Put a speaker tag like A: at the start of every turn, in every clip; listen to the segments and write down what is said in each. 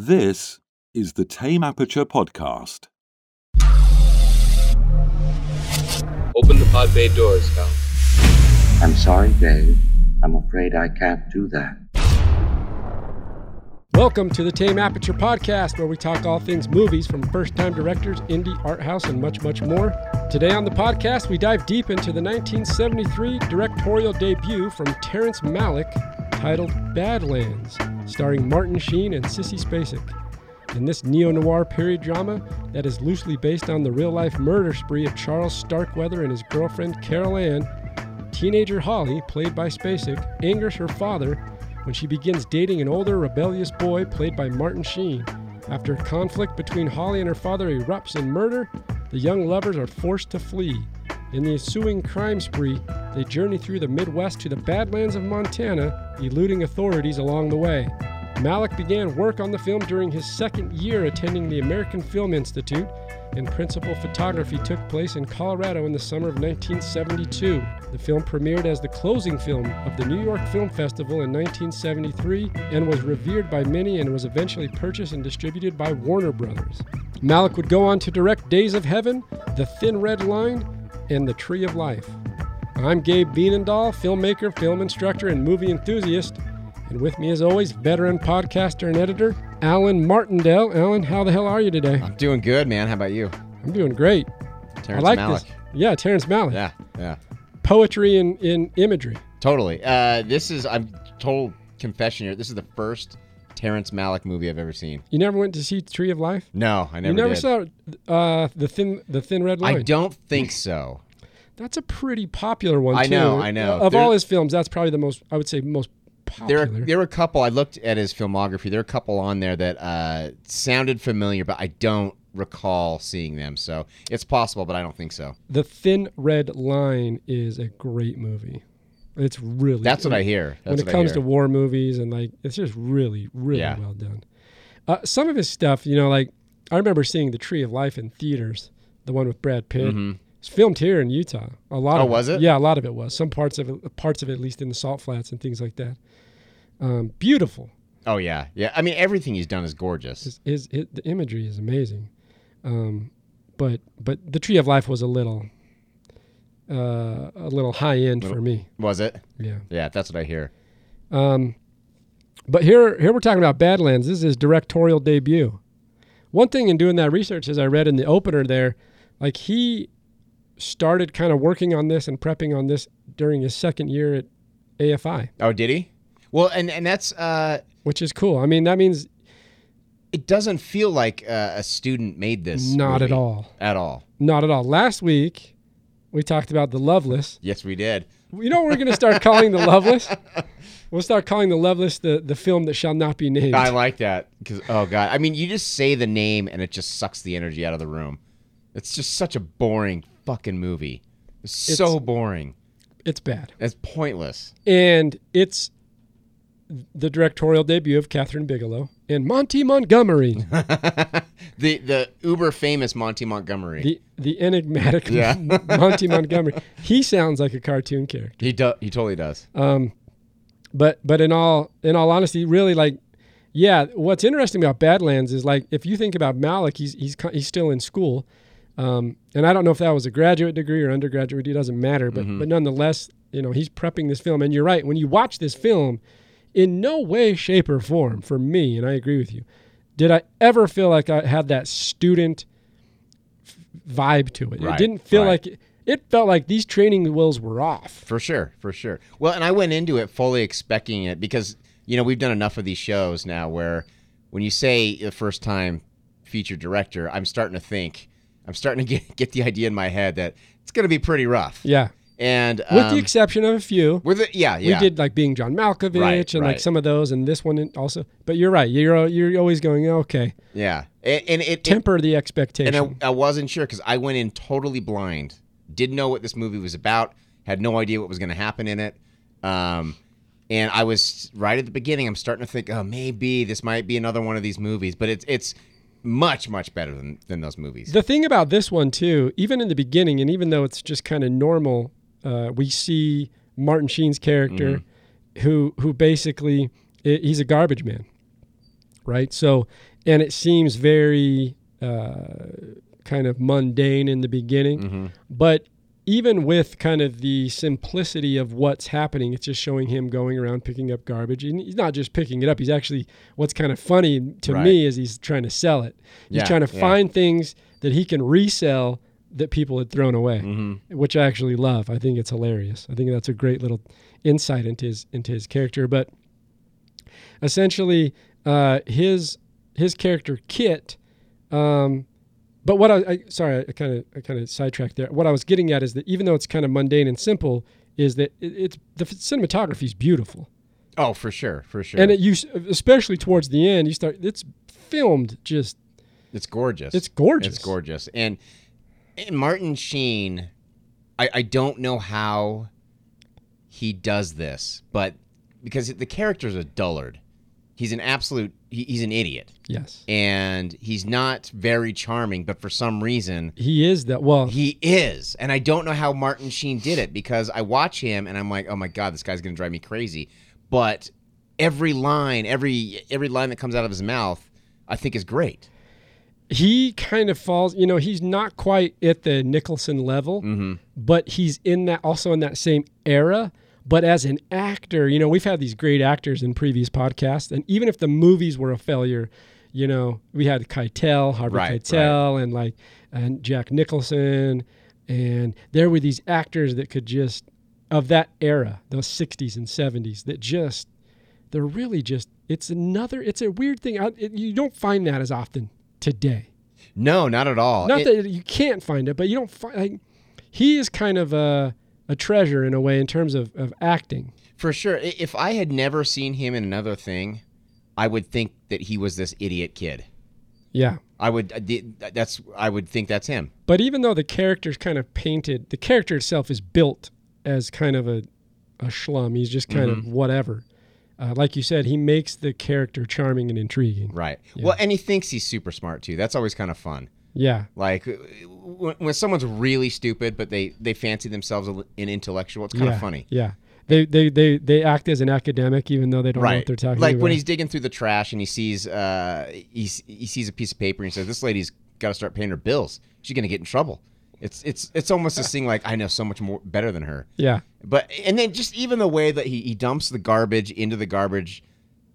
A: This is the Tame Aperture Podcast.
B: Open the pod bay doors, Cal.
C: I'm sorry, Dave. I'm afraid I can't do that.
D: Welcome to the Tame Aperture Podcast, where we talk all things movies from first time directors, indie, art house, and much, much more. Today on the podcast, we dive deep into the 1973 directorial debut from Terrence Malick titled Badlands, starring Martin Sheen and Sissy Spacek. In this neo noir period drama that is loosely based on the real life murder spree of Charles Starkweather and his girlfriend Carol Ann, Teenager Holly, played by Spacek, angers her father when she begins dating an older, rebellious boy played by Martin Sheen. After a conflict between Holly and her father erupts in murder, the young lovers are forced to flee. In the ensuing crime spree, they journey through the Midwest to the Badlands of Montana, eluding authorities along the way. Malick began work on the film during his second year attending the American Film Institute, and principal photography took place in Colorado in the summer of 1972. The film premiered as the closing film of the New York Film Festival in 1973 and was revered by many and was eventually purchased and distributed by Warner Brothers. Malick would go on to direct Days of Heaven, The Thin Red Line, and The Tree of Life. I'm Gabe Bienendahl, filmmaker, film instructor, and movie enthusiast. And with me, as always, veteran podcaster and editor, Alan Martindale. Alan, how the hell are you today?
E: I'm doing good, man. How about you?
D: I'm doing great.
E: Terrence
D: I like
E: Malick.
D: this. Yeah, Terrence Malick.
E: Yeah, yeah.
D: Poetry in, in imagery.
E: Totally. Uh, this is, I'm total confession here. This is the first Terrence Malick movie I've ever seen.
D: You never went to see Tree of Life?
E: No, I never,
D: you never
E: did.
D: saw uh, the thin the thin red line.
E: I don't think so.
D: That's a pretty popular one.
E: I
D: too.
E: know, I know.
D: Of
E: There-
D: all his films, that's probably the most I would say most
E: There,
D: popular.
E: are, there were a couple. I looked at his filmography. There are a couple on there that uh, sounded familiar, but I don't recall seeing them. So it's possible, but I don't think so.
D: the Thin Red Line is a great movie. It's really
E: That's what I hear. That's
D: when it
E: what I
D: comes
E: hear.
D: to war movies and like it's just really really
E: Yeah.
D: well done uh, some of his stuff you know like i remember seeing the tree of life in theaters the one with brad pitt it's filmed here in utah a lot
E: Mm-hmm. Oh,
D: of
E: was it?
D: yeah a lot of it was some parts of it parts of it at least in the salt flats and things like that um, beautiful
E: Oh yeah, yeah. I mean, everything he's done is gorgeous.
D: his, his, his the imagery is amazing um, but but the tree of life was a little uh, a little high end for me
E: Was it?
D: yeah
E: Yeah, that's what I hear.
D: Um, but here, here we're talking about Badlands. This is his directorial debut. One thing in doing that research is I read in the opener there, like he started kind of working on this and prepping on this during his second year at AFI,
E: Oh, did he? Well, and and that's. Uh,
D: which is cool. I mean, that means
E: it doesn't feel like uh, a student made this.
D: not at
E: movie.
D: all,
E: At all.
D: not at all. Last week we talked about the Loveless.
E: Yes, we did.
D: You know what we're gonna start calling the Loveless? We'll start calling the Loveless the the film that shall not be named.
E: I like that because oh god, I mean, you just say the name and it just sucks the energy out of the room. It's just such a boring fucking movie. It's, so
D: It's-
E: boring.
D: It's bad.
E: It's pointless.
D: and it's the directorial debut of Catherine Bigelow and Monty Montgomery,
E: The the uber famous Monty Montgomery.
D: the the enigmatic
E: Yeah.
D: Monty Montgomery. He sounds like a cartoon character,
E: he do, he totally does.
D: but but in all in all honesty, really like. Yeah, what's interesting about Badlands is like if you think about Malik, he's he's co- he's still in school, um, and I don't know if that was a graduate degree or undergraduate degree. It doesn't matter, but
E: Mm-hmm.
D: but nonetheless, you know he's prepping this film. And you're right, when you watch this film, in no way, shape, or form, for me, and I agree with you, did I ever feel like I had that student f- vibe to it. it
E: Right,
D: didn't feel
E: right.
D: like it, it felt like these training wheels were off.
E: For sure, for sure. Well, and I went into it fully expecting it because you know we've done enough of these shows now where when you say the first time feature director, I'm starting to think, I'm starting to get get the idea in my head that it's going to be pretty rough.
D: Yeah,
E: And um,
D: with the exception of a few.
E: with the, yeah, yeah,
D: We did like being John Malkovich
E: Right,
D: and like
E: right.
D: some of those, and this one also. But you're right. You're you're always going okay.
E: yeah, and, and it, it-
D: Temper the
E: and
D: expectation.
E: I, I wasn't sure because I went in totally blind, didn't know what this movie was about, had no idea what was going to happen in it. Um, and I was right at the beginning. I'm starting to think, oh, maybe this might be another one of these movies, but it's it's much much better than than those movies.
D: the thing about this one too, even in the beginning, and even though it's just kind of normal, uh, we see Martin
E: Mm-hmm.
D: Sheen's character, who who basically i- he's a garbage man. right? So, and it seems very uh, kind of mundane in the beginning,
E: Mm-hmm.
D: but even with kind of the simplicity of what's happening, it's just showing him going around picking up garbage, and he's not just picking it up. He's actually what's kind of funny to
E: Right.
D: me is he's trying to sell it. He's
E: Yeah,
D: trying to
E: yeah.
D: find things that he can resell that people had thrown away,
E: Mm-hmm.
D: which I actually love. I think it's hilarious. I think that's a great little insight into his into his character, but essentially uh, his his character Kit. Um, but what I, I sorry, I kind of I kind of sidetracked there. What I was getting at is that even though it's kind of mundane and simple, is that it, it's the cinematography is beautiful,
E: Oh, for sure, for sure.
D: and it you s- especially towards the end, you start it's filmed just
E: It's gorgeous.
D: It's gorgeous.
E: It's gorgeous. And, and Martin Sheen, I, I don't know how he does this, but because the character's a dullard, he's an absolute, he, he's an idiot.
D: yes.
E: And he's not very charming, but for some reason,
D: He is that well.
E: he is. And I don't know how Martin Sheen did it because I watch him and I'm like, oh my God, this guy's going to drive me crazy. But every line, every every line that comes out of his mouth, I think is great.
D: he kind of falls you know he's not quite at the nicholson level
E: Mm-hmm.
D: but he's in that also in that same era but as an actor you know we've had these great actors in previous podcasts and even if the movies were a failure you know we had keitel harvey
E: Right,
D: keitel and like and jack nicholson and there were these actors that could just of that era those 60s and 70s that just they're really just it's another it's a weird thing I, it, you don't find that as often today
E: No, not at all.
D: not
E: Uh, It-
D: that you can't find it but you don't find like he is kind of a a treasure in a way in terms of, of acting
E: For sure. I- If I had never seen him in another thing, I would think that he was this idiot kid.
D: yeah
E: I would I did- that's I would think that's him.
D: but even though the character's kind of painted the character itself is built as kind of a a schlum he's just kind
E: Mm-hmm.
D: of whatever uh, like you said he makes the character charming and intriguing
E: Right. Well, and he thinks he's super smart too. That's always kind of fun.
D: yeah
E: Like uh, when, when someone's really stupid but they they fancy themselves a- an intellectual, it's kind
D: yeah
E: of funny.
D: yeah they, they they they act as an academic even though they don't know what
E: Right.
D: they're talking
E: like
D: about
E: when he's digging through the trash and he sees uh he, s- he sees a piece of paper and he says this lady's got to start paying her bills. She's going to get in trouble. It's it's it's almost this thing like I know so much more better than her.
D: yeah
E: But and then just even the way that he, he dumps the garbage into the garbage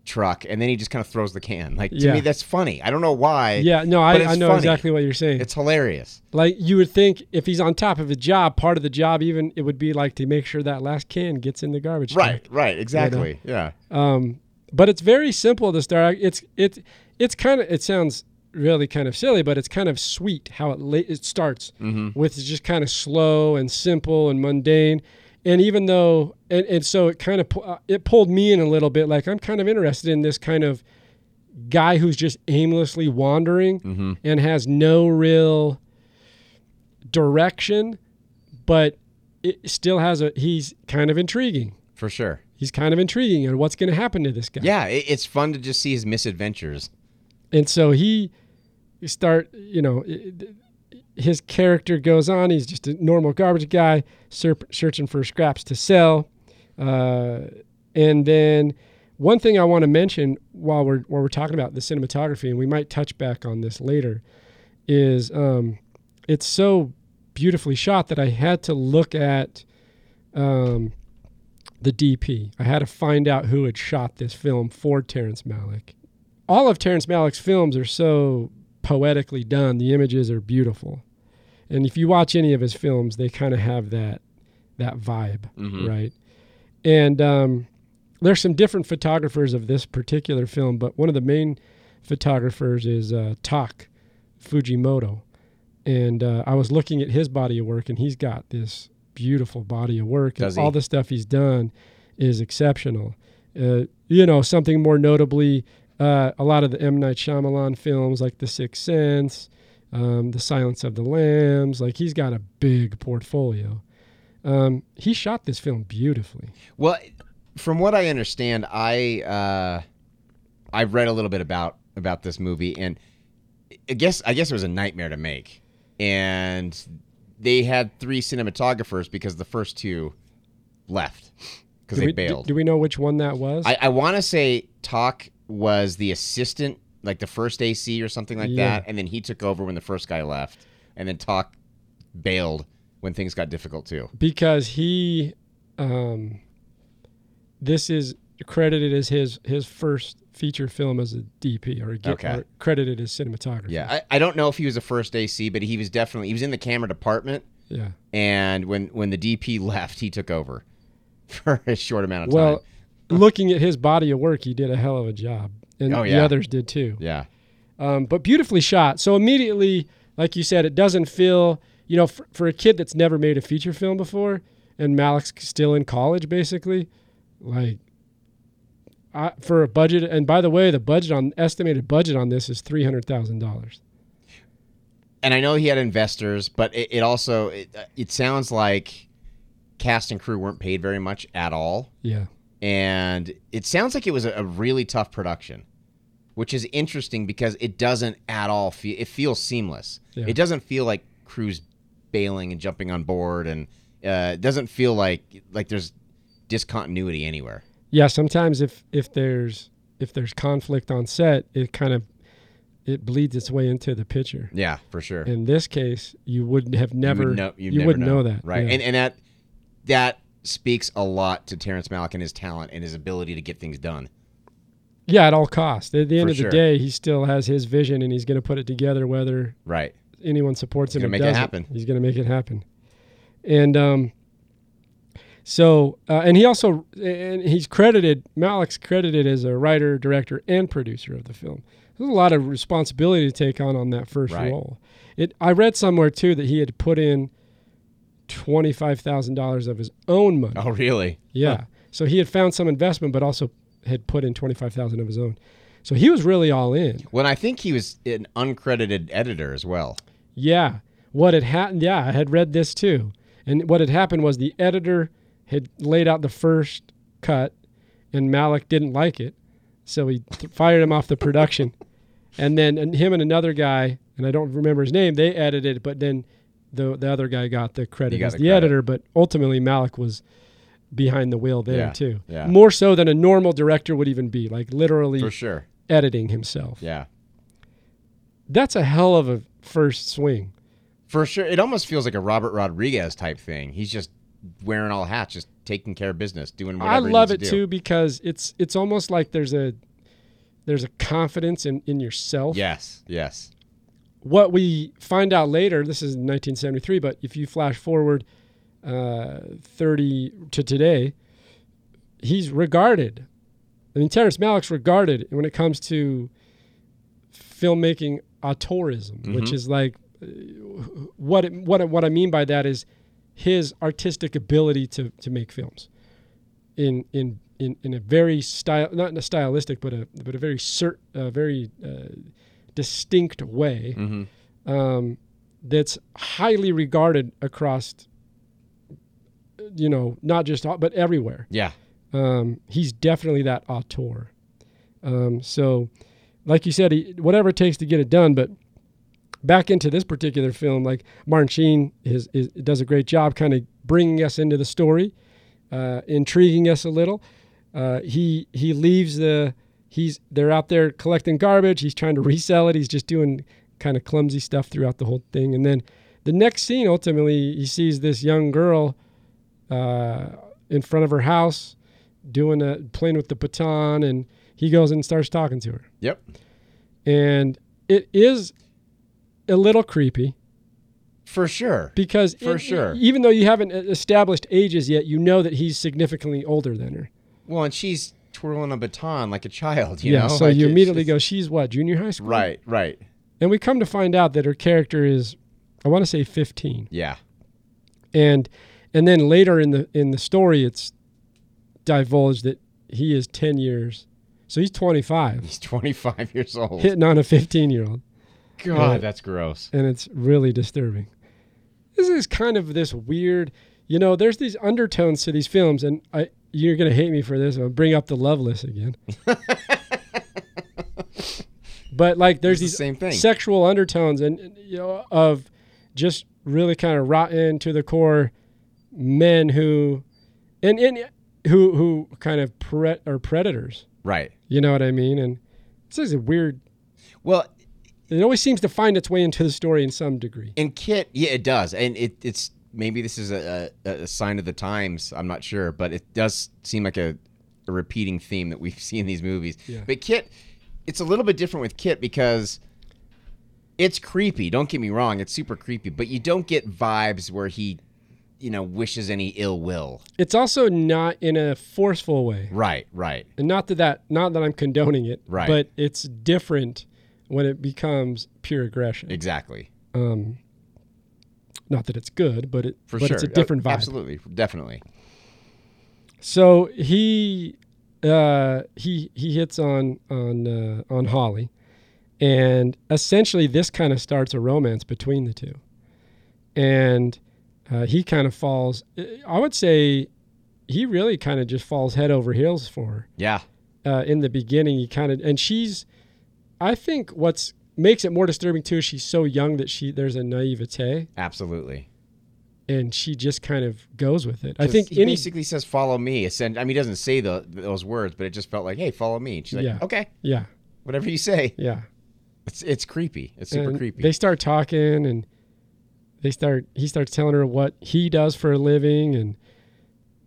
E: truck and then he just kind of throws the can. Like to
D: Yeah.
E: me that's funny. I don't know why.
D: Yeah, no,
E: but
D: I,
E: it's
D: I know
E: funny.
D: exactly what you're saying.
E: It's hilarious.
D: like you would think if he's on top of a job, part of the job even it would be like to make sure that last can gets in the garbage.
E: Right,
D: can.
E: right, exactly. Yeah.
D: But it's very simple to start. It's it's it's kind of it sounds really kind of silly, but it's kind of sweet how it la- it starts with just kind of slow and simple and mundane. And even though and, and so it kind of pu- uh, it pulled me in a little bit. Like I'm kind of interested in this kind of guy who's just aimlessly wandering and has no real direction, but it still has a he's kind of intriguing.
E: For sure.
D: He's kind of intriguing and what's going to happen to this guy.
E: Yeah, it, it's fun to just see his misadventures.
D: And so he start, you know, it- it- his character goes on. He's just a normal garbage guy serp searching for scraps to sell. Uh, and then one thing I want to mention while we're while we're talking about the cinematography, and we might touch back on this later, is um, it's so beautifully shot that I had to look at um, the DP. I had to find out who had shot this film for Terrence Malick. All of Terrence Malick's films are so poetically done. The images are beautiful, and if you watch any of his films, they kind of have that that vibe, right? And um, there's some different photographers of this particular film, but one of the main photographers is uh, Tak Fujimoto, and uh, I was looking at his body of work, and he's got this beautiful body of work,
E: Does
D: and
E: he?
D: all the stuff he's done is exceptional. Uh, you know, something more notably, uh, a lot of the M Night Shyamalan films, like The Sixth Sense, um, The Silence of the Lambs, like he's got a big portfolio. Um, he shot this film beautifully.
E: Well, from what I understand, I uh, I've read a little bit about about this movie, and I guess I guess it was a nightmare to make, and they had three cinematographers because the first two left
D: Do
E: because they
D: we, do-
E: bailed.
D: Do, we know which one that was?
E: I, I want to say Talk was the assistant like the first AC or something like
D: Yeah.
E: that, and then he took over when the first guy left, and then Talk bailed when things got difficult too.
D: because he um this is credited as his his first feature film as a DP or, get,
E: Okay.
D: or credited as cinematography.
E: Yeah, I, I don't know if he was a first AC, but he was definitely he was in the camera department,
D: Yeah.
E: and when when the DP left, he took over for a short amount of
D: Well,
E: time.
D: looking at his body of work, he did a hell of a job. And
E: Oh,
D: the
E: yeah.
D: others did too.
E: Yeah,
D: um, but beautifully shot. So immediately, like you said, it doesn't feel, you know, for, for a kid that's never made a feature film before, and Malik's still in college basically, like, I, for a budget. And by the way, the budget on estimated budget on this is three hundred thousand dollars.
E: and I know he had investors, but it, it also it, it sounds like cast and crew weren't paid very much at all,
D: Yeah,
E: and it sounds like it was a, a really tough production, which is interesting because it doesn't at all feel it feels seamless.
D: Yeah.
E: It doesn't feel like crews bailing and jumping on board, and uh, it doesn't feel like like there's discontinuity anywhere.
D: yeah. Sometimes if if there's if there's conflict on set, it kind of it bleeds its way into the picture.
E: Yeah, for sure.
D: In this case, you wouldn't have never you,
E: you would, know, you'd never
D: wouldn't know,
E: know.
D: that,
E: right?
D: Yeah.
E: And and that that speaks a lot to Terrence Malick and his talent and his ability to get things done.
D: Yeah, at all costs. At the end
E: For
D: of the
E: sure.
D: day, he still has his vision and he's going to put it together whether
E: Right.
D: anyone supports him
E: gonna
D: or
E: make it
D: doesn't.
E: happen.
D: He's going to make it happen. And um, so, uh, and he also, and he's credited, Malik's credited as a writer, director, and producer of the film. There's a lot of responsibility to take on on that first
E: Right.
D: role. It, I read somewhere too that he had put in $25,000 of his own money.
E: Oh, really?
D: Yeah. So he had found some investment, but also had put in twenty five thousand of his own. So he was really all in.
E: Well, I think he was an uncredited editor as well.
D: Yeah. What had happened? Yeah, I had read this too. And what had happened was the editor had laid out the first cut, and Malik didn't like it, so he th- fired him off the production. And then and him and another guy, and I don't remember his name, they edited, it, but then the the other guy got the credit
E: He got
D: as the,
E: the credit.
D: editor. But ultimately, Malik was behind the wheel there
E: Yeah,
D: too,
E: yeah.
D: more so than a normal director would even be, like literally
E: For sure.
D: editing himself.
E: Yeah.
D: That's a hell of a first swing.
E: For sure. It almost feels like a Robert Rodriguez type thing. He's just wearing all hats, just taking care of business, doing whatever
D: I
E: he
D: love it
E: needs to do.
D: too because it's it's almost like there's a there's a confidence in in yourself.
E: Yes. Yes.
D: What we find out later, this is in 1973, but if you flash forward uh, 30 to today, he's regarded. I mean, Terrence Malick's regarded when it comes to filmmaking auteurism, which is like uh, what it, what it- what I mean by that is his artistic ability to to make films in in in, in a very style not in a stylistic but a but a very cert uh, very uh, distinct way um, that's highly regarded across you know not just au- but everywhere
E: Yeah.
D: um, he's definitely that auteur. Um, so, like you said, he, whatever it takes to get it done. But back into this particular film, like Martin Sheen is, is does a great job, kind of bringing us into the story, uh, intriguing us a little. Uh, he he leaves the he's they're out there collecting garbage. He's trying to resell it. He's just doing kind of clumsy stuff throughout the whole thing. And then the next scene, ultimately, he sees this young girl uh, in front of her house doing a playing with the baton and he goes and starts talking to her
E: Yep.
D: and it is a little creepy
E: For sure.
D: because
E: For
D: it-
E: sure.
D: even though you haven't e-, established ages yet you know that he's significantly older than her
E: Well, and she's twirling a baton like a child, you
D: yeah
E: know?
D: so
E: Like,
D: you
E: it's-
D: immediately go
E: it's-
D: she's what junior high school
E: Right, right.
D: and we come to find out that her character is i want to say 15
E: Yeah.
D: and and then later in the in the story it's divulged that he is 10 years so he's 25
E: He's 25 years old.
D: hitting on a 15 year old
E: God, that's gross.
D: and it's really disturbing. This is kind of this weird, you know. There's these undertones to these films, and I you're gonna hate me for this. I'll bring up the Loveless again. but like, there's
E: It's
D: these
E: the same thing.
D: sexual undertones, and and, you know, of just really kind of rotten to the core men who, and and who who kind of pre- are predators.
E: Right.
D: You know what I mean? And this is a weird
E: Well,
D: It always seems to find its way into the story in some degree.
E: and Kit, yeah, it does, and it, it's maybe this is a, a, a sign of the times. I'm not sure, but it does seem like a, a repeating theme that we've seen in these movies.
D: Yeah.
E: But Kit, it's a little bit different with Kit because it's creepy. Don't get me wrong; it's super creepy, but you don't get vibes where he, you know, wishes any ill will.
D: It's also not in a forceful way.
E: Right, right,
D: and not that that not that I'm condoning it,
E: Right.
D: But it's different when it becomes pure aggression.
E: exactly.
D: Um, not that it's good, but it
E: For
D: but
E: sure,
D: it's a different
E: Uh,
D: vibe.
E: Absolutely, definitely.
D: So he uh, he he hits on on uh, on Holly, and essentially this kind of starts a romance between the two, and uh, he kind of falls. I would say he really kind of just falls head over heels for her.
E: Yeah,
D: uh, in the beginning he kind of and she's i think what's makes it more disturbing too is she's so young that she there's a naivete
E: absolutely.
D: and she just kind of goes with it i
E: 'Cause
D: think
E: he
D: any
E: basically says "follow me." Ascend. I mean, he doesn't say tho- those words, but it just felt like, "Hey, follow me." And she's like,
D: Yeah.
E: "Okay,
D: yeah
E: whatever you say."
D: yeah
E: It's it's creepy. It's super
D: And
E: creepy.
D: they start talking and they start he starts telling her what he does for a living and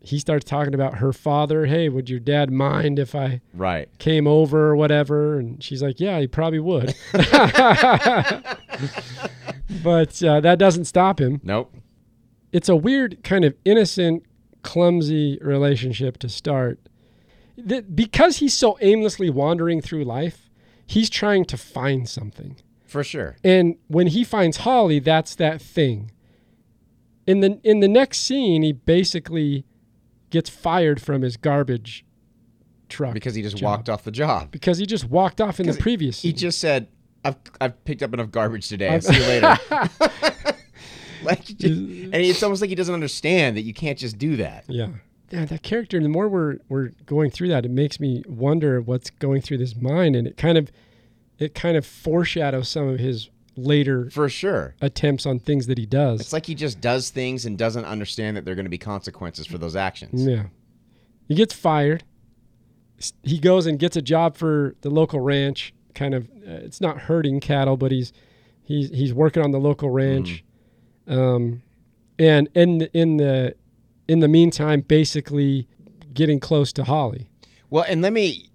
D: he starts talking about her father hey would your dad mind if i
E: right.
D: came over or whatever and she's like yeah he probably would but uh, that doesn't stop him
E: Nope.
D: it's a weird kind of innocent, clumsy relationship to start. Th- because he's so aimlessly wandering through life, he's trying to find something.
E: For sure.
D: And when he finds Holly, that's that thing. In the in the next scene, he basically gets fired from his garbage truck
E: Because he just
D: job.
E: walked off the job.
D: Because he just walked off in the
E: 'Cause
D: previous.
E: He
D: scene.
E: just said, "I've I've picked up enough garbage today. I'll see you later." like, you just- and it's almost like he doesn't understand that you can't just do that.
D: Yeah. Yeah, that character, the more we're we're going through that, it makes me wonder what's going through his mind and it kind of it kind of foreshadows some of his later
E: For sure.
D: attempts on things that he does.
E: It's like he just does things and doesn't understand that there are going to be consequences for those actions.
D: yeah. He gets fired. S- He goes and gets a job for the local ranch, kind of uh, it's not herding cattle, but he's he's he's working on the local ranch. Um and in in the in the meantime basically getting close to Holly.
E: Well, and let me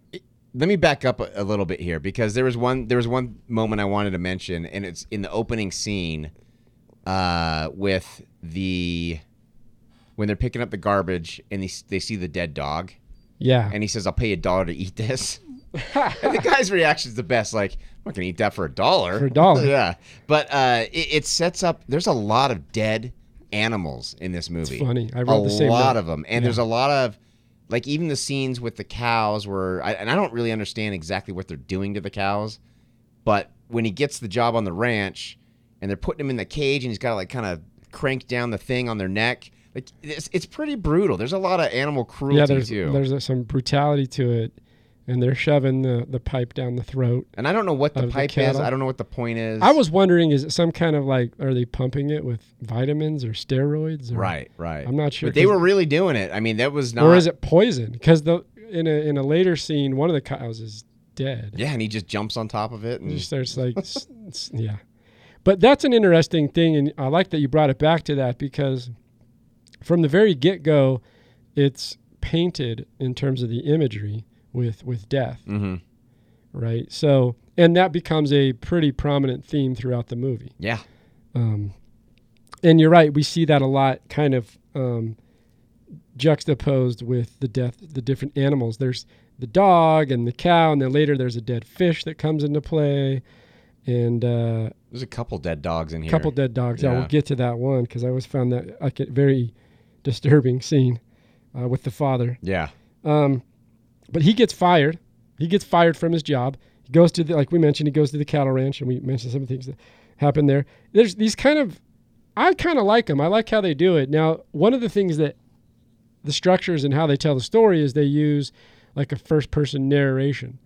E: let me back up a, a little bit here because there was one there was one moment I wanted to mention, and it's in the opening scene uh, with the when they're picking up the garbage and they s- they see the dead dog,
D: Yeah.
E: and he says, "I'll pay you a dollar to eat this." and the guy's reaction is the best. Like, I'm not gonna eat that for a dollar.
D: For a dollar.
E: yeah. But uh, it, it sets up. There's a lot of dead animals in this movie.
D: funny. I wrote
E: a
D: the same
E: lot
D: note.
E: of them, and there's a lot of like even the scenes with the cows were. I, and I don't really understand exactly what they're doing to the cows, but when he gets the job on the ranch, and they're putting him in the cage, and he's got to like kind of crank down the thing on their neck. Like it's, it's pretty brutal. There's a lot of animal cruelty
D: yeah, there's
E: too.
D: there's uh, some brutality to it, and they're shoving the, the pipe down the throat.
E: And I don't know what
D: of
E: the
D: the
E: pipe is.
D: cattle.
E: I don't know what the point is.
D: I was wondering, is it some kind of like, are they pumping it with vitamins or steroids? Or,
E: right, right.
D: I'm not sure.
E: But they
D: 'cause-
E: were really doing it. I mean, that was not.
D: or is it poison? Because the in a in a later scene, one of the cows is dead.
E: Yeah, Mm. and he just jumps on top of it.
D: It
E: And,
D: just starts like, s- s- yeah. But that's an interesting thing, and I like that you brought it back to that because from the very get go, it's painted in terms of the imagery with with death.
E: Mhm.
D: right? So, and that becomes a pretty prominent theme throughout the movie.
E: Yeah,
D: Um, and you're right, we see that a lot, kind of um, juxtaposed with the death, the different animals. There's the dog and the cow, and then later there's a dead fish that comes into play, and uh,
E: there's a couple dead dogs in
D: a
E: here.
D: couple dead dogs. Yeah,
E: Yeah.
D: we'll get to that one because I always found that like a very disturbing scene uh, with the father.
E: Yeah,
D: Um, but he gets fired. He gets fired from his job. He goes to the, like we mentioned, he goes to the cattle ranch, and we mentioned some of the things that happen there. There's these kind of, I kind of like them. I like how they do it. Now, one of the things that the structures and how they tell the story is they use like a first person narration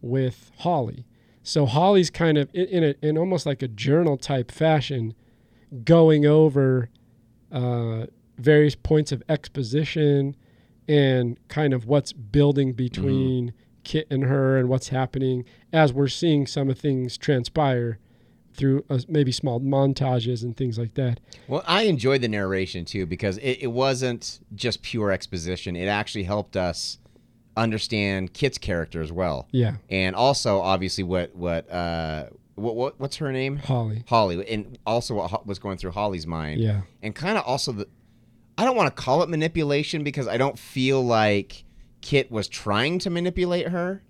D: with Holly. So Holly's kind of in in, a, in almost like a journal type fashion, going over uh, various points of exposition and kind of what's building between Kit and her and what's happening as we're seeing some of things transpire through uh, maybe small montages and things like that.
E: Well, I enjoyed the narration too because it, it wasn't just pure exposition. It actually helped us understand Kit's character as well.
D: Yeah.
E: And also, obviously, what what uh what, what what's her name?
D: Holly.
E: Holly, and also what Ho- was going through Holly's mind.
D: Yeah.
E: And kind of also the, I don't want to call it manipulation because I don't feel like Kit was trying to manipulate her.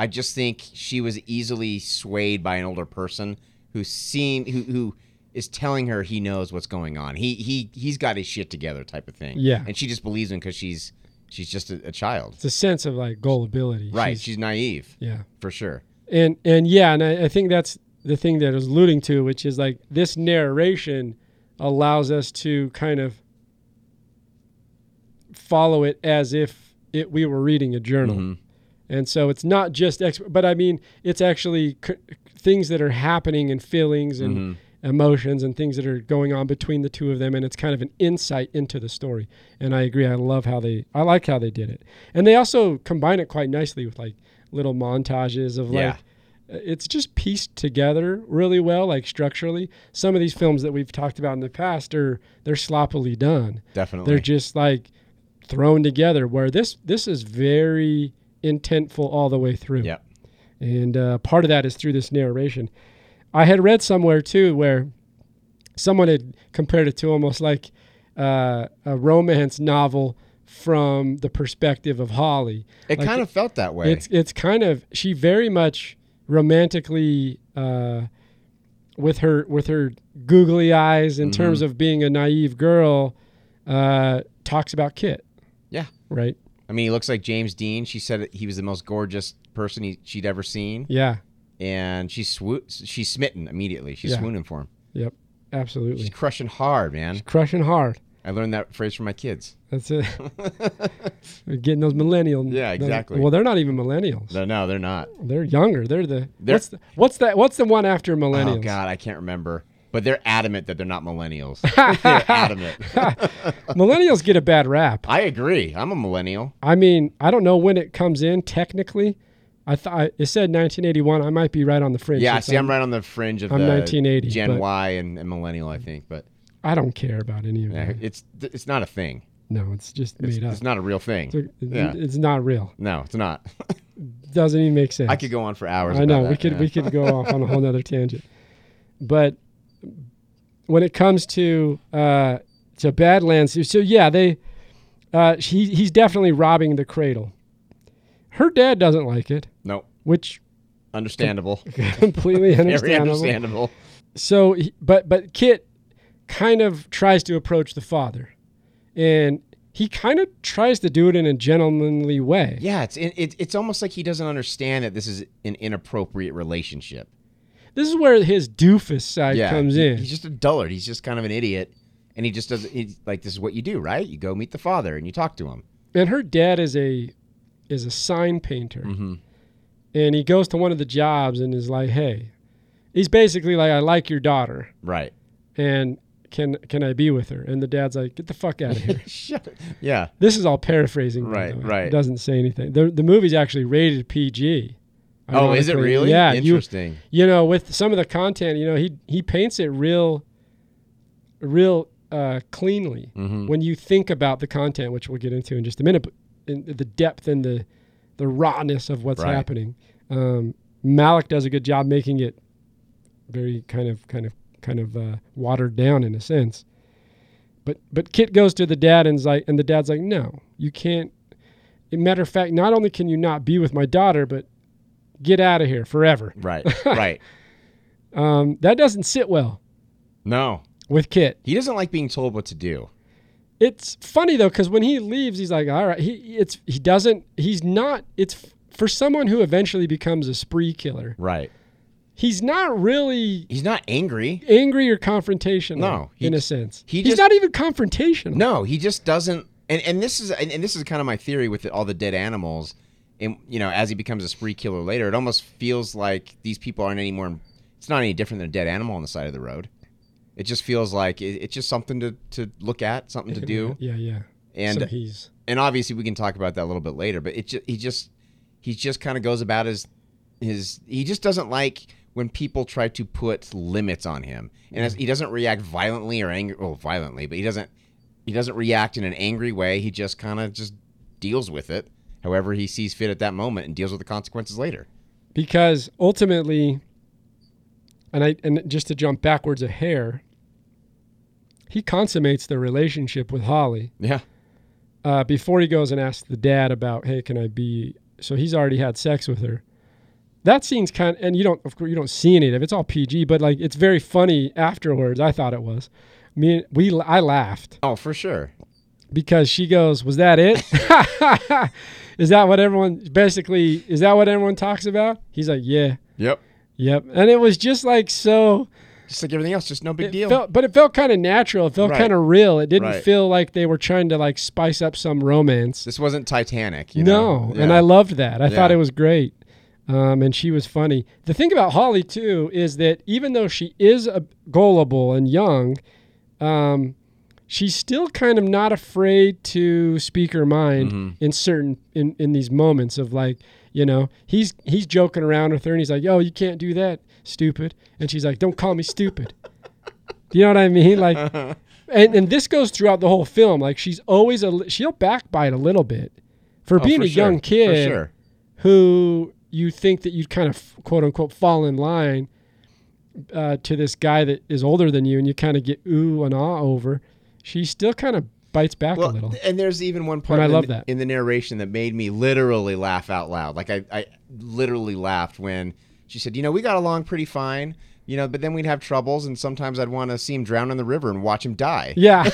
E: I just think she was easily swayed by an older person who seem who who is telling her he knows what's going on. He he he's got his shit together type of thing.
D: Yeah.
E: And she just believes him because she's she's just a, a child.
D: It's a sense of like gullibility.
E: Right.
D: She's-
E: she's naive
D: yeah.
E: for sure.
D: and and yeah and I, I think that's the thing that I was alluding to which is like this narration allows us to kind of follow it as if it we were reading a journal
E: Mhm.
D: and so it's not just ex- but i mean it's actually c- things that are happening and feelings and emotions and things that are going on between the two of them and it's kind of an insight into the story and i agree i love how they i like how they did it and they also combine it quite nicely with like little montages of
E: Yeah.
D: like uh, it's just pieced together really well like structurally some of these films that we've talked about in the past are they're sloppily done
E: Definitely.
D: they're just like thrown together where this this is very intentful all the way through
E: Yep.
D: and uh, part of that is through this narration i had read somewhere too where someone had compared it to almost like uh, a romance novel from the perspective of holly
E: It
D: Like,
E: kind of felt that way.
D: it's it's kind of she very much romantically uh, with her with her googly eyes
E: Mm-hmm.
D: in terms of being a naive girl uh, talks about Kit,
E: yeah.
D: right?
E: I mean, he looks like James Dean. She said he was the most gorgeous person he, she'd ever seen,
D: Yeah.
E: and she's swo- she's smitten immediately. She's
D: Yeah.
E: swooning for him.
D: Yep.
E: She's
D: Absolutely.
E: crushing hard, man.
D: Crushing hard.
E: I learned that phrase from my kids.
D: That's it. We're getting those millennial.
E: Yeah,
D: those-
E: exactly.
D: well, they're not even millennials.
E: No, no, they're not.
D: They're younger. They're the.
E: They're-
D: what's the, what's that? What's the one after millennials?
E: Oh God, I can't remember. But they're adamant that they're not millennials. they're adamant.
D: millennials get a bad rap.
E: I agree. I'm a millennial.
D: I mean, I don't know when it comes in technically. I thought it said 1981. I might be right on the fringe.
E: Yeah,
D: since
E: see, I'm right on the fringe of
D: I'm
E: the
D: 1980,
E: Gen
D: but-
E: Y and, and millennial, I think. But
D: I don't care about any of
E: yeah,
D: that.
E: it's it's not a thing.
D: No, it's just
E: It's,
D: made up.
E: it's not a real thing.
D: It's-
E: yeah.
D: it's not real.
E: no, it's not.
D: Doesn't even make sense.
E: I could go on for hours.
D: I
E: about
D: know we
E: that,
D: could
E: man.
D: we could go off on a whole nother tangent, but when it comes to uh, to Badlands, so yeah, they uh, he he's definitely robbing the cradle. Her dad doesn't like it,
E: Nope.
D: which
E: Understandable.
D: completely
E: Very
D: understandable.
E: understandable.
D: so he- but but kit kind of tries to approach the father and he kind of tries to do it in a gentlemanly way
E: Yeah, it's it, it, it's almost like he doesn't understand that this is an inappropriate relationship.
D: this is where his doofus side
E: yeah,
D: comes
E: he-
D: in
E: He's just a dullard. He's just kind of an idiot, and he just doesn't. He's like, this is what you do, right? You go meet the father and you talk to him.
D: and her dad is a is a sign painter
E: Mhm.
D: and he goes to one of the jobs and is like hey he's basically like i like your daughter
E: Right.
D: and can can i be with her and the dad's like get the fuck out of here
E: Shut. it. Yeah.
D: this is all paraphrasing by the
E: Right,
D: way.
E: right.
D: it doesn't say anything the, the movie's actually rated pg
E: Oh, is it
D: Ironically,
E: really?
D: yeah you,
E: Interesting.
D: you know, with some of the content, you know, he he paints it real, real uh, cleanly.
E: Mhm.
D: When you think about the content, which we'll get into in just a minute, but in, the depth and the the rawness of what's
E: Right.
D: happening, um, Malik does a good job making it very kind of kind of kind of uh, watered down in a sense. But but Kit goes to the dad and's like, and the dad's like, no, you can't. a matter of fact, not only can you not be with my daughter, but get out of here forever
E: right. Right.
D: um, that doesn't sit well
E: No,
D: with Kit.
E: he doesn't like being told what to do.
D: It's funny though, because when he leaves, he's like, "All right." He it's he doesn't. He's not. It's for someone who eventually becomes a spree killer.
E: Right.
D: He's not really
E: He's not angry.
D: angry or confrontational.
E: No, he
D: in a
E: just-
D: sense,
E: he
D: he's
E: just-
D: not even confrontational.
E: No, he just doesn't. And and this is and, and this is kind of my theory with all the dead animals. And you know, as he becomes a spree killer later, it almost feels like these people aren't any more. It's not any different than a dead animal on the side of the road. It just feels like it, it's just something to, to look at, something to do.
D: Yeah, yeah.
E: And
D: so he's
E: and obviously we can talk about that a little bit later. But it just, he just he just kind of goes about his his he just doesn't like when people try to put limits on him and as, he doesn't react violently or angry well violently but he doesn't he doesn't react in an angry way he just kind of just deals with it however he sees fit at that moment and deals with the consequences later
D: because ultimately and I and just to jump backwards a hair he consummates the relationship with Holly
E: yeah
D: uh, before he goes and asks the dad about, hey, can I be? So he's already had sex with her. That scene's kind, and you don't, of course, you don't see any of it. It's all PG, but like it's very funny afterwards. I thought it was. Me, and- we, I laughed
E: oh for sure
D: because she goes, "Was that it? is that what everyone basically? Is that what everyone talks about?" He's like, "Yeah,
E: yep
D: yep," and it was just like so.
E: just like everything else just no big
D: It
E: deal
D: felt- but it felt kind of natural. It felt
E: Right.
D: kind of real. It didn't
E: Right.
D: feel like they were trying to like spice up some romance.
E: this wasn't titanic you
D: no,
E: know?
D: and
E: Yeah.
D: I loved that. I thought
E: Yeah.
D: it was great, um, and she was funny. The thing about Holly too is that even though she is a gullible and young, um, she's still kind of not afraid to speak her mind
E: Mm-hmm.
D: in certain in, in these moments of like you know he's he's joking around with her and he's like yo you can't do that stupid and she's like don't call me stupid do you know what i mean like and, and this goes throughout the whole film like she's always a li- she'll backbite a little bit for
E: Oh,
D: being
E: for
D: a
E: sure.
D: young kid
E: for sure
D: who you think that you'd kind of quote unquote fall in line uh, to this guy that is older than you and you kind of get ooh and ah over, she still kind of bites back a little.
E: And there's even one part
D: And I
E: in,
D: love
E: the,
D: that.
E: in the narration that made me literally laugh out loud. Like I, I literally laughed when she said, "You know, we got along pretty fine, you know, but then we'd have troubles, and sometimes I'd want to see him drown in the river and watch him die."
D: yeah.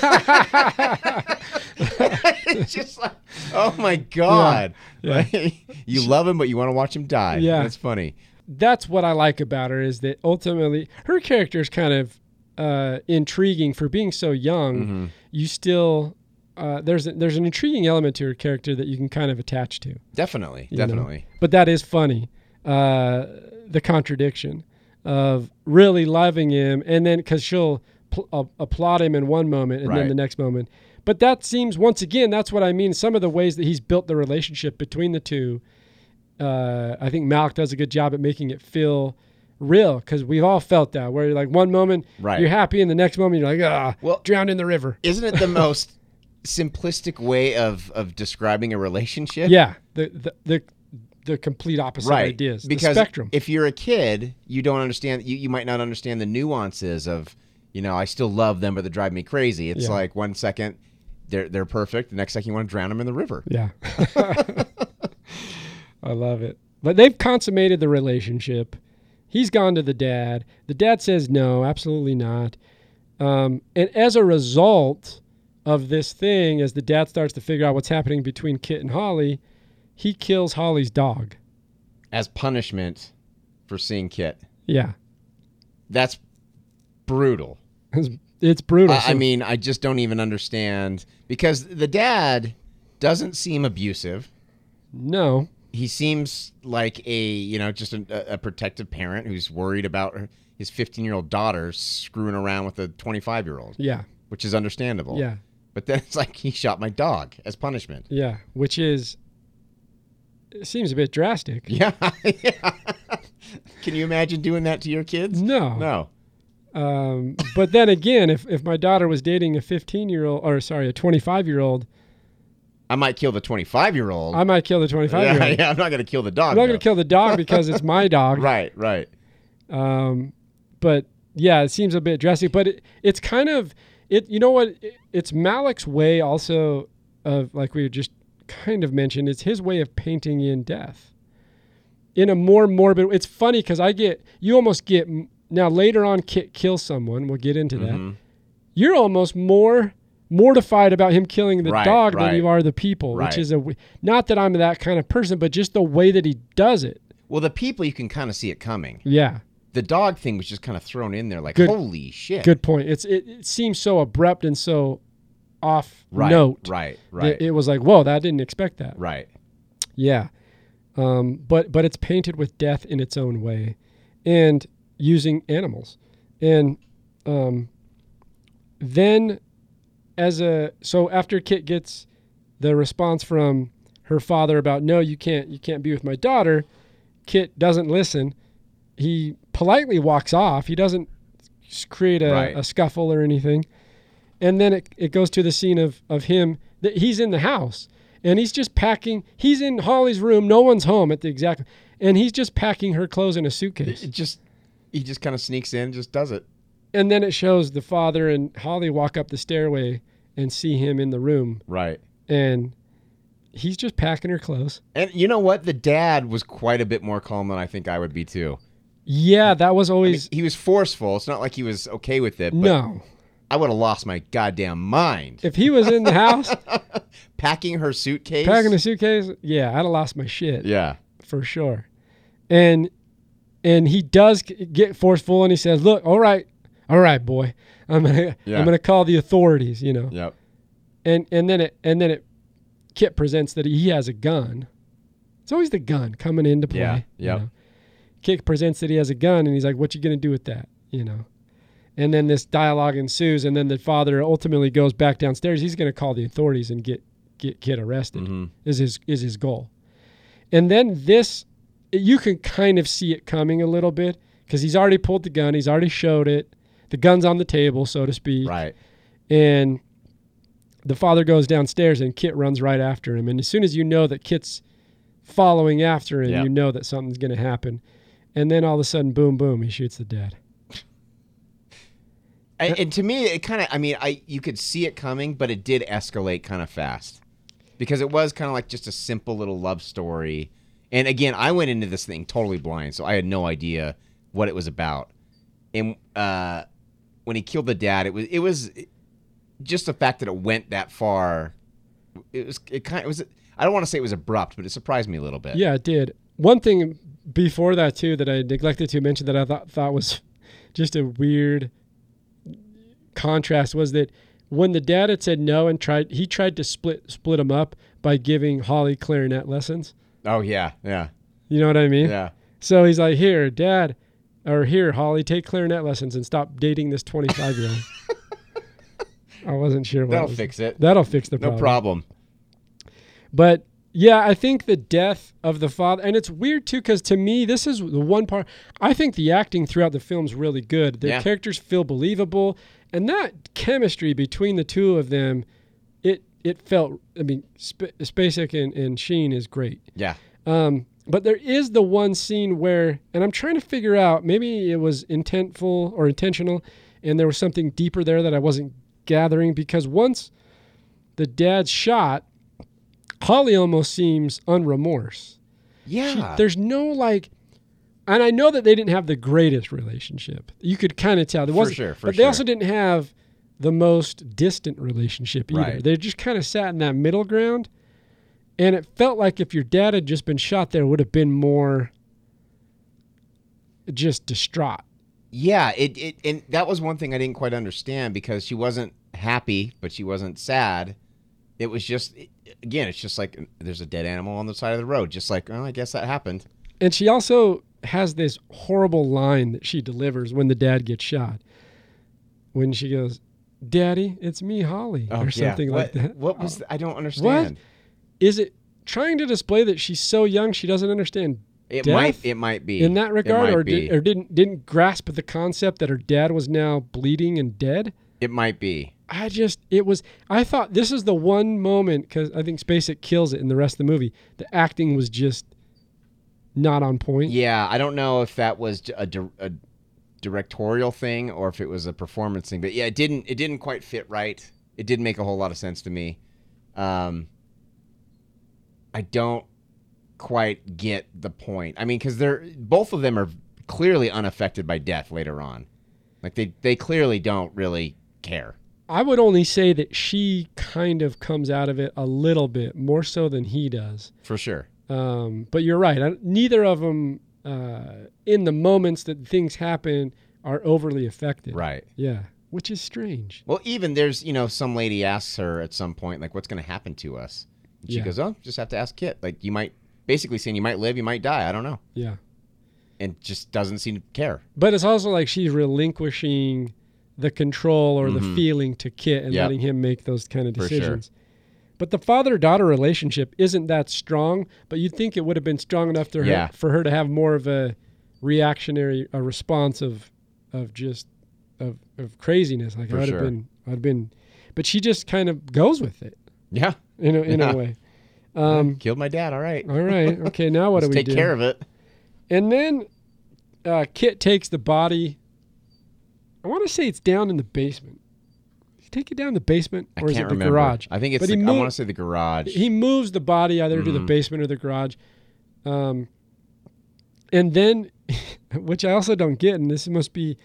E: it's just like, oh my god,
D: Yeah.
E: Like, you love him, but you want to watch him die.
D: Yeah.
E: that's funny.
D: That's what I like about her is that ultimately her character is kind of uh, intriguing for being so young. You still. Uh, there's a, there's an intriguing element to her character that you can kind of attach to.
E: Definitely,
D: know?
E: definitely.
D: But that is funny. Uh, the contradiction of really loving him and then because she'll pl- uh, applaud him in one moment and then
E: Right.
D: the next moment. But that seems, once again, that's what I mean. Some of the ways that he's built the relationship between the two, uh, I think Malik does a good job at making it feel real because we've all felt that where you're like one moment
E: Right.
D: you're happy and the next moment you're like ah
E: Well-
D: drowned in the river
E: Isn't it the most simplistic way of of describing a relationship?
D: yeah the the the, the complete opposite
E: right.
D: ideas
E: Because
D: the spectrum
E: if you're a kid, you don't understand. You, you might not understand the nuances of, you know, I still love them, but they drive me crazy. It's
D: Yeah.
E: like one second they're they're perfect, the next second you want to drown them in the river.
D: Yeah. I love it. But they've consummated the relationship. He's gone to the dad. The dad says, no, absolutely not. Um, and as a result of this thing, as the dad starts to figure out what's happening between Kit and Holly, he kills Holly's dog.
E: As punishment for seeing Kit,
D: Yeah.
E: that's brutal.
D: It's, it's brutal.
E: I, I
D: So-
E: mean, I just don't even understand because the dad doesn't seem abusive.
D: no.
E: he seems like a you know just a, a protective parent who's worried about her- his 15 year old daughter screwing around with a 25 year old
D: Yeah.
E: which is understandable
D: Yeah.
E: but then it's like he shot my dog as punishment
D: Yeah. Which is, it seems a bit drastic.
E: yeah, yeah. can you imagine doing that to your kids
D: No.
E: no
D: Um, but then again, if, if my daughter was dating a 15 year old, or sorry, a 25 year old,
E: i might kill the 25 year old
D: I might kill the 25 year
E: yeah,
D: old.
E: yeah i'm not gonna kill the dog
D: I'm not going
E: though.
D: to kill the dog because it's my dog.
E: right right
D: Um, but yeah, it seems a bit drastic, but it, it's kind of, it. you know what? It- it's Malik's way also of, like we just kind of mentioned, it's his way of painting in death in a more morbid It's funny because I get, you almost get, now later on, Kit kills someone. We'll get into that.
E: Mhm.
D: you're almost more mortified about him killing the
E: Right,
D: dog than
E: right.
D: you are the people, which
E: Right.
D: is a w- not that I'm that kind of person, but just the way that he does it.
E: well the people you can kind of see it coming
D: Yeah,
E: the dog thing was just kind of thrown in there like
D: Good-
E: holy shit
D: good point. It's it, it seems so abrupt and so off
E: right
D: note.
E: right
D: that
E: right
D: It, was like, whoa, that I didn't expect that.
E: right
D: Yeah. Um, but but it's painted with death in its own way, and using animals, and um, then as a so after Kit gets the response from her father about no, you can't, you can't be with my daughter. Kit doesn't listen. He politely walks off. He doesn't s- create a,
E: Right.
D: a scuffle or anything. And then it, it goes to the scene of of him that he's in the house and he's just packing. He's in Holly's room. No one's home at the exact. And he's just packing her clothes in a suitcase.
E: It just he just kind of sneaks in, just does it.
D: And then it shows the father and Holly walk up the stairway and see him in the room,
E: Right.
D: and he's just packing her clothes.
E: And you know what? The dad was quite a bit more calm than I think I would be too.
D: Yeah, that was
E: I mean,
D: always
E: he was forceful. It's not like he was okay with it. But
D: no.
E: I would have lost my goddamn mind.
D: If he was in the house
E: Packing her suitcase.
D: packing a suitcase, yeah, I'd have lost my shit
E: Yeah.
D: for sure. And and he does g- get forceful, and he says, "Look, all right, all right, boy, I'm gonna
E: Yeah.
D: I'm gonna call the authorities," you know.
E: Yep.
D: And and then it and then it Kit presents that he has a gun. It's always the gun coming into play.
E: Yeah,
D: you
E: yep.
D: know. Kit presents that he has a gun and he's like, What you gonna do with that? You know. And then this dialogue ensues, and then the father ultimately goes back downstairs. He's gonna call the authorities and get get Kit arrested
E: Mhm.
D: is his is his goal. And then this you can kind of see it coming a little bit because he's already pulled the gun, he's already showed it. The gun's on the table, so to speak
E: Right.
D: and the father goes downstairs and Kit runs right after him. And as soon as you know that Kit's following after him,
E: Yeah.
D: you know that something's going to happen. And then all of a sudden, boom, boom, he shoots the dad.
E: And, and to me, it kind of, I mean, I you could see it coming, but it did escalate kind of fast because it was kind of like just a simple little love story. And again, I went into this thing totally blind, so I had no idea what it was about. And uh, when he killed the dad, it was it was just the fact that it went that far. It was it kind of was. I don't want to say it was abrupt, but it surprised me a little bit.
D: Yeah, it did. One thing before that too that I neglected to mention that I thought thought was just a weird contrast was that when the dad had said no and tried he tried to split split him up by giving Holly clarinet lessons.
E: Oh yeah, yeah,
D: You know what I mean?
E: yeah.
D: So he's like, here, dad, or here, Holly, take clarinet lessons and stop dating this 25 year old. I wasn't sure what it
E: That'll
D: was.
E: fix it.
D: That'll fix the
E: No
D: problem.
E: problem.
D: But yeah, I think the death of the father, and it's weird too, because to me, this is the one part. I think the acting throughout the film's really good. The
E: Yeah.
D: characters feel believable, and that chemistry between the two of them, it it felt. I mean, Sp- Spacek and, and Sheen is great.
E: Yeah.
D: Um, but there is the one scene where, and I'm trying to figure out, maybe it was intentful or intentional, and there was something deeper there that I wasn't gathering because once the dad's shot, Holly almost seems unremorse. She-
E: Yeah.
D: there's no like, and I know that they didn't have the greatest relationship. You could kind of tell there
E: For
D: wasn't,
E: sure, for
D: but they
E: sure.
D: also didn't have the most distant relationship either.
E: Right.
D: They just kind of sat in that middle ground, and it felt like if your dad had just been shot, there would have been more just distraught.
E: Yeah, it, it and that was one thing I didn't quite understand because she wasn't happy, but she wasn't sad. It was just again, it's just like there's a dead animal on the side of the road, just like, well, I guess that happened.
D: And she also has this horrible line that she delivers when the dad gets shot. When she goes, "Daddy, it's me, Holly," or something like
E: Oh, what,
D: that.
E: What was I don't understand.
D: is it trying to display that she's so young she doesn't understand
E: It
D: Death?
E: might it might be.
D: in that regard
E: it might
D: or,
E: be.
D: did, or didn't didn't grasp the concept that her dad was now bleeding and dead
E: it might be.
D: i just it was i thought this is the one moment because i think spacek kills it in the rest of the movie the acting was just not on point
E: Yeah, I don't know if that was a, di- a directorial thing or if it was a performance thing, but yeah, it didn't it didn't quite fit right. It didn't make a whole lot of sense to me. Um, I don't quite get the point. I mean, because they're both of them are clearly unaffected by death later on. Like they they clearly don't really care.
D: i would only say that she kind of comes out of it a little bit more so than he does
E: For sure.
D: Um, but you're right. I, neither of them, uh, in the moments that things happen, are overly affected.
E: Right.
D: Yeah. Which is strange.
E: Well, even there's, you know, some lady asks her at some point, like, what's going to happen to us? And she
D: Yeah.
E: goes, oh, just have to ask Kit. Like, you might, basically saying you might live, you might die. I don't know.
D: Yeah.
E: And just doesn't seem to care.
D: But it's also like she's relinquishing the control or the
E: Mhm.
D: feeling to Kit and
E: Yep.
D: letting him make those kind of
E: For sure.
D: decisions. But the father daughter relationship isn't that strong, but you'd think it would have been strong enough to her,
E: Yeah.
D: for her to have more of a reactionary, a response of, of just, of, of craziness. Like
E: For
D: I'd
E: sure.
D: have been, I'd have been, but she just kind of goes with it
E: Yeah.
D: in a, in
E: Yeah.
D: a way. Um,
E: Killed my dad. All right.
D: all right. Okay. Now what
E: Let's
D: do we
E: take
D: do?
E: care of it.
D: And then uh, Kit takes the body. I want to say it's down in the basement. Did he take it down the basement or
E: I can't
D: is it the
E: remember.
D: garage?
E: I think it's.
D: But
E: The,
D: he
E: I
D: moved-
E: want to say the garage.
D: He moves the body either to the
E: Mhm.
D: basement or the garage. Um, and then, which I also don't get, and this must be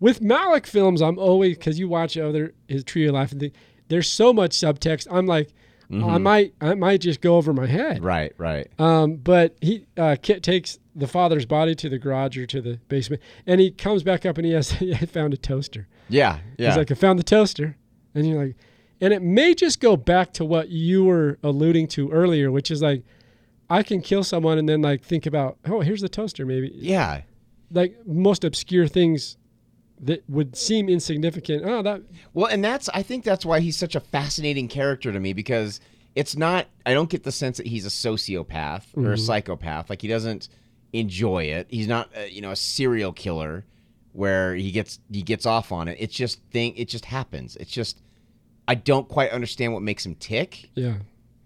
D: with Malik films, I'm always because you watch other his Tree of Life, and the, there's so much subtext. I'm like, I
E: Mhm.
D: might, I might just go over my head.
E: Right. Right.
D: Um, but he uh, Kit takes the father's body to the garage or to the basement, and he comes back up and he has he had found a toaster.
E: Yeah. Yeah.
D: He's like, I found the toaster, and you're like, and it may just go back to what you were alluding to earlier, which is like, I can kill someone and then like think about, oh, here's the toaster, maybe
E: yeah.
D: like most obscure things that would seem insignificant. Oh, that
E: Well, and that's I think that's why he's such a fascinating character to me because it's not I don't get the sense that he's a sociopath or a psychopath. Like he doesn't enjoy it. He's not uh, you know a serial killer where he gets he gets off on it. It's just thing it just happens. It's just I don't quite understand what makes him tick.
D: yeah,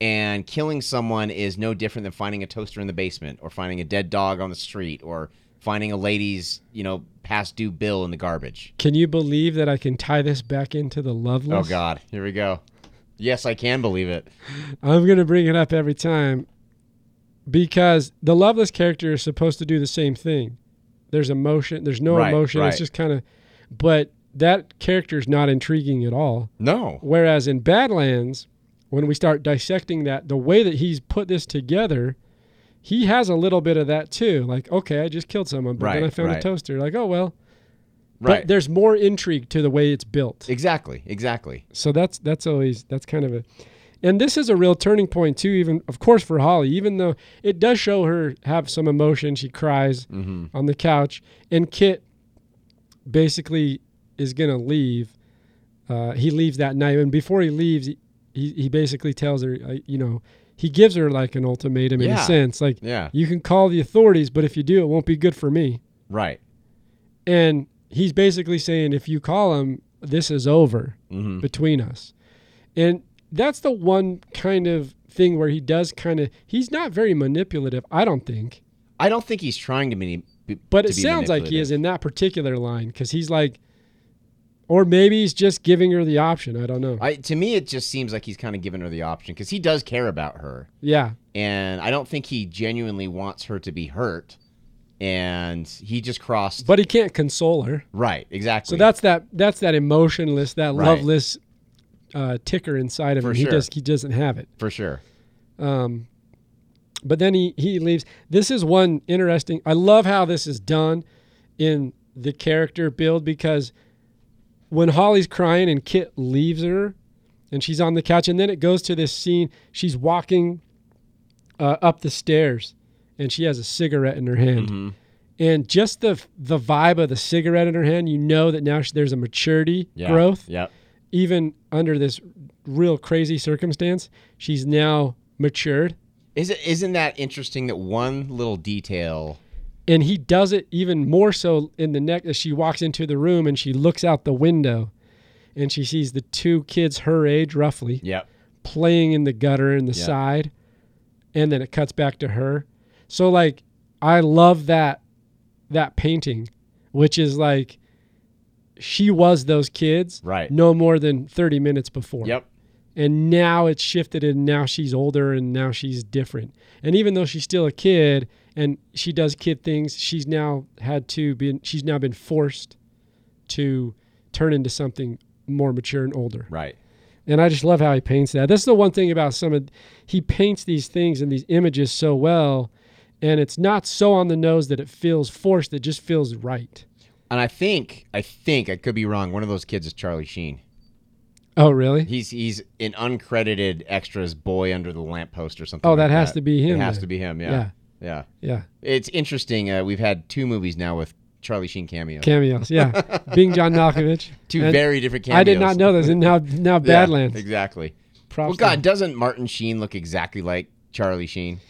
E: And killing someone is no different than finding a toaster in the basement or finding a dead dog on the street or finding a lady's, you know, past due bill in the garbage.
D: can you believe that I can tie this back into the loveless?
E: Oh God, here we go. Yes, I can believe it.
D: I'm gonna bring it up every time because the loveless character is supposed to do the same thing. There's emotion. There's no
E: Right,
D: emotion.
E: right.
D: It's just kind of, but that character is not intriguing at all.
E: No.
D: Whereas in Badlands, when we start dissecting that, the way that he's put this together, he has a little bit of that too. Like, okay, I just killed someone, but then
E: Right,
D: I found a
E: right.
D: toaster. Like, oh well.
E: Right.
D: But there's more intrigue to the way it's built.
E: exactly. Exactly.
D: So that's that's always that's kind of a and this is a real turning point too, even of course for Holly, even though it does show her have some emotion. She cries
E: Mm-hmm.
D: on the couch. And Kit basically is gonna leave. Uh, he leaves that night. And before he leaves, he, he, he basically tells her, uh, you know, he gives her like an ultimatum in
E: Yeah.
D: a sense. Like
E: Yeah.
D: you can call the authorities, but if you do, it won't be good for me.
E: Right.
D: And he's basically saying, if you call him, this is over
E: Mm-hmm.
D: between us. And that's the one kind of thing where he does kind of he's not very manipulative, I don't think.
E: I don't think he's trying to be.
D: But
E: to
D: it
E: be
D: sounds like he is
E: manipulative.
D: in that particular line cuz he's like or maybe he's just giving her the option, I don't know.
E: I, to me, it just seems like he's kind of giving her the option because he does care about her,
D: yeah.
E: and I don't think he genuinely wants her to be hurt, and he just crossed.
D: But he can't console her.
E: right. Exactly.
D: So that's that that's that emotionless, that
E: Right.
D: loveless uh, ticker inside of
E: For
D: him.
E: sure.
D: He just he doesn't have it.
E: for sure.
D: Um, but then he, he leaves. This is one interesting. I love how this is done in the character build because when Holly's crying and Kit leaves her and she's on the couch, and then it goes to this scene. She's walking uh, up the stairs and she has a cigarette in her hand.
E: Mhm.
D: And just the the vibe of the cigarette in her hand, you know that now she, there's a maturity
E: Yeah.
D: growth
E: Yep.
D: even under this real crazy circumstance, she's now matured.
E: Is it, isn't that interesting that one little detail?
D: And he does it even more so in the neck as she walks into the room and she looks out the window and she sees the two kids her age roughly
E: Yep.
D: playing in the gutter in the
E: Yeah.
D: side. And then it cuts back to her. So like I love that that painting, which is like she was those kids
E: Right.
D: no more than 30 minutes before.
E: Yep.
D: and now it's shifted and now she's older and now she's different and even though she's still a kid and she does kid things she's now had to be she's now been forced to turn into something more mature and older
E: Right.
D: and i just love how he paints that this is the one thing about some of he paints these things and these images so well and it's not so on the nose that it feels forced it just feels right
E: And I think I think I could be wrong. One of those kids is Charlie Sheen.
D: oh really
E: He's he's an uncredited extras boy under the lamppost or something.
D: oh
E: like
D: that has to be him
E: It has
D: then.
E: to be him. Yeah. Yeah.
D: yeah yeah
E: It's interesting. Uh, we've had two movies now with Charlie Sheen cameos.
D: cameos yeah being john malkovich
E: two
D: And-
E: very different cameos.
D: I did not know this, and now now
E: Yeah,
D: Badlands.
E: exactly.
D: props.
E: Well,
D: to
E: God,
D: him.
E: doesn't Martin Sheen look exactly like Charlie Sheen?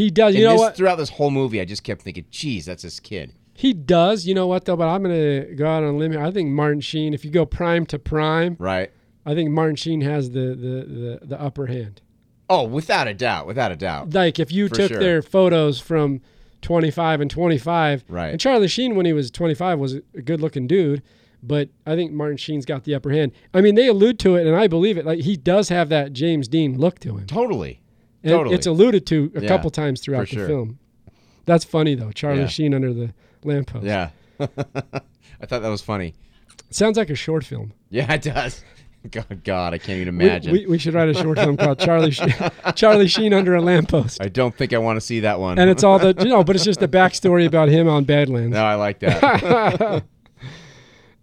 D: he does. You
E: And
D: know
E: this-
D: what?
E: Throughout this whole movie, I just kept thinking, "Geez, that's this kid."
D: He does. You know what though? But I'm gonna go out on a limb. here. I think Martin Sheen. If you go prime to prime,
E: Right?
D: I think Martin Sheen has the the the, the upper hand.
E: Oh, without a doubt, without a doubt.
D: Like if you
E: For
D: took
E: sure.
D: their photos from 25 and 25,
E: Right.
D: And Charlie Sheen when he was 25 was a good looking dude, but I think Martin Sheen's got the upper hand. I mean, they allude to it, and I believe it. Like he does have that James Dean look to him.
E: Totally.
D: And
E: Totally.
D: It's alluded to a
E: Yeah,
D: couple times throughout
E: for
D: the
E: sure.
D: film. That's funny though, Charlie
E: Yeah.
D: Sheen under the lamppost.
E: Yeah. I thought that was funny.
D: It sounds like a short film.
E: Yeah, it does. God, God, I can't even
D: We-
E: imagine.
D: We, we should write a short film called Charlie Sheen, Charlie Sheen under a lamppost.
E: I don't think I want to see that one.
D: And it's all the you know, but it's just the backstory about him on Badlands.
E: no, I like that.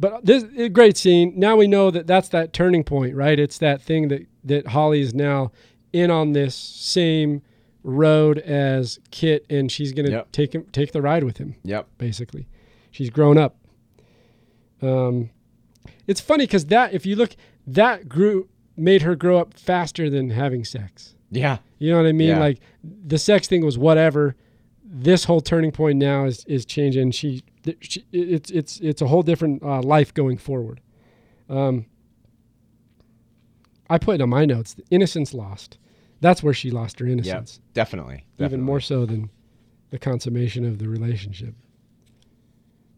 D: But this a great scene. Now we know that that's that turning point, right? It's that thing that that Holly is now in on this same road as Kit, and she's gonna
E: Yep.
D: take him take the ride with him.
E: yep.
D: basically. She's grown up. Um, it's funny because that, if you look, that grew made her grow up faster than having sex.
E: Yeah.
D: You know what I mean?
E: Yeah.
D: Like the sex thing was whatever. This whole turning point now is is changing. She, th- she it's it's it's a whole different uh, life going forward. Um, I put it on my notes. The innocence lost. That's where she lost her
E: Yep.
D: innocence,
E: Definitely.
D: even
E: definitely.
D: more so than the consummation of the relationship.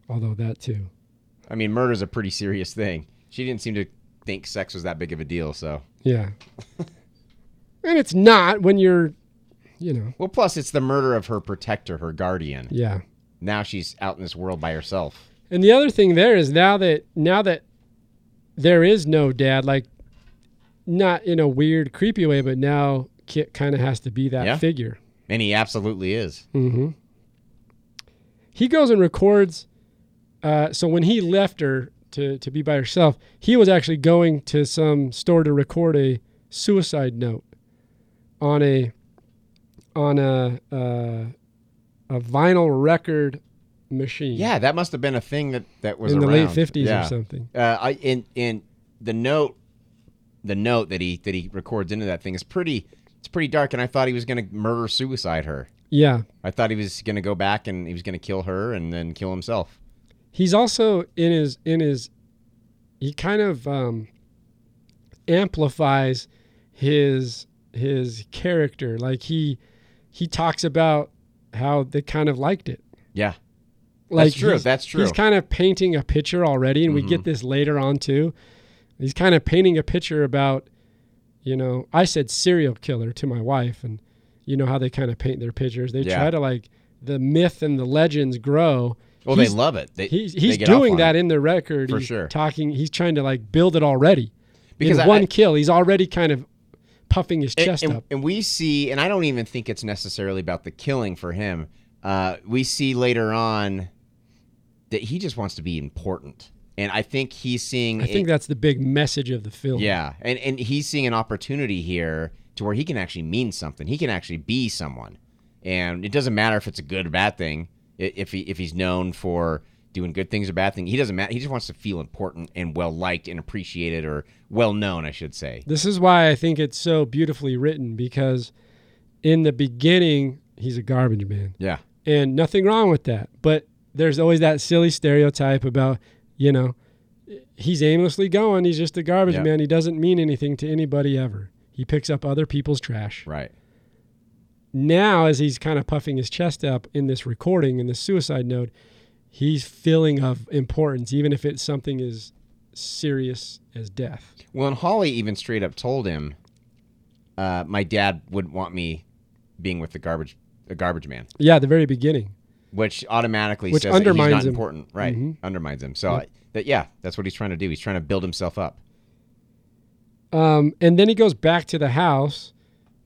D: Although that too.
E: I mean, murder's a pretty serious thing. She didn't seem to think sex was that big of a deal. So.
D: Yeah. and it's not when you're, you know,
E: Well, plus it's the murder of her protector, her guardian.
D: yeah.
E: Now she's out in this world by herself.
D: And the other thing there is now that now that there is no dad, like not in a weird, creepy way, but now Kit kind of has to be that
E: Yeah.
D: figure.
E: And he absolutely is.
D: Mm-hmm. He goes and records. Uh, so when he left her to, to be by herself, he was actually going to some store to record a suicide note on a on a uh, a vinyl record machine.
E: Yeah, that must have been a thing that that was
D: in the
E: around.
D: late fifties
E: yeah.
D: or something.
E: Uh, I in in the note, the note that he that he records into that thing is pretty. It's pretty dark, and I thought he was going to murder suicide her.
D: Yeah,
E: I thought he was going to go back and he was going to kill her and then kill himself.
D: he's also in his in his he kind of um amplifies his his character like he he talks about how they kind of liked it
E: Yeah,
D: like
E: true,
D: he's-
E: that's true. Mm-hmm.
D: he's kind of painting a picture already and we get this later on too he's kind of painting a picture about you know i said serial killer to my wife and you know how they kind of paint their pictures they
E: Yeah.
D: try to like the myth and the legends grow
E: Well, they
D: He's-
E: love it. They,
D: he's
E: they
D: he's
E: get off
D: doing
E: on
D: that
E: it.
D: in the record
E: For
D: he's
E: sure.
D: talking he's trying to like build it already
E: Because
D: in
E: I-
D: one
E: I-
D: kill he's already kind of puffing his
E: And-
D: chest
E: and,
D: up
E: and we see, and I don't even think it's necessarily about the killing for him. Uh, we see later on that he just wants to be important, and I think he's seeing.
D: i think that's the big message of the film
E: yeah, and and he's seeing an opportunity here to where he can actually mean something. He can actually be someone, and it doesn't matter if it's a good or bad thing. I- If he if he's known for doing good things or bad things, he doesn't matter. He just wants to feel important and well liked and appreciated or well known, I should say.
D: this is why i think it's so beautifully written because in the beginning he's a garbage man
E: Yeah,
D: and nothing wrong with that but there's always that silly stereotype about you know he's aimlessly going he's just a garbage
E: Yeah.
D: man he doesn't mean anything to anybody ever he picks up other people's trash
E: right.
D: now as he's kind of puffing his chest up in this recording in this suicide note he's feeling of importance even if it's something as serious as death
E: Well, and Holly even straight up told him, uh, "My dad wouldn't want me being with the garbage, the garbage man,"
D: yeah the very beginning
E: which automatically
D: Which
E: says that
D: undermines
E: he's not
D: him. Mm-hmm.
E: important, right? Undermines him. So I, that yeah, that's what he's trying to do. He's trying to build himself up.
D: um, and then he goes back to the house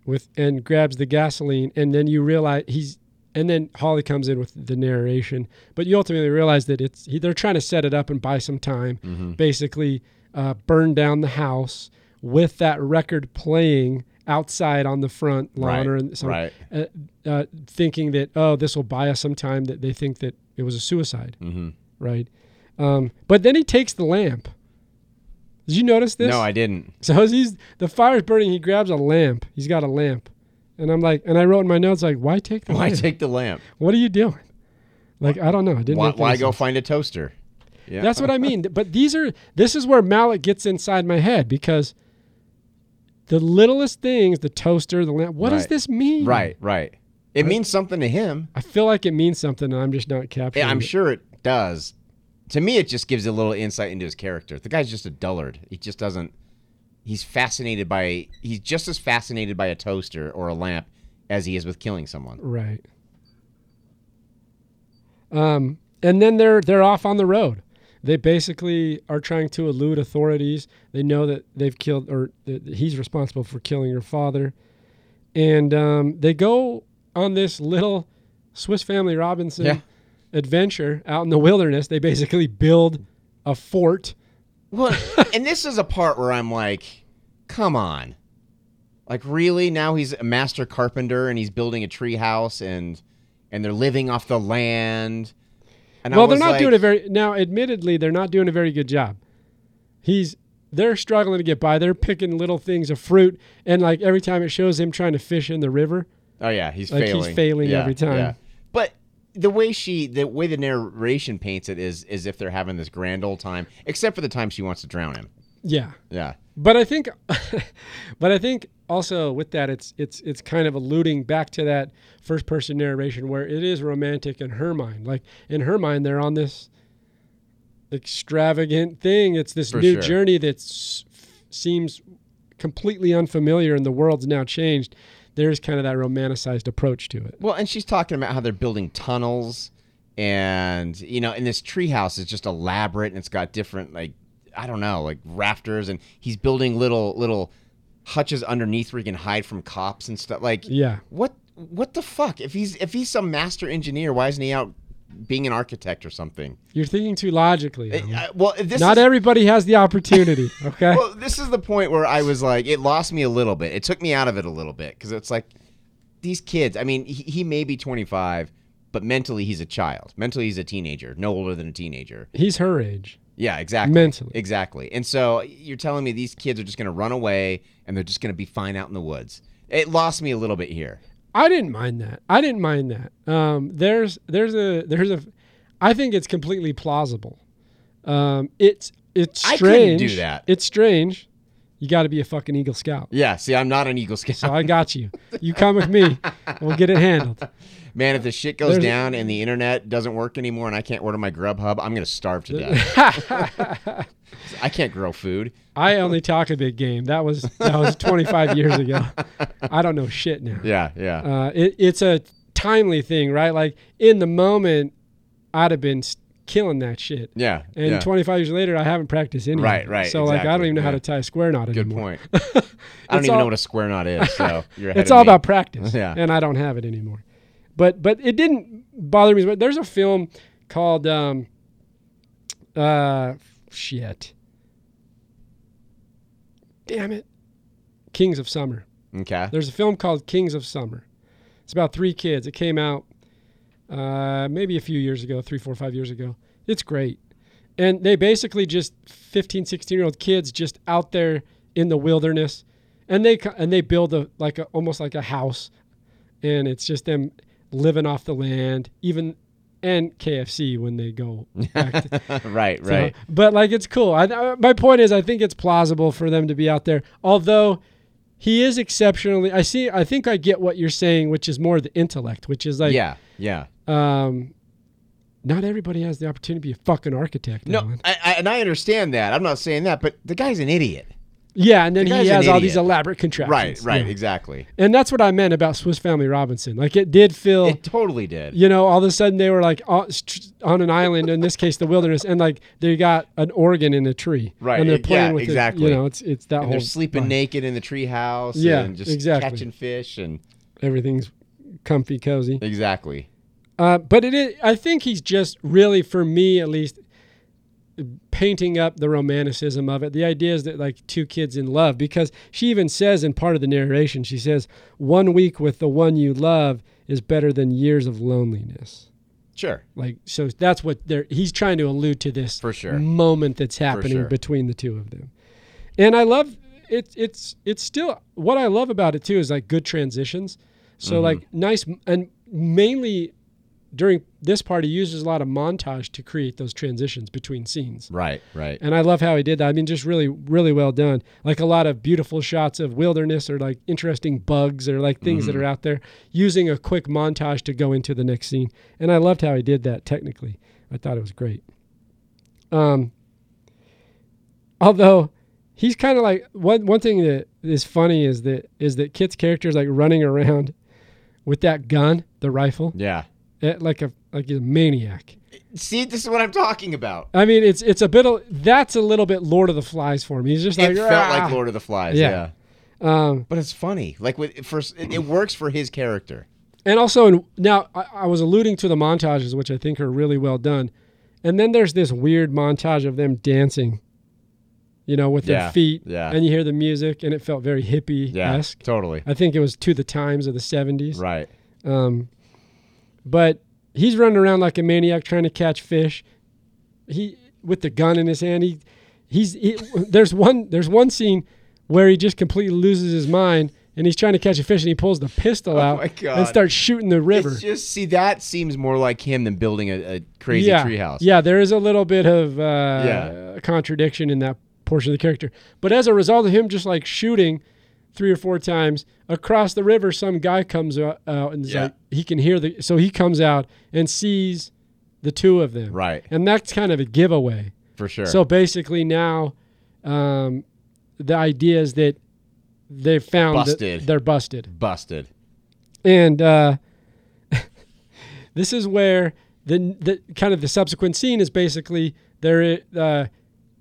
D: with and grabs the gasoline and then you realize he's and then holly comes in with the narration but you ultimately realize that it's he, they're trying to set it up and buy some time
E: Mm-hmm.
D: basically uh, burn down the house with that record playing outside on the front lawn
E: Right,
D: or in some,
E: right.
D: uh, uh, thinking that oh this will buy us some time that they think that it was a suicide
E: Mhm.
D: right um, but then he takes the lamp Did you notice this?
E: No, I didn't.
D: So as he's the fire's burning, he grabs a lamp. He's got a lamp, and I'm like, and I wrote in my notes like, why take the
E: Why
D: lamp?
E: take the lamp?
D: what are you doing? Like I don't know. I didn't.
E: Why,
D: make any
E: why go
D: sense.
E: find a toaster? Yeah.
D: That's what I mean. But these are this is where Malik gets inside my head because the littlest things, the toaster, the lamp. What does
E: Right.
D: this mean?
E: Right, right. It means something to him.
D: I feel like it means something, and I'm just not capturing.
E: Yeah, I'm
D: it.
E: sure it does. To me, it just gives a little insight into his character. The guy's just a dullard. He just doesn't. He's fascinated by. He's just as fascinated by a toaster or a lamp as he is with killing someone.
D: Right. Um, and then they're they're off on the road. They basically are trying to elude authorities. They know that they've killed or that he's responsible for killing your father, and um, they go on this little Swiss Family Robinson
E: Yeah.
D: adventure out in the wilderness. They basically build a fort.
E: Well, and this is a part where I'm like, come on. Like really, now he's a master carpenter and he's building a tree house and and they're living off the land. And I
D: well, they're
E: was
D: not
E: like-
D: doing a very now. Admittedly, they're not doing a very good job. He's they're struggling to get by. They're picking little things of fruit, and like every time it shows him trying to fish in the river,
E: Oh yeah, he's
D: Like, he's
E: failing.
D: failing
E: Yeah,
D: every time.
E: yeah. But the way she, the way the narration paints it is, is if they're having this grand old time, except for the time she wants to drown him.
D: yeah.
E: Yeah,
D: But I think, but I think also with that, it's it's it's kind of alluding back to that first person narration where it is romantic in her mind. Like in her mind, they're on this extravagant thing. It's this
E: For
D: new
E: sure.
D: journey that s- seems completely unfamiliar, and the world's now changed. There's kind of that romanticized approach to it.
E: Well, and she's talking about how they're building tunnels, and you know, and this treehouse is just elaborate, and it's got different like I don't know, like rafters, and he's building little little hutches underneath where he can hide from cops and stuff. Like,
D: Yeah.
E: what what the fuck? If he's if he's some master engineer, why isn't he out being an architect or something?
D: You're thinking too logically.
E: Uh,
D: Alan.
E: uh, well, this
D: Not
E: is,
D: everybody has the opportunity. Okay.
E: well, this is the point where I was like, it lost me a little bit. It took me out of it a little bit because it's like these kids. I mean, he, he may be 25, but mentally he's a child. Mentally he's a teenager, no older than a teenager.
D: He's her age.
E: Yeah, exactly.
D: Mentally.
E: exactly. And so you're telling me these kids are just going to run away and they're just going to be fine out in the woods. It lost me a little bit here.
D: I didn't mind that. I didn't mind that. Um, there's there's a there's a I think it's completely plausible. Um, it's it's
E: I
D: strange.
E: couldn't do that.
D: It's strange. You got to be a fucking Eagle Scout.
E: Yeah. See, I'm not an Eagle Scout.
D: So I got you. You come with me. We'll get it handled.
E: Man, if the shit goes
D: There's-
E: down and the internet doesn't work anymore and I can't order my Grubhub, I'm going to starve to death. I can't grow food.
D: I only talk a big game. That was that was 25 years ago. I don't know shit now.
E: Yeah, yeah.
D: Uh, it, it's a timely thing, right? Like in the moment, I'd have been s- killing that shit.
E: Yeah.
D: And
E: yeah.
D: 25 years later, I haven't practiced any. of
E: Right,
D: it.
E: right,
D: So like, I don't
E: exactly,
D: even know how
E: yeah.
D: to tie a square knot
E: Good
D: anymore.
E: point. I don't
D: It's
E: even
D: all-
E: know what a square knot is, so you're ahead
D: It's
E: of
D: all
E: me.
D: about practice.
E: Yeah.
D: And I don't have it anymore. But but it didn't bother me. But there's a film called um, uh, shit. Damn it, Kings of Summer.
E: Okay.
D: There's a film called Kings of Summer. It's about three kids. It came out uh, maybe a few years ago, three, four, five years ago. It's great. And they basically just 15, 16 year old kids just out there in the wilderness and they co- and they build a like a, almost like a house and it's just them living off the land even and KFC when they go back to,
E: right,
D: so-
E: right.
D: but like it's cool. I, I, my point is, I think it's plausible for them to be out there. Although he is exceptionally, I see. I think I get what you're saying, which is more the intellect, which is like,
E: yeah, yeah.
D: um, not everybody has the opportunity to be a fucking architect.
E: No,
D: Alan.
E: I, I, and I understand that. I'm not saying that, but the guy's an idiot.
D: yeah, and then
E: the
D: he
E: guy's an
D: has all these
E: idiot.
D: elaborate
E: Right,
D: contraptions.
E: right,
D: Yeah.
E: exactly.
D: And that's what I meant about Swiss Family Robinson. Like it did feel.
E: It totally did.
D: you know, all of a sudden they were like on st- on an island, in this case, the wilderness, and like they got an organ in a tree,
E: Right,
D: And they're
E: yeah,
D: playing with it.
E: exactly.
D: You know, it's it's that
E: And
D: whole
E: they're sleeping
D: vibe.
E: naked in the treehouse
D: oh, Yeah,
E: and just
D: exactly.
E: catching fish and
D: everything's comfy cozy
E: exactly.
D: uh, but it is i think he's just really for me at least painting up the romanticism of it the idea is that like two kids in love because she even says in part of the narration she says one week with the one you love is better than years of loneliness
E: Sure.
D: like so that's what they're he's trying to allude to this
E: For sure.
D: moment that's happening
E: sure.
D: between the two of them and I love it. It's it's still what I love about it too is like good transitions. So
E: Mm-hmm.
D: like nice and mainly during this part he uses a lot of montage to create those transitions between scenes.
E: Right, right.
D: And I love how he did that. I mean, just really, really well done. Like a lot of beautiful shots of wilderness or like interesting bugs or like things that are out there using a quick montage to go into the next scene. And I loved how he did that technically. I thought it was great. Um, although he's kind of like one one thing that is funny is that is that Kit's character is like running around with that gun, the rifle,
E: Yeah.
D: eh, like a like a maniac.
E: See, this is what I'm talking about.
D: I mean, it's it's a bit of that's a little bit Lord of the Flies for me. He's just like
E: It felt
D: "Rah!"
E: like Lord of the Flies.
D: Yeah.
E: Yeah.
D: Um,
E: But it's funny. Like with first, it, it works for his character.
D: and also in, now I, I was alluding to the montages, which I think are really well done. And then there's this weird montage of them dancing, you know, with their
E: Yeah,
D: feet,
E: yeah.
D: and you hear the music, and it felt very hippie esque.
E: Totally.
D: I think it was to the times of the 70s.
E: Right.
D: Um, but he's running around like a maniac trying to catch fish. He with the gun in his hand. He he's he, there's one there's one scene where he just completely loses his mind and he's trying to catch a fish and he pulls the pistol out
E: Oh my
D: and
E: God.
D: starts shooting the river.
E: It's just see that seems more like him than building a, a crazy
D: yeah,
E: treehouse.
D: yeah. There is a little bit of uh,
E: Yeah.
D: contradiction in that portion of the character, but as a result of him just like shooting. Three or four times across the river, some guy comes o- out and is
E: Yeah.
D: like, he can hear the. So he comes out and sees the two of them.
E: Right.
D: And that's kind of a giveaway.
E: For sure.
D: So basically now, um, the idea is that they found that
E: Busted.
D: they're busted,
E: busted.
D: and uh, this is where the the kind of the subsequent scene is basically there. Uh,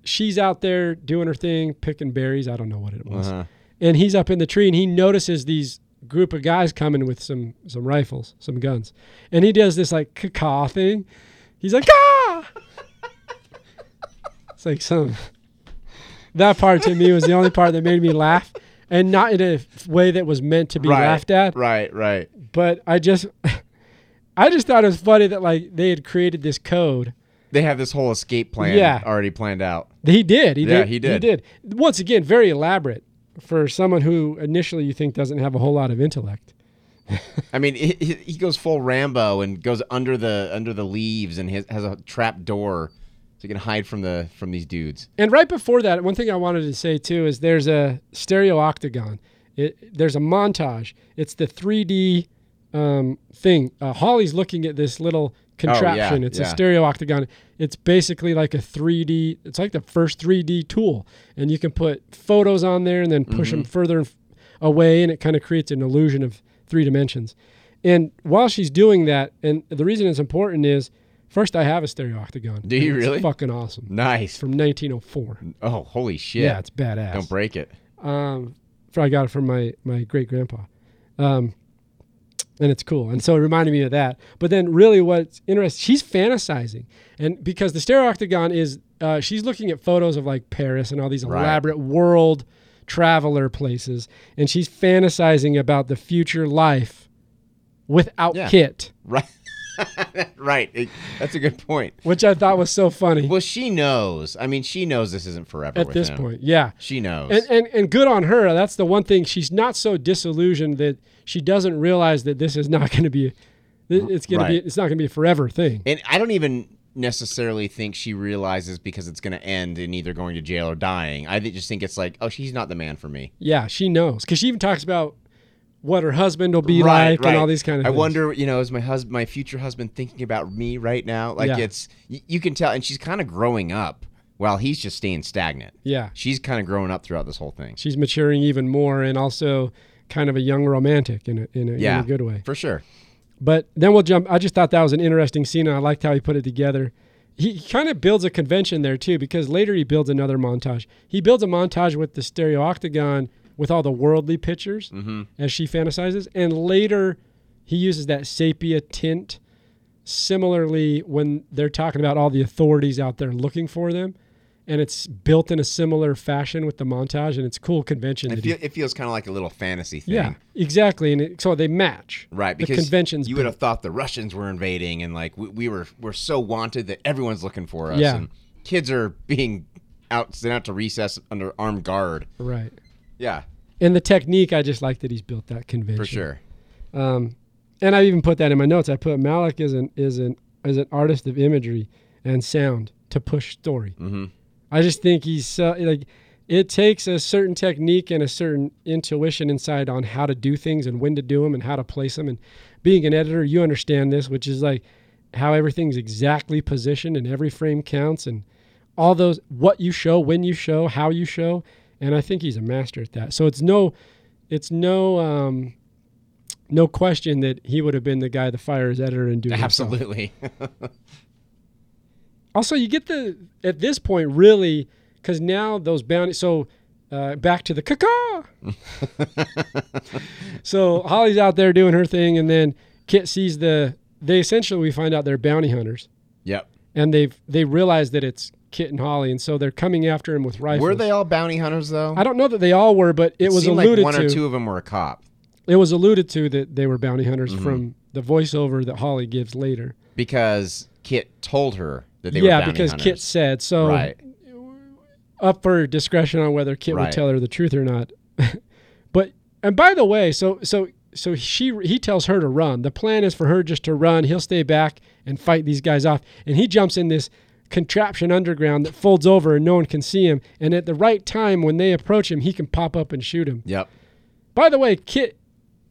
D: she's out there doing her thing, picking berries. I don't know what it was,
E: Uh-huh.
D: and he's up in the tree and he notices these group of guys coming with some some rifles, some guns, and he does this like caw thing. He's like ah. it's like some. That part to me was the only part that made me laugh, and not in a way that was meant to be
E: right.
D: laughed at
E: Right. Right.
D: but I just I just thought it was funny that like they had created this code.
E: They have this whole escape plan
D: Yeah.
E: already planned out.
D: He did. He
E: Yeah,
D: did.
E: he did.
D: He did. Once again, very elaborate for someone who initially you think doesn't have a whole lot of intellect.
E: I mean, he, he he goes full Rambo and goes under the under the leaves and has, has a trap door so he can hide from the from these dudes.
D: And right before that, one thing I wanted to say too is there's a stereo octagon. It, there's a montage. It's the 3D um, thing. Uh, Holly's looking at this little contraption. it's a
E: Oh, yeah.
D: stereo octagon. It's basically like a 3D. It's like the first 3D tool, and you can put photos on there and then push
E: Mm-hmm.
D: them further and f- away, and it kind of creates an illusion of three dimensions. And while she's doing that, and the reason it's important is, first I have a stereo octagon.
E: Do you
D: It's
E: really?
D: Fucking awesome
E: Nice.
D: from 1904.
E: Oh, holy shit!
D: Yeah, it's badass.
E: Don't break it.
D: Um, for I got it from my my great grandpa, um, and it's cool. And so it reminded me of that. But then, really, what's interesting? She's fantasizing, and because the stereo octagon is, uh, she's looking at photos of like Paris and all these
E: Right.
D: elaborate world traveler places, and she's fantasizing about the future life without
E: Yeah.
D: Kit,
E: Right. right. It- that's a good point.
D: which I thought was so funny.
E: Well, she knows. I mean, she knows this isn't forever.
D: at
E: with
D: this
E: him.
D: point, yeah.
E: she knows.
D: and, and and good on her. That's the one thing she's not so disillusioned that she doesn't realize that this is not going to be, that it's going to
E: Right.
D: be, it's not going to be a forever thing.
E: And I don't even necessarily think she realizes because it's going to end in either going to jail or dying. I thi- just think it's like, oh, she's not the man for me.
D: Yeah, she knows because she even talks about what her husband will be like and all these kind of.
E: I
D: things.
E: wonder, you know, is my husband, my future husband, thinking about me right now? Like
D: Yeah.
E: it's, you, you can tell, and she's kind of growing up while he's just staying stagnant.
D: Yeah,
E: She's kind of growing up throughout this whole thing.
D: she's maturing even more and also kind of a young romantic in a, in a,
E: Yeah,
D: in a good way.
E: for sure.
D: But then we'll jump. I just thought that was an interesting scene, and I liked how he put it together. He, he kind of builds a convention there too, because later he builds another montage. He builds a montage with the stereo octagon with all the worldly pictures
E: Mm-hmm.
D: as she fantasizes, and later he uses that sepia tint. Similarly, when they're talking about all the authorities out there looking for them, and it's built in a similar fashion with the montage, and it's a cool convention.
E: It,
D: that he-
E: feel, it feels kind of like a little fantasy thing.
D: yeah, exactly, and it, so they match.
E: Right,
D: the
E: because
D: conventions
E: you would have thought the Russians were invading, and like we, we were, we're so wanted that everyone's looking for us.
D: Yeah.
E: and kids are being out sent out to recess under armed guard.
D: Right.
E: Yeah,
D: And the technique, I just like that he's built that convention.
E: for sure.
D: Um, and I even put that in my notes. I put Malik is an is an is an artist of imagery and sound to push story.
E: Mhm.
D: I just think he's so like it takes a certain technique and a certain intuition inside on how to do things and when to do them and how to place them. And being an editor, you understand this, which is like how everything's exactly positioned and every frame counts and all those what you show, when you show, how you show. And I think he's a master at that. So it's no, it's no. Um, no question that he would have been the guy to fire his editor and do it himself.
E: Absolutely.
D: Also, you get the at this point really because now those bounties. So uh, back to the caca. so Holly's out there doing her thing, and then Kit sees the. They essentially we find out they're bounty hunters,
E: yep.
D: and they've they realize that it's Kit and Holly, and so they're coming after him with rifles.
E: Were they all bounty hunters though?
D: I don't know that they all were, but it, was
E: seemed
D: alluded
E: like one
D: to.
E: or two of them were a cop
D: It was alluded to that they were bounty hunters
E: Mm-hmm.
D: from the voiceover that Holly gives later.
E: because Kit told her that they
D: yeah,
E: were bounty
D: because
E: hunters.
D: Kit said so.
E: right.
D: Up for discretion on whether Kit would
E: Right.
D: tell her the truth or not. but and by the way, so so so she he tells her to run. The plan is for her just to run. He'll stay back and fight these guys off. And he jumps in this contraption underground that folds over and no one can see him. And at the right time when they approach him, he can pop up and shoot him.
E: Yep.
D: By the way, Kit,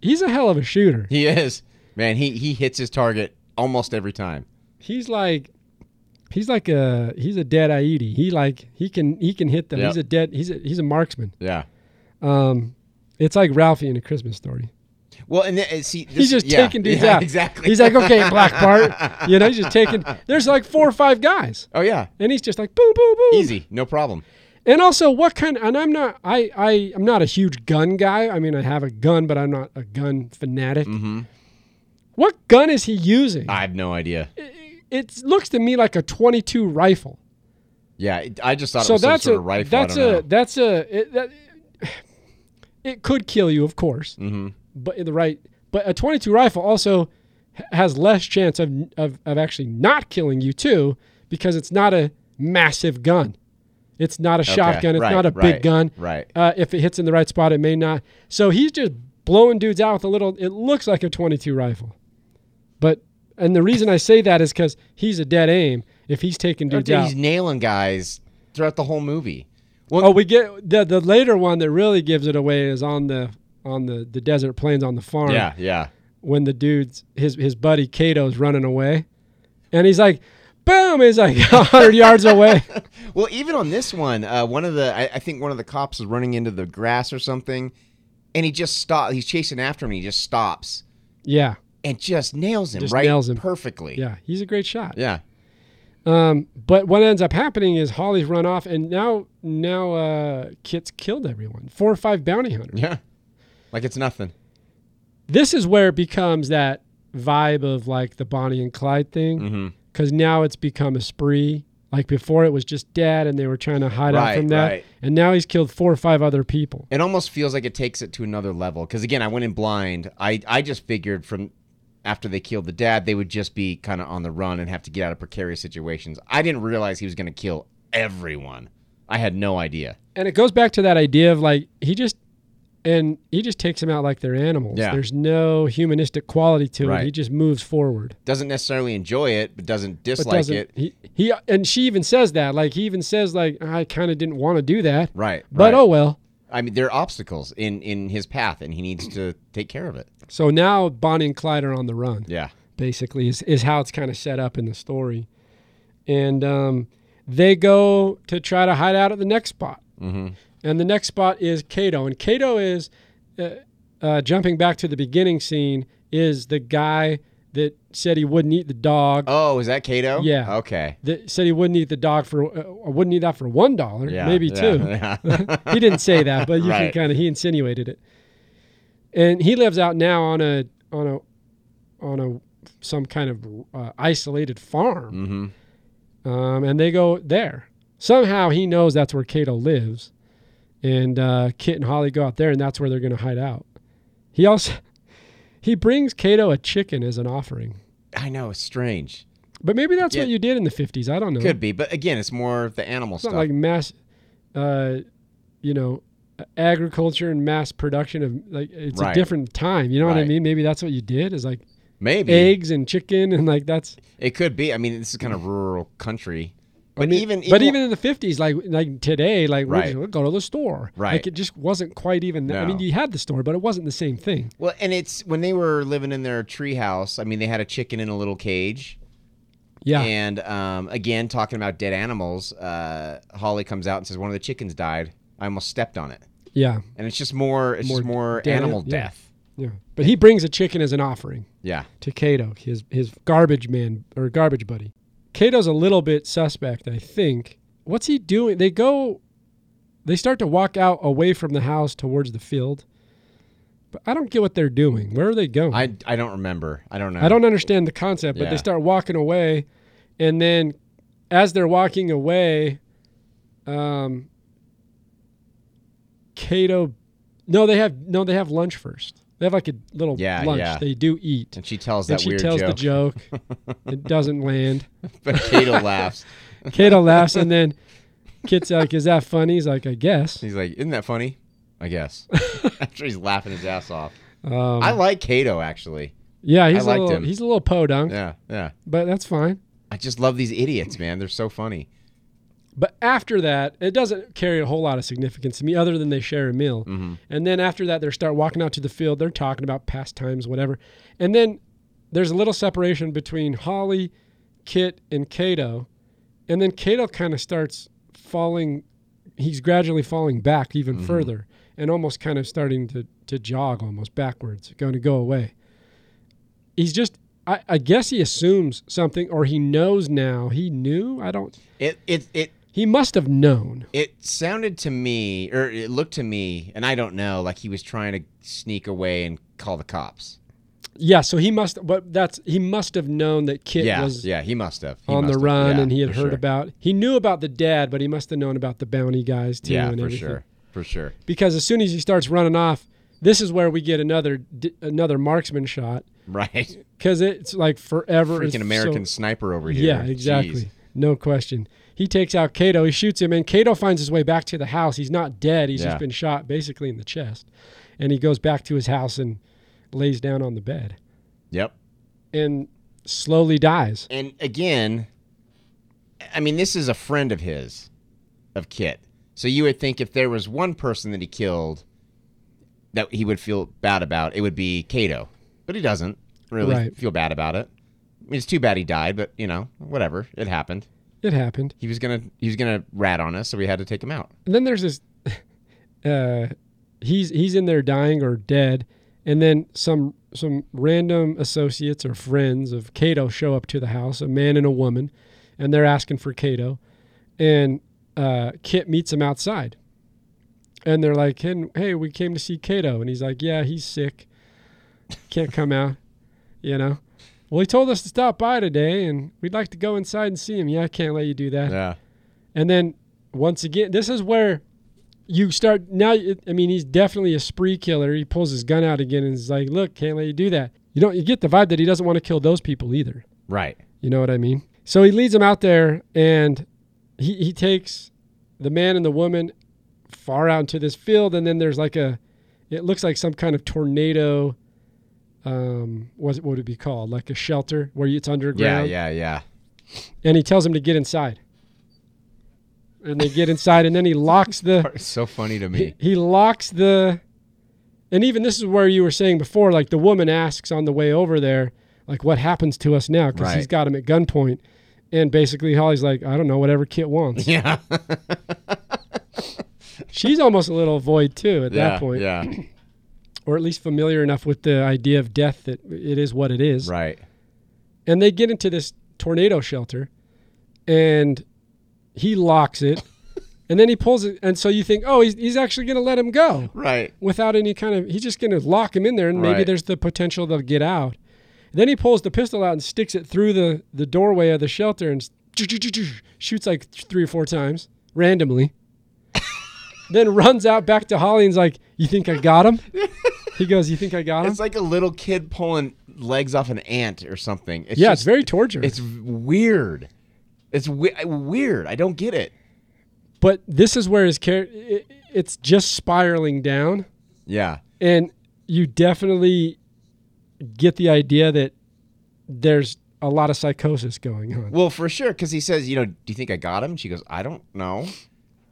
D: he's a hell of a shooter.
E: He is. Man, he he hits his target almost every time.
D: he's like he's like a he's a dead Aidi. He like he can he can hit them.
E: Yep.
D: He's a dead he's a he's a marksman.
E: Yeah.
D: Um it's like Ralphie in a Christmas story.
E: Well, and then, uh, see, this,
D: He's just
E: yeah,
D: taking dudes
E: yeah,
D: out.
E: Exactly.
D: He's like, okay, Black Bart. You know, he's just taking there's like four or five guys.
E: oh yeah,
D: And he's just like boom, boom, boom.
E: easy, no problem.
D: And also what kind and I'm not I, I I'm not a huge gun guy. I mean I have a gun, but I'm not a gun fanatic. What gun is he using?
E: Mm-hmm. I have no idea.
D: it looks to me like a twenty two rifle.
E: Yeah, it, I just thought it
D: so
E: was
D: that's
E: some sort
D: a
E: of rifle.
D: that's
E: I don't
D: a that's a it, that, it could kill you, of course. Mm-hmm. But the right, but a 22 rifle also h- has less chance of, of of actually not killing you too, because it's not a massive gun. It's not a
E: know.
D: shotgun. It's
E: right,
D: not a
E: right,
D: big gun.
E: Right.
D: Uh, if it hits in the right spot, it may not. So he's just blowing dudes out with a little. It looks like a 22 rifle, but and the reason I say that is because he's a dead aim. If he's taking
E: Oh,
D: dudes
E: dude,
D: out,
E: he's nailing guys throughout the whole movie. Well,
D: Oh, we get the the later one that really gives it away is on the on the the desert plains on the farm.
E: yeah, yeah.
D: When the dude's his his buddy Kato's running away, and he's like, boom! He's like hundred yards away.
E: Well, even on this one, uh, one of the I, I think one of the cops is running into the grass or something, and he just stops. He's chasing after him. And he just stops
D: Yeah,
E: and just nails him
D: Just
E: right
D: nails him.
E: perfectly.
D: yeah, he's a great shot.
E: yeah.
D: Um, but what ends up happening is Holly's run off, and now now uh, Kit's killed everyone. Four or five bounty hunters.
E: Yeah. Like it's nothing.
D: This is where it becomes that vibe of like the Bonnie and Clyde thing.
E: Mhm.
D: because now it's become a spree. Like before, it was just dad, and they were trying to hide out
E: Right,
D: from that.
E: right.
D: And now he's killed four or five other people.
E: It almost feels like it takes it to another level. Because again, I went in blind. I, I just figured from after they killed the dad, they would just be kind of on the run and have to get out of precarious situations. I didn't realize he was going to kill everyone. I had no idea.
D: And it goes back to that idea of like he just and he just takes them out like they're animals.
E: Yeah.
D: There's no humanistic quality to it.
E: Right.
D: He just moves forward.
E: Doesn't necessarily enjoy it, but doesn't
D: But
E: dislike
D: doesn't
E: it.
D: he? He and she even says that. Like he even says like I kind of didn't want to do that,
E: Right.
D: but
E: right.
D: oh well.
E: I mean, there are obstacles in in his path, and he needs to take care of it.
D: So now Bonnie and Clyde are on the run.
E: Yeah.
D: basically is, is how it's kind of set up in the story and um, they go to try to hide out at the next spot
E: Mm-hmm.
D: and the next spot is Cato. And Cato is, uh, uh, jumping back to the beginning scene, is the guy that said he wouldn't eat the dog.
E: Oh, is that Kato?
D: Yeah.
E: Okay.
D: That said he wouldn't eat the dog for, uh, wouldn't eat that for one dollar,
E: Yeah.
D: maybe
E: yeah,
D: two
E: yeah.
D: he didn't say that, but you
E: Right.
D: can kind of he insinuated it. And he lives out now on a on a on a some kind of uh, isolated farm,
E: hmm
D: um, and they go there. Somehow he knows that's where Cato lives, and uh, Kit and Holly go out there, and that's where they're going to hide out. He also he brings Cato a chicken as an offering,
E: I know. It's strange.
D: but maybe that's
E: Yeah.
D: what you did in the fifties. I don't know.
E: Could be, but again, it's more of the animal
D: it's not
E: stuff.
D: like mass. uh, you know, agriculture and mass production of like it's a
E: Right.
D: different time. You know what I
E: Right.
D: mean? Maybe that's what you did is like
E: Maybe
D: eggs and chicken and like that's.
E: it could be. I mean, this is kind of rural country, but
D: I mean,
E: even
D: but even in the fifties, like like today, like we'll
E: Right.
D: just- we'll go to the store. like
E: Right.
D: it just wasn't quite even. I mean,
E: No.
D: you had the store, but it wasn't the same thing.
E: Well, and it's when they were living in their treehouse. I mean, they had a chicken in a little cage,
D: Yeah,
E: and um, again, talking about dead animals, uh, Holly comes out and says one of the chickens died. I almost stepped on it,
D: yeah,
E: and it's just more. It's
D: More
E: just more
D: dead-
E: animal
D: yeah.
E: death.
D: yeah. But he brings a chicken as an offering.
E: Yeah,
D: to Cato, his his garbage man or garbage buddy. Cato's a little bit suspect, I think. What's he doing? They go they start to walk out away from the house towards the field. But I don't get what they're doing. Where are they going?
E: I I don't remember. I don't know.
D: I don't understand the concept, but
E: Yeah.
D: they start walking away and then as they're walking away, um Cato No, they have no, they have lunch first. They have like a little
E: Yeah,
D: lunch.
E: yeah.
D: They do eat
E: And she tells
D: and
E: that
D: she
E: weird
D: tells
E: joke.
D: the joke. it doesn't land.
E: but Cato laughs.
D: Kato laughs, and then Kit's like, "Is that funny?" He's like, "I guess."
E: He's like, "Isn't that funny?" I guess. After he's laughing his ass off.
D: Um,
E: I like Cato actually.
D: yeah, he's a
E: liked
D: little
E: him.
D: he's a little podunk,
E: Yeah, yeah.
D: but that's fine.
E: I just love these idiots, man. They're so funny.
D: But after that, it doesn't carry a whole lot of significance to me, other than they share a meal. And then after that, they start walking out to the field. They're talking about pastimes, whatever. And then there's a little separation between Holly, Kit, and Kato. And then Kato kind of starts falling. He's gradually falling back even further and almost kind of starting to, to jog almost backwards, going to go away. He's just, I, I guess he assumes something or he knows now. He knew. I don't,
E: It it it
D: he must have known.
E: it sounded to me or it looked to me, and I don't know, like he was trying to sneak away and call the cops.
D: Yeah, so he must. But that's he must have known that Kit
E: yeah,
D: was
E: yeah, he must have. He
D: on
E: must
D: the
E: have.
D: run,
E: Yeah,
D: and he had
E: for
D: heard
E: sure.
D: about. He knew about the dad, but he must have known about the bounty guys too.
E: Yeah,
D: and
E: for
D: everything.
E: sure. For sure.
D: Because as soon as he starts running off, this is where we get another d- another marksman shot.
E: Right.
D: Because it's like forever. it's
E: Freaking American
D: so-
E: sniper over here.
D: yeah, exactly.
E: Jeez.
D: No question. He takes out Cato. He shoots him, and Cato finds his way back to the house. He's not dead. He's
E: Yeah.
D: just been shot basically in the chest, and he goes back to his house and lays down on the bed
E: Yep.
D: and slowly dies.
E: And again, I mean, this is a friend of his, of Kit. So you would think if there was one person that he killed that he would feel bad about, it would be Kato. But he doesn't really
D: Right.
E: feel bad about it. I mean, it's too bad he died, but you know, whatever. It happened.
D: It happened.
E: He was gonna he was gonna rat on us, so we had to take him out.
D: And then there's this uh he's he's in there dying or dead, and then some some random associates or friends of Cato show up to the house, a man and a woman, and they're asking for Cato. And uh Kit meets him outside. And they're like, "Hey, hey, we came to see Cato." And he's like, "Yeah, he's sick. Can't come out." You know? Well, he told us to stop by today and we'd like to go inside and see him. Yeah, I can't let you do that.
E: Yeah.
D: And then once again, this is where you start now. it- I mean, he's definitely a spree killer. He pulls his gun out again and is like, "Look, can't let you do that." You don't. You get the vibe that he doesn't want to kill those people either.
E: Right.
D: You know what I mean? So he leads him out there, and he he takes the man and the woman far out into this field, and then there's like a, it looks like some kind of tornado. Um, what what would it be called? Like a shelter where it's
E: Yeah,
D: underground
E: yeah, yeah.
D: and he tells him to get inside. And they get inside, and then he locks the
E: It's so funny to
D: he,
E: me.
D: he locks the, and even this is where you were saying before, like the woman asks on the way over there, like what happens to us now because he's
E: Right.
D: got him at gunpoint, and basically Holly's like, I don't know, whatever Kit wants.
E: Yeah.
D: She's almost a little void too at
E: yeah.
D: that point,
E: Yeah.
D: or at least familiar enough with the idea of death that it is what it is.
E: Right.
D: and they get into this tornado shelter and he locks it and then he pulls it and so you think oh he's, he's actually going to let him go
E: Right.
D: without any kind of he's just going to lock him in there and maybe
E: Right.
D: there's the potential they'll get out then he pulls the pistol out and sticks it through the, the doorway of the shelter and shoots like three or four times randomly then runs out back to holly and's like you think i got him he goes you think i got him
E: It's like a little kid pulling legs off an ant or something. It's
D: yeah
E: just,
D: it's very torture
E: It's weird. It's we- weird. I don't get it.
D: But this is where his character it, it's just spiraling down
E: Yeah.
D: and you definitely get the idea that there's a lot of psychosis going on.
E: Well, for sure, because he says, you know, do you think I got him? She goes, I don't know.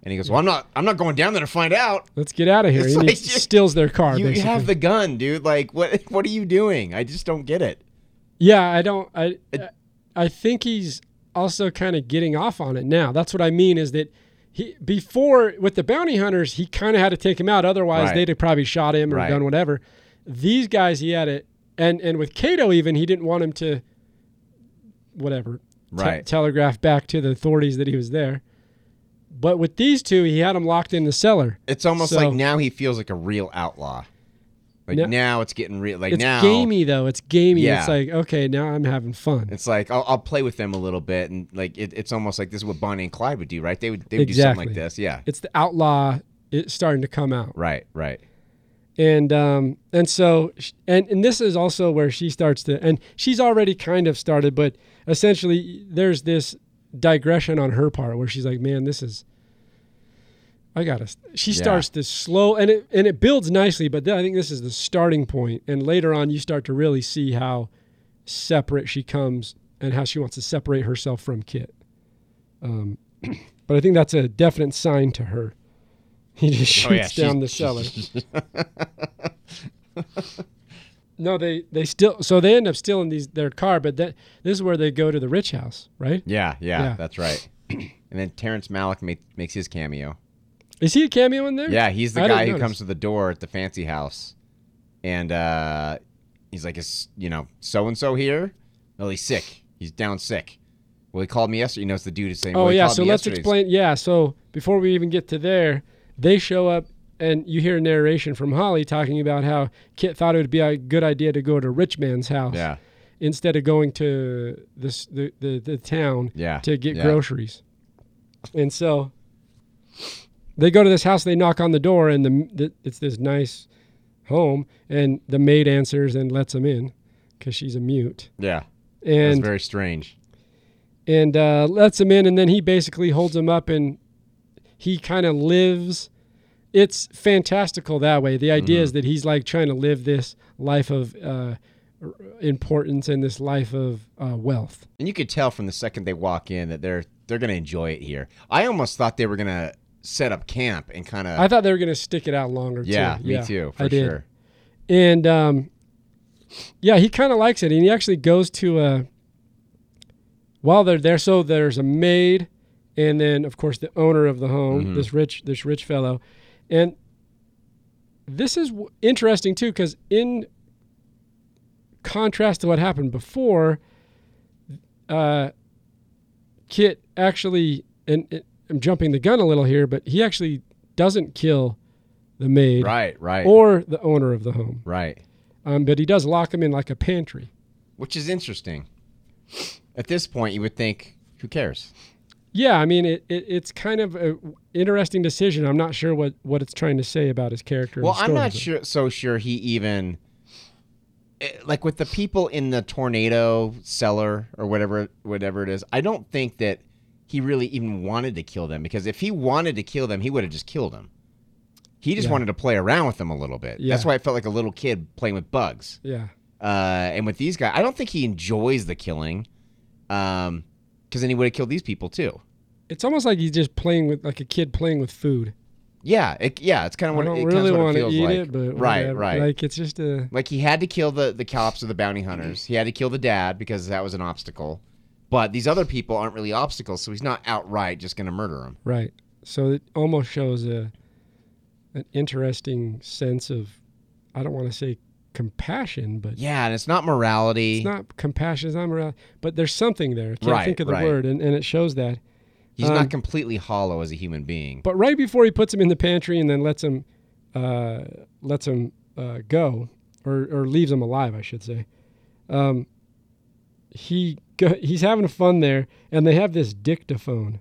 E: And he goes, well, I'm not. I'm not going down there to find out.
D: Let's get out of here.
E: It's
D: And he
E: like-
D: steals their car.
E: You
D: basically.
E: have the gun, dude. Like, what? What are you doing? I just don't get it.
D: yeah, I don't. I
E: It-
D: I think he's also kind of getting off on it now. That's what I mean is that he before with the bounty hunters he kind of had to take him out. Otherwise,
E: Right.
D: they'd have probably shot him or
E: Right.
D: done whatever. These guys, he had it, and and with Cato even he didn't want him to whatever te-
E: Right.
D: telegraph back to the authorities that he was there. But with these two, he had them locked in the cellar.
E: It's almost
D: So-
E: like now he feels like a real outlaw. Like
D: No-
E: now it's getting real. Like
D: It's
E: now
D: gamey though. It's gamey.
E: Yeah.
D: It's like okay, now I'm having fun.
E: It's like I'll, I'll play with them a little bit, and like it, it's almost like this is what Bonnie and Clyde would do, right? They would they would do something
D: Exactly.
E: like this, yeah.
D: it's the outlaw it's starting to come out
E: Right, right,
D: and um and so sh- and and this is also where she starts to and she's already kind of started but essentially there's this digression on her part where she's like man this is i gotta st-" she
E: Yeah.
D: starts to slow and it and it builds nicely but then i think this is the starting point and later on you start to really see how separate she comes and how she wants to separate herself from kit um but i think that's a definite sign to her he just
E: Oh,
D: shoots down the cellar No, they they still so they end up stealing these their car, but that this is where they go to the rich house, right?
E: Yeah, yeah,
D: Yeah.
E: that's right. And then Terrence Malick make, makes his cameo.
D: Is he a cameo in there?
E: Yeah, he's the
D: I
E: guy
D: didn't
E: who comes
D: notice.
E: to the door at the fancy house, and uh, he's like, "Is you know so and so here? Well, he's sick. He's down sick. Well, he called me yesterday. You know, it's the dude is saying,
D: Oh
E: well, he
D: yeah.
E: called
D: So
E: me
D: let's
E: yesterday.
D: explain. Yeah. So before we even get to there, they show up and you hear a narration from Holly talking about how Kit thought it would be a good idea to go to rich man's house
E: Yeah,
D: instead of going to this the the, the town
E: yeah.
D: to get
E: yeah.
D: groceries. And so they go to this house, they knock on the door, and the, the it's this nice home, and the maid answers and lets them in because she's a mute,
E: Yeah, that's
D: and
E: very strange.
D: and uh, lets him in, and then he basically holds him up, and he kind of lives. It's fantastical that way. The idea
E: Mm-hmm.
D: is that he's like trying to live this life of uh, r- importance and this life of uh, wealth.
E: And you could tell from the second they walk in that they're they're gonna enjoy it here. I almost thought they were gonna set up camp and kind
D: I
E: of
D: thought they were going to stick it out longer.
E: yeah,
D: too.
E: me too for
D: I did.
E: sure.
D: and um, yeah, he kind of likes it, and he actually goes to a. While they're there, so there's a maid, and then of course the owner of the home,
E: Mhm.
D: this rich this rich fellow, and this is w- interesting too because in contrast to what happened before, uh, Kit actually and, and I'm jumping the gun a little here, but he actually doesn't kill the maid
E: Right, right,
D: or the owner of the home
E: right.
D: um, but he does lock him in like a pantry.
E: Which is interesting. At this point, you would think, who cares?
D: Yeah, I mean, it, it, it's kind of an interesting decision. I'm not sure what, what it's trying to say about his character. and
E: Well,
D: the
E: I'm
D: story,
E: not
D: but-
E: sure. So sure, he even eh, like with the people in the tornado cellar or whatever, whatever it is. I don't think that he really even wanted to kill them because if he wanted to kill them, he would have just killed them. He just
D: Yeah.
E: wanted to play around with them a little bit. That's
D: Yeah.
E: why I felt like a little kid playing with bugs.
D: Yeah,
E: Uh, and with these guys, I don't think he enjoys the killing, because then he would have killed these people too.
D: it's almost like he's just playing with like a kid playing with food.
E: Yeah, it, yeah, it's kind of
D: I
E: what
D: don't
E: it,
D: really
E: want to
D: to eat
E: like.
D: it, but
E: right,
D: whatever.
E: right.
D: Like it's just a
E: Like he had to kill the the cops or the bounty hunters. He had to kill the dad because that was an obstacle. But these other people aren't really obstacles, so he's not outright just going to murder them.
D: right. So it almost shows a an interesting sense of I don't want to say compassion, but
E: Yeah, and it's not morality.
D: it's not compassion. It's not morality, but there's something there. I can't
E: Right,
D: think of the
E: right.
D: word, and, and it shows that.
E: he's
D: um,
E: not completely hollow as a human being.
D: But right before he puts him in the pantry and then lets him, uh, lets him uh, go, or, or leaves him alive, I should say. Um, he go, he's having fun there, and they have this dictaphone.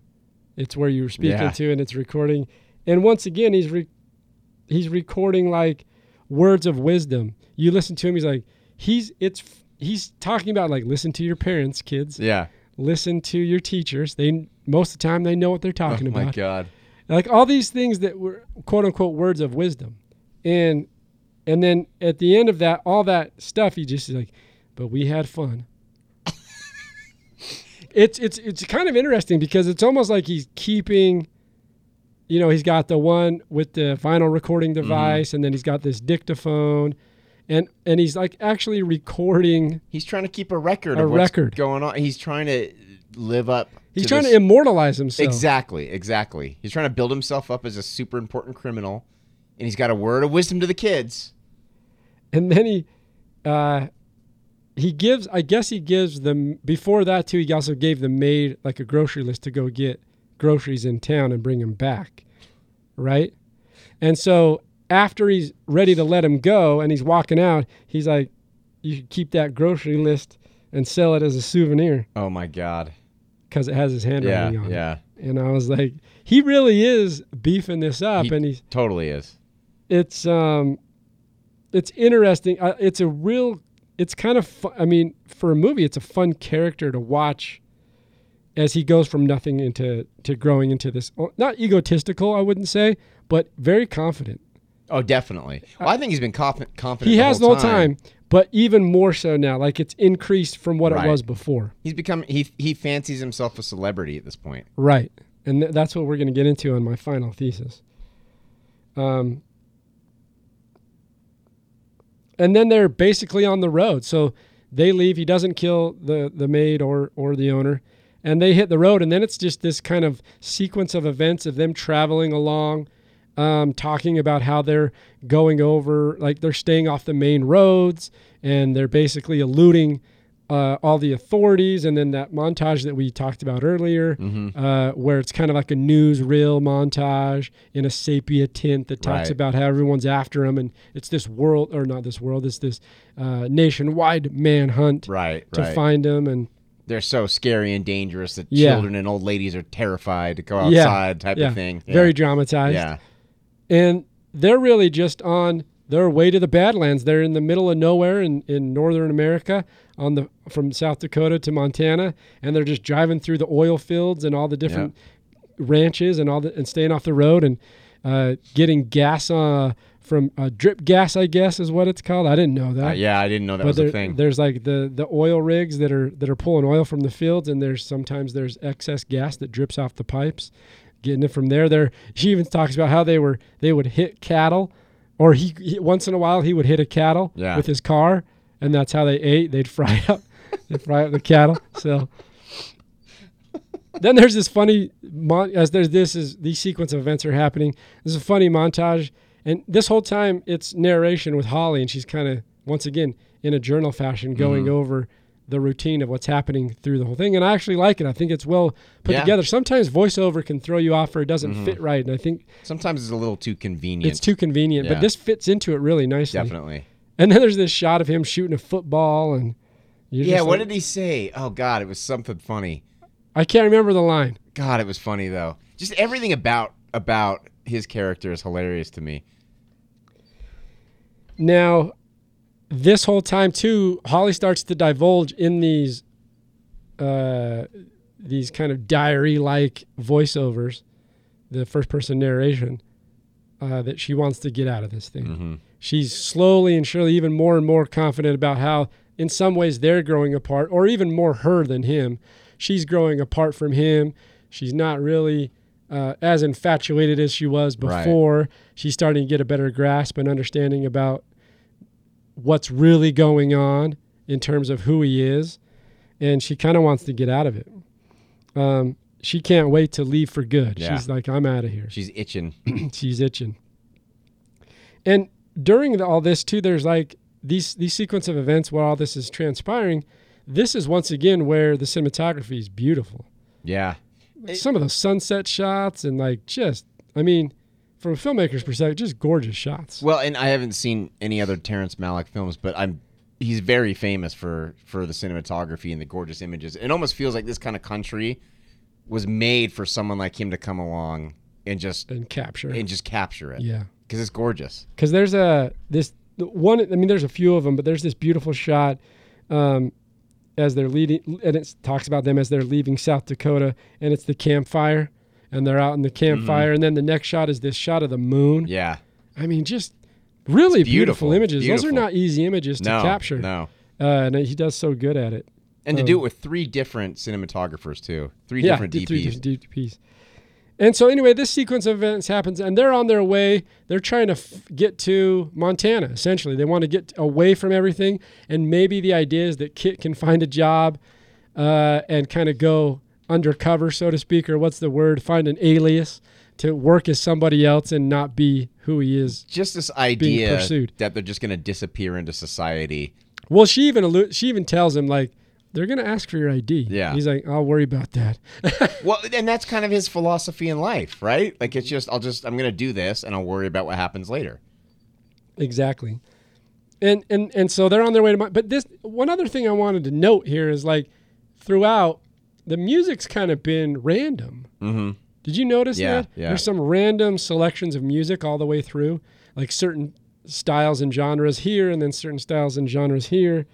D: It's where you're speaking
E: Yeah.
D: to, and it's recording. And once again, he's re- he's recording like words of wisdom. You listen to him. He's like he's it's f- he's talking about like listen to your parents, kids.
E: yeah.
D: Listen to your teachers. They most of the time they know what they're talking about
E: Oh god.
D: like all these things that were quote unquote words of wisdom and and then at the end of that all that stuff he just is like but we had fun it's it's it's kind of interesting because it's almost like he's keeping you know he's got the one with the vinyl recording
E: Mm-hmm.
D: device and then he's got this dictaphone and and he's like actually recording
E: He's trying to keep a record
D: A
E: of what's
D: record.
E: going on. He's trying to live up.
D: he's
E: to
D: trying
E: this-
D: to immortalize himself
E: Exactly, exactly. He's trying to build himself up as a super important criminal, and he's got a word of wisdom to the kids.
D: and then he uh he gives i guess he gives them before that too he also gave the maid like a grocery list to go get groceries in town and bring him back right and so after he's ready to let him go and he's walking out he's like you should keep that grocery list and sell it as a souvenir
E: Oh my god!
D: because it has his
E: Yeah,
D: handwriting on it
E: yeah.
D: and i was like he really is beefing this up
E: He-
D: and he's
E: Totally is.
D: it's um it's interesting uh, it's a real it's kind of fu- i mean for a movie it's a fun character to watch as he goes from nothing into to growing into this not egotistical i wouldn't say but very confident
E: Oh, definitely. Well, I think he's been conf- confident.
D: he
E: the
D: has the whole time. but even more so now like it's increased from what
E: Right.
D: it was before
E: He's become he he fancies himself a celebrity at this point.
D: right and th- that's what we're going to get into on my final thesis um and then they're basically on the road. So they leave. He doesn't kill the the maid or or the owner, and they hit the road. And then it's just this kind of sequence of events of them traveling along, um, talking about how they're going over, like they're staying off the main roads, and they're basically eluding. Uh, all the authorities, and then that montage that we talked about earlier, uh, where it's kind of like a newsreel montage in a sepia tint that talks
E: Right.
D: about about how everyone's after him, and it's this world or not this world, it's this uh, nationwide manhunt
E: Right,
D: to find him. And
E: They're so scary and dangerous that
D: Yeah.
E: children and old ladies are terrified to go
D: yeah,
E: outside, type
D: yeah,
E: of thing. Yeah.
D: very dramatized.
E: yeah,
D: and they're really just on their way to the Badlands. They're in the middle of nowhere in, in northern America, on the from South Dakota to Montana, and they're just driving through the oil fields and all the different ranches and all the and staying off the road and uh, getting gas uh, from uh, drip gas, I guess is what it's called. I didn't know that.
E: Uh, yeah. I didn't know that
D: but
E: was a
D: there-
E: thing.
D: there's like the the oil rigs that are that are pulling oil from the fields and there's sometimes there's excess gas that drips off the pipes getting it from there there she even talks about how they were they would hit cattle or he, he once in a while he would hit a cattle
E: Yeah.
D: with his car and that's how they ate they'd fry up they'd fry up the cattle so then there's this funny mon- as there's this is these sequence of events are happening. There's a funny montage, and this whole time it's narration with Holly, and she's kind of once again in a journal fashion going
E: Mm-hmm.
D: over the routine of what's happening through the whole thing. And I actually like it. I think it's well put
E: Yeah.
D: together. Sometimes voiceover can throw you off or it doesn't fit right, and I think
E: Sometimes it's a little too convenient.
D: it's too convenient. But
E: Yeah.
D: this fits into it really nicely.
E: definitely.
D: And then there's this shot of him shooting a football, and you're
E: Yeah.
D: just
E: What
D: like-
E: did he say? Oh God, it was something funny.
D: I can't remember the line.
E: God, it was funny though. Just everything about about his character is hilarious to me.
D: Now, this whole time too, Holly starts to divulge in these, uh, these kind of diary-like voiceovers, the first-person narration, uh, that she wants to get out of this thing. She's slowly and surely even more and more confident about how, in some ways, they're growing apart, or even more her than him. She's growing apart from him. She's not really uh, as infatuated as she was
E: Right.
D: before. She's starting to get a better grasp and understanding about what's really going on in terms of who he is. And she kind of wants to get out of it. Um, she can't wait to leave for good.
E: Yeah.
D: She's like, I'm out of here
E: She's itching.
D: she's itching. And during the, all this too, there's like these these sequence of events where all this is transpiring. This is once again where the cinematography is beautiful.
E: Yeah.
D: Some of those sunset shots and like just, I mean, from a filmmaker's perspective, just gorgeous shots.
E: Well, and I haven't seen any other Terrence Malick films, but I'm he's very famous for for the cinematography and the gorgeous images. It almost feels like this kind of country was made for someone like him to come along and just
D: And capture,
E: and just capture it.
D: yeah.
E: Because it's gorgeous.
D: because there's a this the one. I mean, there's a few of them, but there's this beautiful shot um, as they're leading, and it talks about them as they're leaving South Dakota, and it's the campfire, and they're out in the campfire, and then the next shot is this shot of the moon.
E: Mm-hmm. Yeah.
D: I mean, just really beautiful,
E: beautiful,
D: images. Those are
E: beautiful.
D: not easy images to
E: No.
D: capture.
E: No.
D: Uh, and he does so good at it.
E: And to do it with three different cinematographers too, three
D: Um, yeah,
E: different
D: d-
E: DPs.
D: three different DPs. And so, anyway, this sequence of events happens, and they're on their way. They're trying to f- get to Montana, essentially. They want to get away from everything. And maybe the idea is that Kit can find a job uh, and kind of go undercover, so to speak, or what's the word? Find an alias to work as somebody else and not be who he is.
E: Just this idea
D: pursued.
E: that they're just going to disappear into society.
D: Well, she even allu- she even tells him like they're gonna ask for your ID.
E: Yeah.
D: he's like, I'll worry about that.
E: Well, and that's kind of his philosophy in life, right? Like it's just I'll just I'm going to do this and I'll worry about what happens later.
D: Exactly. And and and so they're on their way to my but this one other thing I wanted to note here is like throughout the music's kind of been random. Mm-hmm. Did you notice
E: Yeah,
D: that?
E: yeah.
D: There's some random selections of music all the way through, like certain styles and genres here and then certain styles and genres here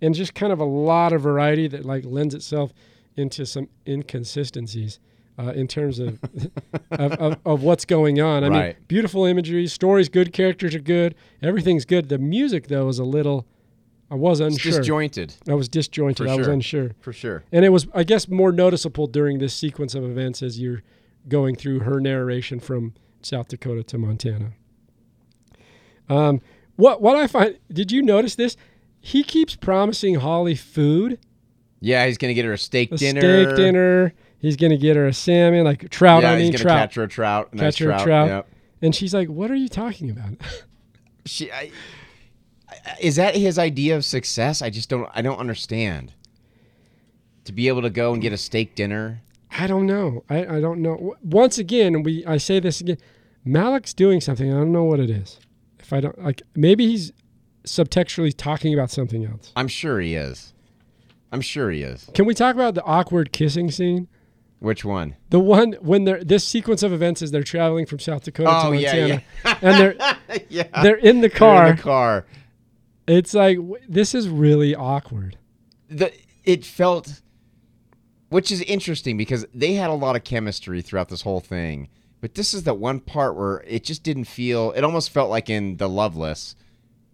D: and just kind of a lot of variety that like lends itself into some inconsistencies uh, in terms of, of, of of what's going on. I mean,
E: Right.
D: beautiful imagery, stories good, characters are good, everything's good. The music though is a little. I was
E: It's
D: unsure.
E: disjointed
D: I was disjointed.
E: For
D: I was
E: sure.
D: unsure,
E: for sure.
D: and it was I guess more noticeable during this sequence of events as you're going through her narration from South Dakota to Montana. Um, what what I find? Did you notice this? He keeps promising Holly food,
E: Yeah, he's going to get her a steak
D: a
E: dinner.
D: steak dinner. He's gonna get her a salmon, like trout.
E: Yeah,
D: I
E: he's
D: mean
E: gonna
D: trout.
E: catch her a trout. a nice
D: Catch her a
E: trout.
D: trout.
E: Yep.
D: And she's like, "What are you talking about?"
E: She, I, I- is that his idea of success? I just don't. I don't understand. To be able to go and get a steak dinner.
D: I don't know. I, I don't know. W- Once again, we I say this again. Malik's doing something. I don't know what it is. If I don't like, maybe he's subtextually talking about something else.
E: I'm sure he is. I'm sure he is.
D: Can we talk about the awkward kissing scene?
E: Which one?
D: The one when they're this sequence of events is they're traveling from South Dakota
E: Oh,
D: to
E: yeah,
D: Montana, and they're
E: yeah.
D: they're in the
E: They're
D: car.
E: in the car.
D: It's like w- this is really awkward.
E: The it felt, which is interesting because they had a lot of chemistry throughout this whole thing. But this is the one part where it just didn't feel. It almost felt like in The Loveless,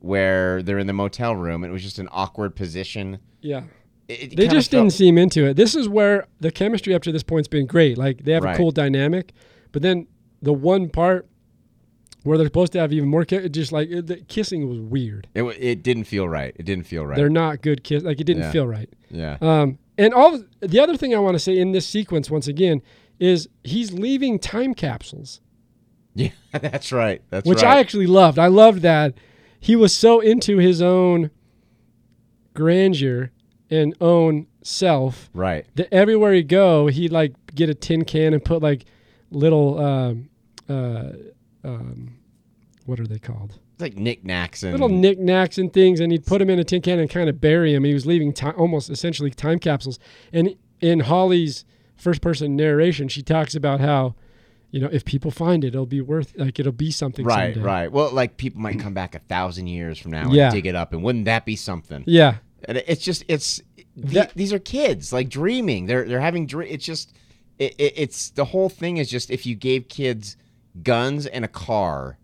E: where they're in the motel room. and It was just an awkward position.
D: Yeah.
E: It, it
D: they
E: kinda
D: just
E: felt-
D: didn't seem into it. This is where the chemistry up to this point's been great. Like they have a
E: Right.
D: cool dynamic, but then the one part where they're supposed to have even more, ki- just like it, the kissing was weird.
E: It wa- it didn't feel right. It didn't feel right.
D: They're not good kiss. Like it didn't
E: Yeah.
D: feel right.
E: yeah.
D: Um, and all the other thing I want to say in this sequence once again is he's leaving time capsules,
E: yeah. That's right. That's
D: which I
E: right.
D: actually loved. I loved that he was so into his own grandeur and own self
E: right.
D: that everywhere he go, he'd like get a tin can and put like little um, uh, um, what are they called?
E: It's like knickknacks and
D: Little knickknacks and things, and he'd put them in a tin can and kind of bury them. He was leaving ti almost essentially time capsules. And in Holly's first person narration, she talks about how you know if people find it, it'll be worth like it'll be something.
E: Right,
D: someday.
E: right. Well, like people might come back a thousand years from now
D: Yeah.
E: and dig it up, and wouldn't that be something?
D: Yeah,
E: And it- it's just, it's the-
D: That-
E: these are kids like dreaming. They're they're having dream. It's just, it, it, it's the whole thing is just if you gave kids guns and a car,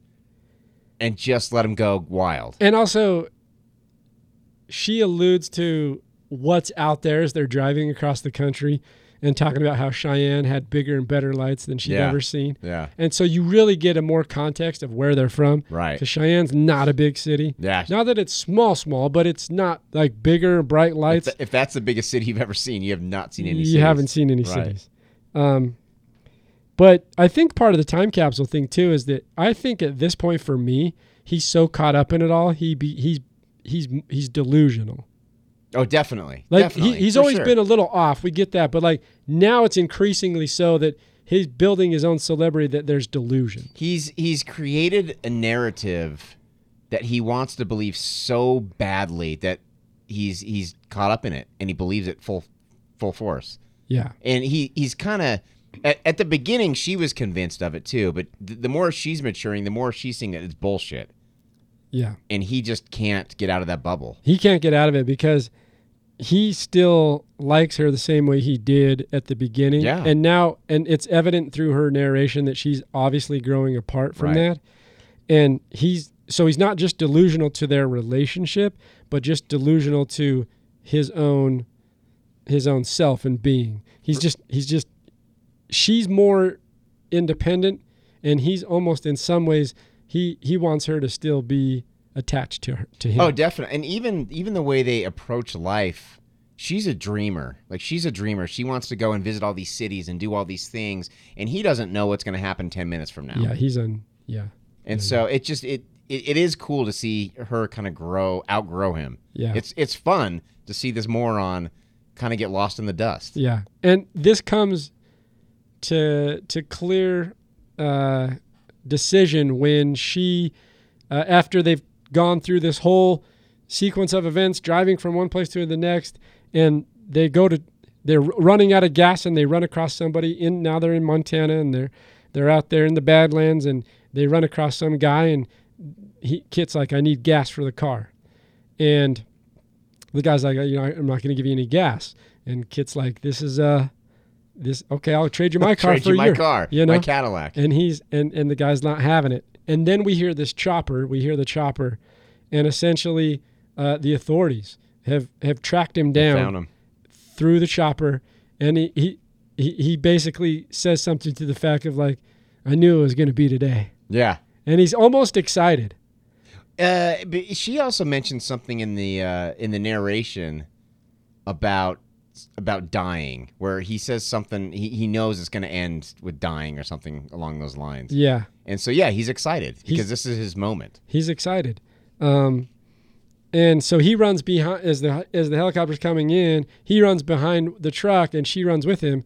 E: and just let them go wild.
D: and also she alludes to what's out there as they're driving across the country and talking about how Cheyenne had bigger and better lights than she'd
E: Yeah.
D: ever seen.
E: Yeah,
D: And so you really get a more context of where they're from.
E: Right.
D: Because Cheyenne's not a big city.
E: yeah.
D: Not that it's small, small, but it's not like bigger, bright
E: if,
D: lights.
E: tha- if that's the biggest city you've ever seen, you have not seen any.
D: you
E: cities.
D: haven't seen any
E: Right.
D: cities. Um, but I think part of the time capsule thing too is that I think at this point for me, he's so caught up in it all, he be, he's he's he's delusional.
E: Oh, definitely.
D: Like
E: definitely,
D: he, he's
E: for
D: always
E: sure.
D: been a little off. We get that, but like now it's increasingly so that he's building his own celebrity that there's delusion.
E: He's he's created a narrative that he wants to believe so badly that he's he's caught up in it and he believes it full full force.
D: Yeah.
E: And he he's kind of at, at the beginning she was convinced of it too, but th- the more she's maturing, the more she's seeing that it's bullshit,
D: Yeah.
E: and he just can't get out of that bubble.
D: He can't get out of it because he still likes her the same way he did at the beginning.
E: Yeah.
D: And now, and it's evident through her narration that she's obviously growing apart from
E: Right.
D: that. And he's, so he's not just delusional to their relationship, but just delusional to his own, his own self and being. He's just, he's just, she's more independent and he's almost in some ways, he, he wants her to still be attached to her, to him.
E: Oh, definitely. And even even the way they approach life, she's a dreamer. Like she's a dreamer. She wants to go and visit all these cities and do all these things, and he doesn't know what's going to happen 10 minutes from now.
D: yeah. He's on, yeah.
E: And so it just it, it it is cool to see her kind of grow, outgrow him.
D: Yeah.
E: It's it's fun to see this moron kind of get lost in the dust.
D: Yeah, and this comes to to clear uh, decision when she, uh, after they've gone through this whole sequence of events, driving from one place to the next, and they go to they're running out of gas and they run across somebody in now they're in Montana and they're they're out there in the Badlands and they run across some guy and he Kit's like I need gas for the car, and the guy's like, you know, I'm not going to give you any gas. And Kit's like, this is uh, this okay. I'll trade you my car
E: Trade
D: for
E: you my
D: your-
E: car,
D: You know,
E: my Cadillac.
D: and he's and and the guy's not having it. And then we hear this chopper. We hear the chopper, and essentially, uh, the authorities have have tracked him down
E: Found him.
D: through the chopper, and he he he, he basically says something to the fact of like, I knew it was going to be today,
E: Yeah.
D: and he's almost excited.
E: Uh, but she also mentioned something in the uh, in the narration about about dying, where he says something he, he knows it's going to end with dying or something along those lines.
D: Yeah.
E: And so yeah, he's excited because this is his moment.
D: he's excited um and so he runs behind as the as the helicopter's coming in he runs behind the truck and she runs with him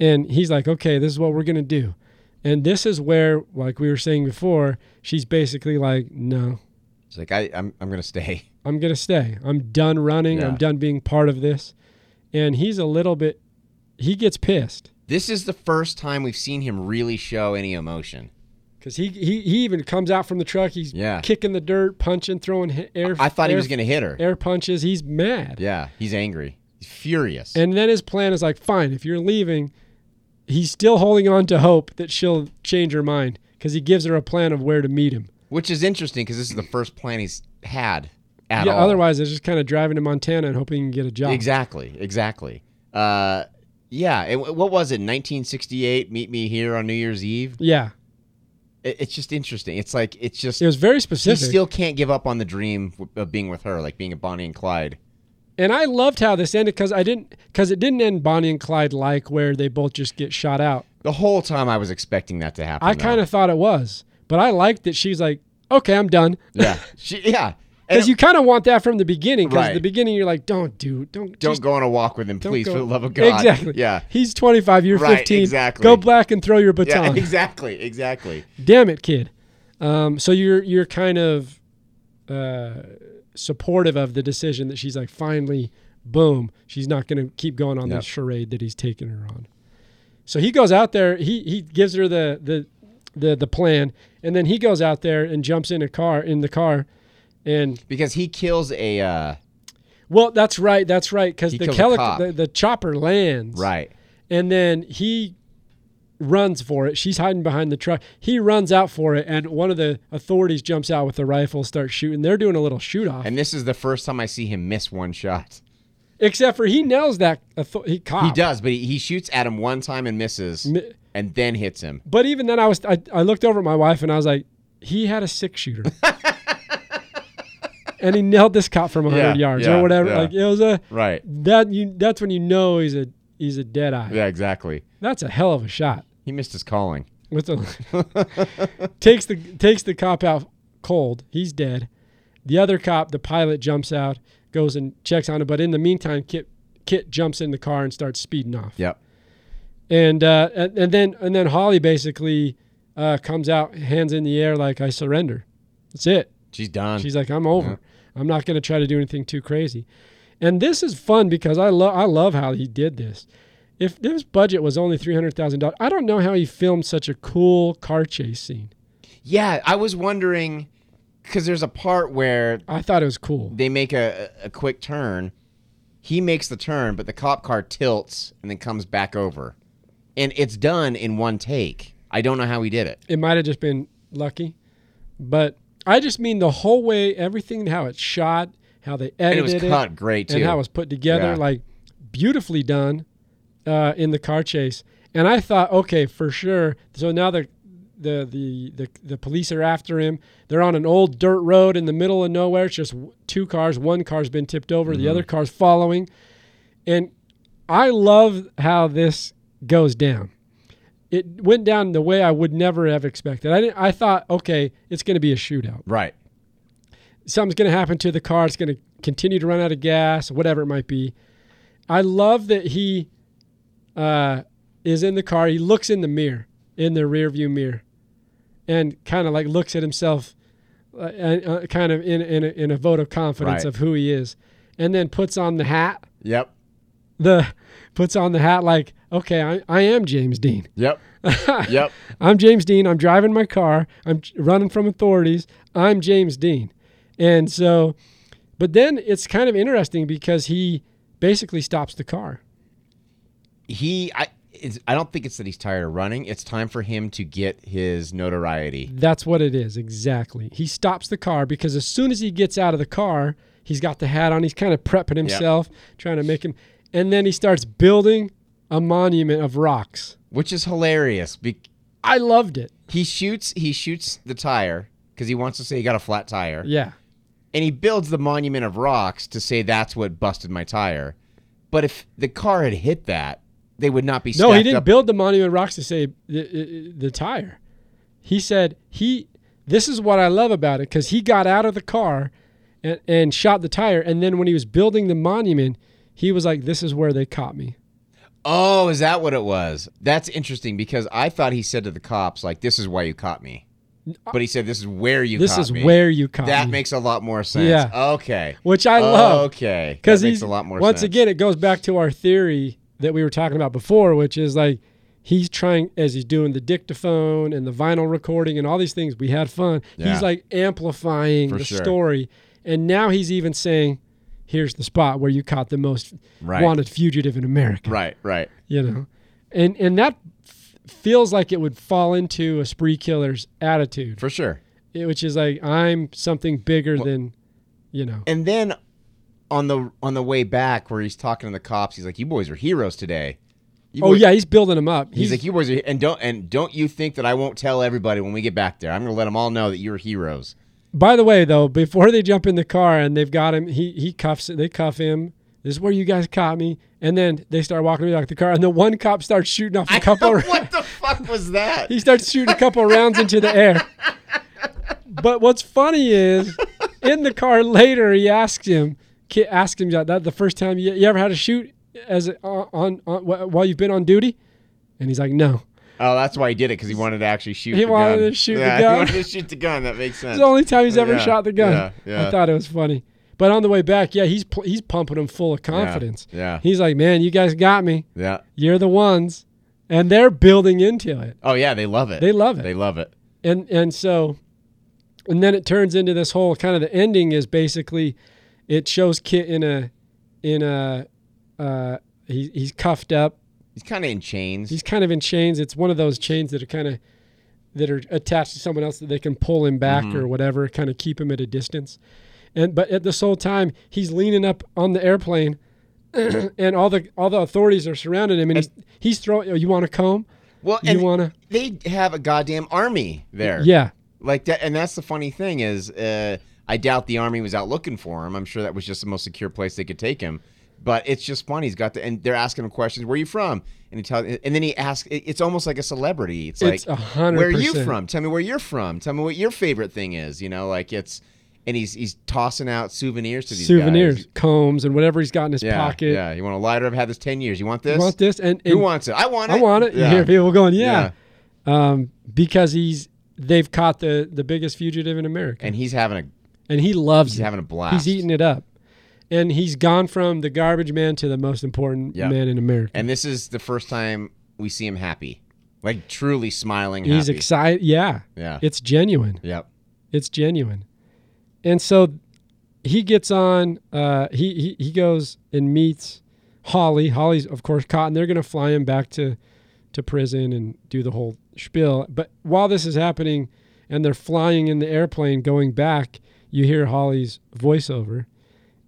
D: and he's like okay this is what we're gonna do and this is where like we were saying before she's basically like no
E: It's like I I'm I'm going to stay.
D: i'm gonna stay i'm done running i'm
E: Yeah.
D: done being part of this and he's a little bit he gets pissed
E: This is the first time we've seen him really show any emotion.
D: because he, he he even comes out from the truck he's
E: Yeah.
D: kicking the dirt punching throwing h- air
E: I thought he
D: air-
E: was going to hit her.
D: air punches he's mad
E: Yeah, he's angry. He's furious.
D: And then his plan is like, fine, if you're leaving, he's still holding on to hope that she'll change her mind because he gives her a plan of where to meet him.
E: Which is interesting because this is the first plan he's had at
D: yeah,
E: all.
D: otherwise it's just kind of driving to Montana and hoping he can get a job.
E: Exactly, exactly. Uh, yeah, and wh- what was it? 1968. Meet me here on New Year's Eve.
D: Yeah,
E: It, it's just interesting. It's like it's just
D: it was very
E: he
D: specific.
E: still can't give up on the dream w- of being with her, like being a Bonnie and Clyde.
D: and I loved how this ended because I didn't because it didn't end Bonnie and Clyde like where they both just get shot out.
E: The whole time I was expecting that to happen.
D: I
E: though.
D: kind of thought it was, but I liked that she's like, okay, I'm done.
E: yeah, she, yeah. And
D: Because you kind of want that from the beginning. Because
E: Right.
D: the beginning you're like, don't do, don't,
E: don't
D: just
E: go on a walk with him,
D: Don't
E: please,
D: go-
E: for the love of God.
D: Exactly.
E: Yeah.
D: He's 25, you're
E: Right,
D: 15.
E: exactly.
D: Go black and throw your
E: Yeah.
D: baton.
E: Exactly. Exactly.
D: Damn it, kid. Um, so you're you're kind of uh, supportive of the decision that she's like, finally, boom, she's not going to keep going on
E: Yep.
D: this charade that he's taking her on. So he goes out there. He he gives her the the the the plan, and then he goes out there and jumps in a car in the car, and
E: Because he kills a uh,
D: well, that's right, that's right, because
E: He
D: the,
E: kills
D: helic-
E: a cop.
D: the the chopper lands
E: right.
D: and then he runs for it. She's hiding behind the truck. He runs out for it, and one of the authorities jumps out with a rifle, starts shooting. They're doing a little shoot off,
E: And this is the first time I see him miss one shot.
D: except for he nails that author- he cop.
E: He does, but he, he shoots at him one time and misses,
D: Ah. Mi-
E: and then hits him.
D: But even then, I was I, I looked over at my wife and I was like, he had a six shooter, and he nailed this cop from hundred
E: Yeah,
D: yards
E: yeah,
D: or whatever.
E: yeah.
D: Like it was a
E: Right.
D: that you that's when you know he's a he's a dead eye.
E: Yeah, exactly.
D: That's a hell of a shot.
E: He missed his calling.
D: with the takes the takes the cop out cold. He's dead. The other cop, the pilot, jumps out, goes and checks on him. But in the meantime, Kit Kit jumps in the car and starts speeding off.
E: Yep.
D: And, uh, and and then and then Holly basically uh, comes out, hands in the air like I surrender. That's it.
E: She's done.
D: She's like, I'm over. I'm not going to try to do anything too crazy. And this is fun because I love I love how he did this. If this budget was only three hundred thousand dollars, I don't know how he filmed such a cool car chase scene.
E: yeah, I was wondering because there's a part where
D: I thought it was cool.
E: they make a, a quick turn He makes the turn, but the cop car tilts and then comes back over. And it's done in one take. I don't know how he did it.
D: It might have just been lucky, but I just mean the whole way, everything, how it's shot, how they
E: And it
D: edited
E: was cut great too.
D: and how it was put together,
E: Yeah.
D: like beautifully done uh, in the car chase. And I thought, okay, for sure. So now the, the the the the police are after him. They're on an old dirt road in the middle of nowhere. It's just w- two cars. One car's been tipped over.
E: Mm-hmm.
D: The other car's following. And I love how this goes down. It went down the way I would never have expected. I didn't, I thought, okay, it's going to be a shootout
E: right.
D: something's going to happen to the car. It's going to continue to run out of gas, whatever it might be. I love that he uh, is in the car. He looks in the mirror, in the rearview mirror, and kind of like looks at himself, uh, and, uh, kind of in in a, in a vote of confidence
E: Right.
D: of who he is, and then puts on the hat.
E: Yep.
D: The puts on the hat like, okay, I, I am James Dean.
E: Yep. yep.
D: I'm James Dean. I'm driving my car. I'm j- running from authorities. I'm James Dean. And so, but then it's kind of interesting because he basically stops the car.
E: He I it's, I don't think it's that he's tired of running. It's time for him to get his notoriety.
D: That's what it is. Exactly. He stops the car because as soon as he gets out of the car, he's got the hat on. He's kind of prepping himself, trying to make him. And then he starts building a monument of rocks.
E: Which is hilarious. Be-
D: I loved it.
E: he shoots he shoots the tire because he wants to say he got a flat tire.
D: Yeah.
E: and he builds the monument of rocks to say that's what busted my tire. But if the car had hit that, they would not be.
D: No, he
E: stacked
D: didn't
E: up.
D: build the monument rocks to say the, the, the tire. He said he. This is what I love about it because he got out of the car, and, and shot the tire. And then when he was building the monument, he was like, "This is where they caught me."
E: Oh, is that what it was? That's interesting because I thought he said to the cops like, "This is why you caught me," but he said, "This is where you."
D: uh, this
E: caught
D: is
E: me."
D: where you caught
E: That
D: me.
E: makes a lot more sense.
D: Yeah.
E: Okay.
D: which I love.
E: Okay.
D: because
E: That makes
D: he's
E: a lot more
D: once
E: sense.
D: again it goes back to our theory that we were talking about before which is like he's trying as he's doing the dictaphone and the vinyl recording and all these things we had fun
E: Yeah.
D: he's like amplifying
E: For
D: the
E: sure.
D: story and now he's even saying here's the spot where you caught the most
E: Right.
D: wanted fugitive in america
E: Right. Right.
D: you know and and that f- feels like it would fall into a spree killer's attitude
E: For sure.
D: it- which is like i'm something bigger than you know
E: And then on the on the way back, where he's talking to the cops, he's like, "You boys are heroes today." You
D: oh
E: boys-
D: yeah he's building him up
E: He's, like, you boys, are, and don't and don't you think that I won't tell everybody when we get back there? I'm gonna let them all know that you're heroes.
D: By the way, though, before they jump in the car and they've got him, he he cuffs they cuff him. This is where you guys caught me, and then they start walking me back to the car, and the one cop starts shooting off a couple.
E: what the fuck was that?
D: he starts shooting a couple rounds into the air. But what's funny is, in the car later, he asks him, ki- asks him that, that the first time you, you ever had a shoot as a, on, on wh- while you've been on duty, and he's like, no.
E: Oh, that's why he did it because he wanted to actually shoot.
D: He
E: the
D: wanted
E: gun.
D: to shoot the
E: yeah,
D: gun.
E: He wanted to shoot the gun. That makes sense.
D: It's the only time he's ever
E: Yeah,
D: shot the gun.
E: yeah, yeah.
D: I thought it was funny. But on the way back, yeah, he's pl- he's pumping him full of confidence.
E: yeah.
D: He's like, "Man, you guys got me.
E: yeah.
D: You're the ones." And they're building into it.
E: Oh yeah, they love it.
D: They love it.
E: They love it.
D: And and so and then it turns into this whole kind of the ending is basically it shows Kit in a in a uh he, he's cuffed up.
E: He's kind of in chains.
D: He's kind of in chains. It's one of those chains that are kind of that are attached to someone else that they can pull him back
E: Mm-hmm.
D: or whatever, kind of keep him at a distance. And but at this whole time, he's leaning up on the airplane, and all the all the authorities are surrounding him, and he's he's throwing. Oh, you want to comb?
E: well,
D: you
E: and
D: wanna-
E: They have a goddamn army there.
D: Yeah,
E: Like that, and that's the funny thing is, uh, I doubt the army was out looking for him. I'm sure that was just the most secure place they could take him. But it's just funny. He's got the, and they're asking him questions. Where are you from? And he tells, and then he asks. it- It's almost like a celebrity. It's,
D: It's
E: like,
D: a hundred
E: where are you
D: percent.
E: from? Tell me where you're from. Tell me what your favorite thing is. You know, like it's, and he's he's tossing out souvenirs to these
D: souvenirs,
E: guys.
D: combs, and whatever he's got in his
E: Yeah,
D: pocket.
E: yeah. You want a lighter? I've had this ten years. You want this?
D: You want this? And,
E: Who
D: and
E: wants it? I want it.
D: I want it.
E: Yeah.
D: You hear people going, yeah, Um, because he's they've caught the the biggest fugitive in America,
E: And he's having a
D: and he loves
E: he's
D: it.
E: having a blast.
D: He's eating it up. And he's gone from the garbage man to the most important
E: Yeah.
D: man in America.
E: And this is the first time we see him happy, like truly smiling.
D: He's
E: happy.
D: excited. Yeah.
E: Yeah.
D: It's genuine.
E: Yep.
D: It's genuine. And so he gets on. Uh, he, he he goes and meets Holly. Holly's of course caught, and they're gonna fly him back to to prison and do the whole spiel. But while this is happening, and they're flying in the airplane going back, you hear Holly's voiceover,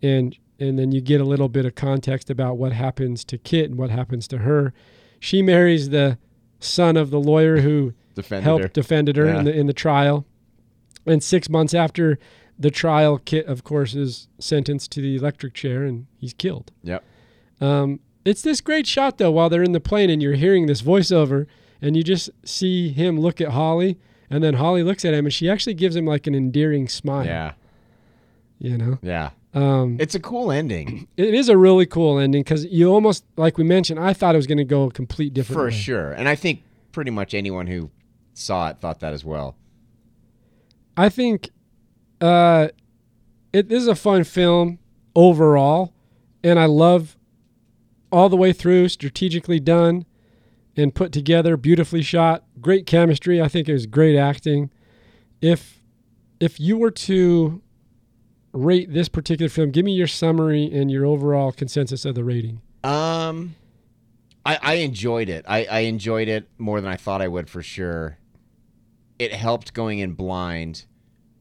D: and and then you get a little bit of context about what happens to Kit and what happens to her. She marries the son of the lawyer who
E: Defended
D: helped
E: her.
D: defended her
E: Yeah.
D: in the in the trial. And six months after the trial, Kit, of course, is sentenced to the electric chair and he's killed.
E: Yep.
D: Um, it's this great shot though, while they're in the plane and you're hearing this voiceover, and you just see him look at Holly, and then Holly looks at him and she actually gives him like an endearing smile.
E: Yeah.
D: You know,
E: Yeah.
D: um,
E: It's a cool ending
D: it is a really cool ending because you almost, like we mentioned, I thought it was going to go a complete different.
E: for
D: way.
E: sure, and I think pretty much anyone who saw it thought that as well.
D: I think uh, it this is a fun film overall, and I love all the way through, strategically done and put together, beautifully shot, great chemistry. I think it was great acting. If if you were to rate this particular film, give me your summary and your overall consensus of the rating.
E: Um, I, I enjoyed it. I, I enjoyed it more than I thought I would for sure. It helped going in blind.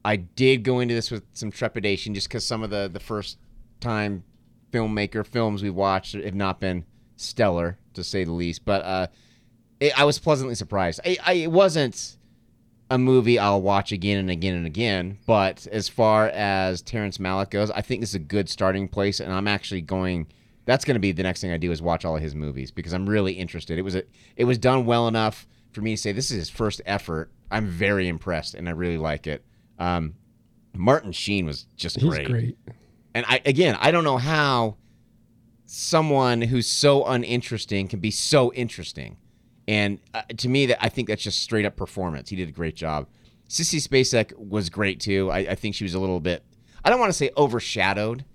E: I did go into this with some trepidation just because some of the, the first time filmmaker films we watched have not been stellar, to say the least. But uh, it, I was pleasantly surprised. I, I, it wasn't a movie I'll watch again and again and again. But as far as Terrence Malick goes, I think this is a good starting place, and I'm actually going. That's going to be the next thing I do is watch all of his movies because I'm really interested. It was a, it was done well enough for me to say this is his first effort. I'm very impressed, and I really like it. Um, Martin Sheen was just
D: He's great.
E: and I again, I don't know how someone who's so uninteresting can be so interesting. And uh, to me, that I think that's just straight up performance. He did a great job. Sissy Spacek was great too. I, I think she was a little bit. I don't want to say overshadowed.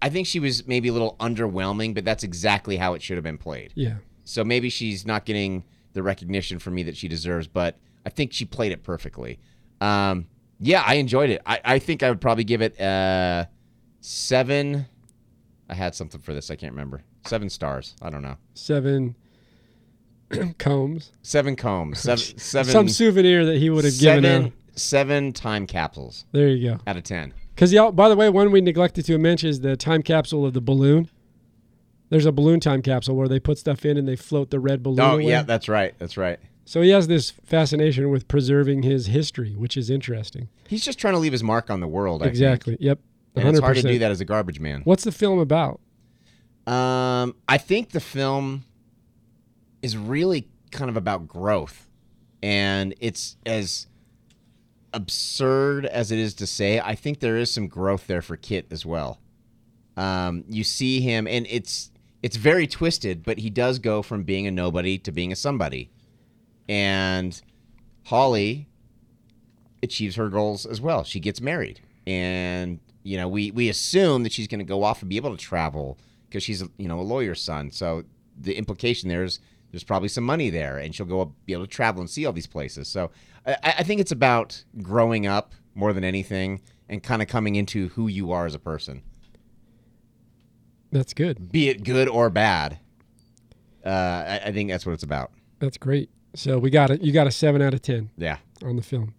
E: I think she was maybe a little underwhelming, but that's exactly how it should have been played.
D: Yeah.
E: So maybe she's not getting the recognition from me that she deserves, but I think she played it perfectly. Um, yeah, I enjoyed it. I, I think I would probably give it uh, seven. I had something for this. I can't remember. Seven stars. I don't know.
D: Seven combs.
E: Seven combs. Seven. seven
D: Some souvenir that he would have given
E: seven,
D: him.
E: seven time capsules
D: There you go.
E: out of ten.
D: Because y'all, by the way, one we neglected to mention is the time capsule of the balloon. There's a balloon time capsule where they put stuff in and they float the red balloon.
E: Oh
D: away.
E: yeah, that's right. That's right.
D: So he has this fascination with preserving his history, which is interesting.
E: He's just trying to leave his mark on the world. I think.
D: exactly. Yep.
E: And it's hard to
D: 100%.
E: do that as a garbage man.
D: What's the film about?
E: Um, I think the film is really kind of about growth, and it's as absurd as it is to say. I think there is some growth there for Kit as well. Um, you see him, and it's it's very twisted, but he does go from being a nobody to being a somebody, and Holly achieves her goals as well. She gets married, and you know we we assume that she's going to go off and be able to travel because she's you know a lawyer's son. So the implication there is there's probably some money there, and she'll go up, be able to travel and see all these places. So I, I think it's about growing up more than anything, and kind of coming into who you are as a person,
D: That's good.
E: be it good or bad. Uh, I, I think that's what it's about.
D: That's great. So we got it. You got a seven out of ten
E: Yeah.
D: on the film.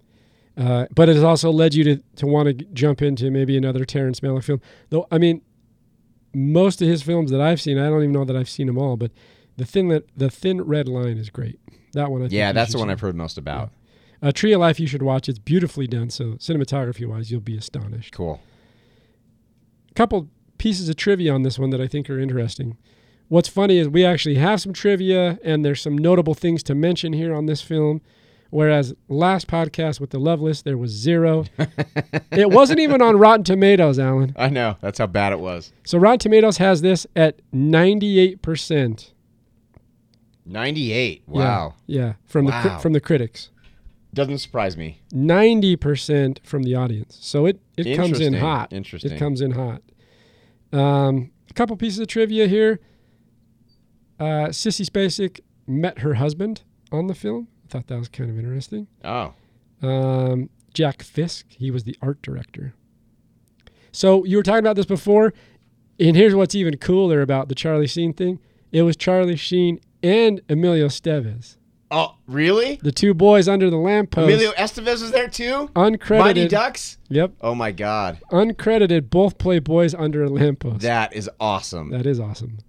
D: Uh, but it has also led you to to want to jump into maybe another Terrence Malick film. Though I mean, most of his films that I've seen, I don't even know that I've seen them all. But the thin that the Thin Red Line is great. That one, I think
E: Yeah,
D: you
E: that's
D: should
E: the one
D: see.
E: I've heard most about.
D: A Tree of Life you should watch. It's beautifully done. So cinematography wise, you'll be astonished.
E: Cool.
D: couple pieces of trivia on this one that I think are interesting. What's funny is we actually have some trivia and there's some notable things to mention here on this film. Whereas last podcast with the Loveless, there was zero. it wasn't even on Rotten Tomatoes, Alan.
E: I know. That's how bad it was.
D: So Rotten Tomatoes has this at 98%.
E: 98.
D: Yeah,
E: Wow.
D: Yeah, from the
E: Wow.
D: cri- from the critics.
E: Doesn't surprise me.
D: 90% from the audience. So it, it comes in
E: Interesting.
D: hot.
E: Interesting.
D: It comes in hot. Um, a couple pieces of trivia here. Uh, Sissy Spacek met her husband on the film. I thought that was kind of interesting.
E: Oh.
D: Um, Jack Fisk, he was the art director. So you were talking about this before, and here's what's even cooler about the Charlie Sheen thing. It was Charlie Sheen and Emilio Estevez,
E: Oh, really?
D: the two boys under the lamppost,
E: Emilio Estevez was there too?
D: uncredited.
E: Mighty Ducks?
D: Yep,
E: Oh my God.
D: uncredited. Both play boys under a lamppost.
E: That is awesome.
D: That is awesome.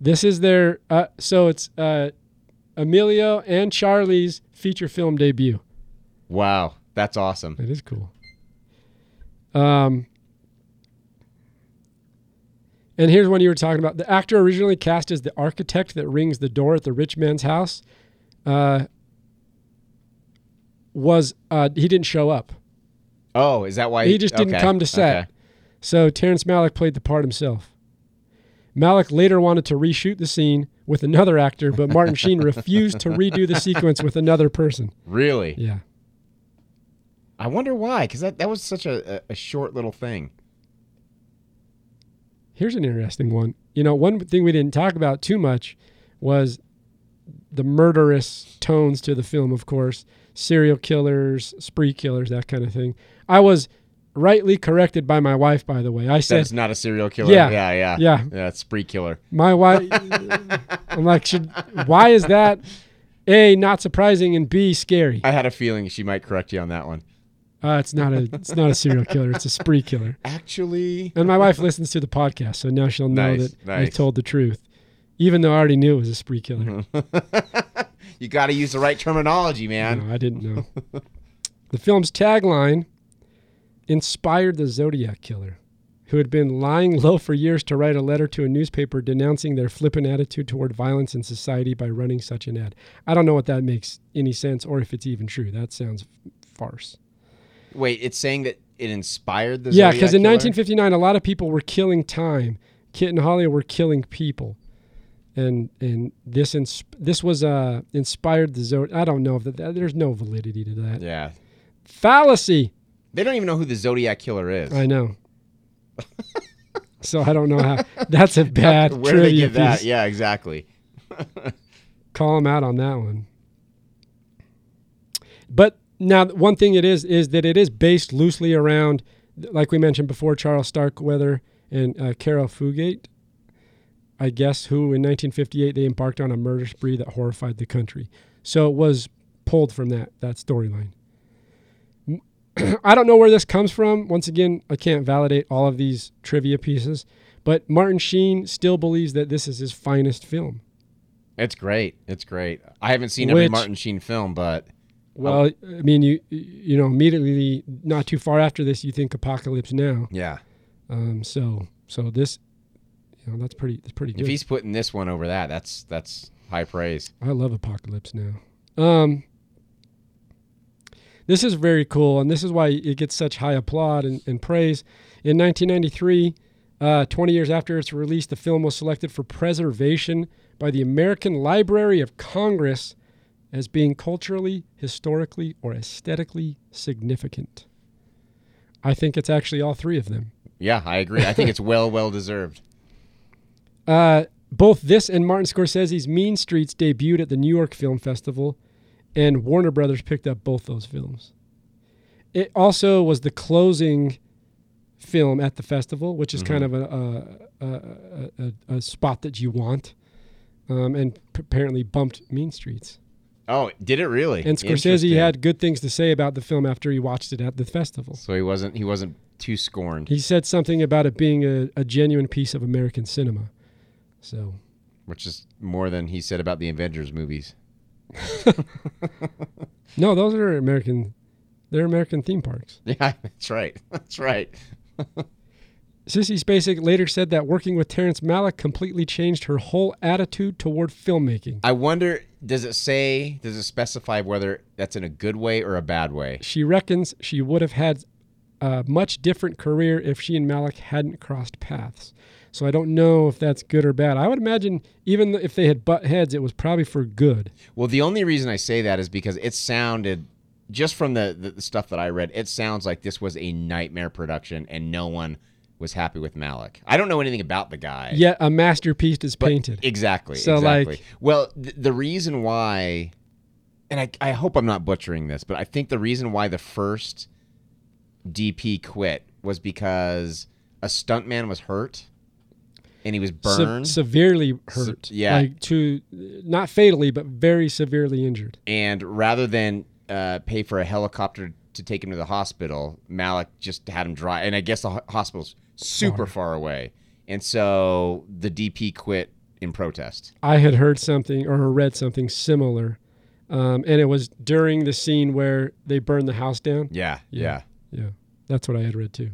D: This is their uh, so it's uh, Emilio and Charlie's feature film debut.
E: wow. That's awesome.
D: That is cool. Um, and here's one you were talking about. The actor originally cast as the architect that rings the door at the rich man's house uh, was uh, he didn't show up.
E: Oh, is that why
D: He just didn't
E: okay,
D: come to set.
E: okay.
D: So Terrence Malick played the part himself. Malick later wanted to reshoot the scene with another actor, but Martin Sheen refused to redo the sequence with another person.
E: Really?
D: Yeah.
E: I wonder why, because that, that was such a, a, a short little thing.
D: Here's an interesting one. You know, one thing we didn't talk about too much was the murderous tones to the film, of course, serial killers, spree killers, that kind of thing. I was rightly corrected by my wife, by the way. I
E: That
D: said,
E: it's not a serial killer.
D: Yeah.
E: Yeah, yeah.
D: Yeah.
E: Yeah, it's spree killer.
D: my wife, I'm like, should, why is that? A, not surprising, and B, scary.
E: I had a feeling she might correct you on that one.
D: Uh, it's not a, it's not a serial killer. It's a spree killer.
E: Actually,
D: And my wife listens to the podcast, so now she'll know
E: Nice,
D: that I
E: nice.
D: told the truth, even though I already knew it was a spree killer.
E: you got to use the right terminology, man.
D: No, I didn't know. the film's tagline inspired the Zodiac killer, who had been lying low for years to write a letter to a newspaper denouncing their flippant attitude toward violence in society by running such an ad. I don't know what that makes any sense or if it's even true. That sounds farce.
E: Wait, it's saying that it inspired the
D: Mm-hmm. yeah,
E: because
D: because in 1959, a lot of people were killing time. Kit and Holly were killing people. And and this insp- this was uh, inspired the Zodiac. I don't know if that, there's no validity to that.
E: Yeah,
D: Fallacy.
E: they don't even know who the Zodiac killer is.
D: I know. so I don't know how. That's a bad
E: Where do
D: trivia
E: they get that?
D: piece.
E: Yeah, exactly.
D: Call him out on that one. But now, one thing it is is that it is based loosely around, like we mentioned before, Charles Starkweather and uh, Carol Fugate. I guess who in 1958 they embarked on a murder spree that horrified the country. So it was pulled from that that storyline. I don't know where this comes from. Once again, I can't validate all of these trivia pieces, but Martin Sheen still believes that this is his finest film.
E: It's great. It's great. I haven't seen every
D: Which-
E: Martin Sheen film, but
D: Well, I mean, you you know, immediately not too far after this, you think Apocalypse Now.
E: yeah,
D: Um, so so this, you know, that's pretty that's pretty
E: if
D: good.
E: he's putting this one over that, that's that's high praise.
D: I love Apocalypse Now. Um, this is very cool, and this is why it gets such high applaud and, and praise. In 1993, uh, 20 years after its release, the film was selected for preservation by the American Library of Congress as being culturally, historically, or aesthetically significant. I think it's actually all three of them.
E: Yeah, I agree. I think it's well well deserved.
D: Uh, both this and Martin Scorsese's Mean Streets debuted at the New York Film Festival, and Warner Brothers picked up both those films. It also was the closing film at the festival, which is kind of a, a, a, a, a spot that you want, um, and p- apparently bumped Mean Streets.
E: Oh, did it really?
D: And
E: Interesting.
D: Scorsese had good things to say about the film after he watched it at the festival.
E: so he wasn't he wasn't too scorned,
D: He said something about it being a, a genuine piece of American cinema. So
E: which is more than he said about the Avengers movies.
D: No, those are American. They're American theme parks.
E: Yeah, that's right. That's right.
D: Sissy Spacek later said that working with Terrence Malick completely changed her whole attitude toward filmmaking.
E: I wonder, does it say, does it specify whether that's in a good way or a bad way?
D: She reckons she would have had a much different career if she and Malick hadn't crossed paths. So I don't know if that's good or bad. I would imagine even if they had butt heads, it was probably for good.
E: Well, the only reason I say that is because it sounded, just from the, the, the stuff that I read, it sounds like this was a nightmare production and no one was happy with Malik. I don't know anything about the guy.
D: Yet a masterpiece is
E: but-
D: painted.
E: Exactly.
D: So,
E: exactly.
D: like-
E: well, th- the reason why, and I, I hope I'm not butchering this, but I think the reason why the first DP quit was because a stuntman was hurt and he was
D: Se-
E: burned.
D: severely hurt.
E: yeah.
D: like to not fatally, but very severely injured.
E: and rather than uh, pay for a helicopter to take him to the hospital, Malik just had him drive. And I guess the ho- hospital's super far away. And so the DP quit in protest.
D: I had heard something or read something similar, um, and it was during the scene where they burned the house down.
E: Yeah,
D: yeah. Yeah, that's what I had read too.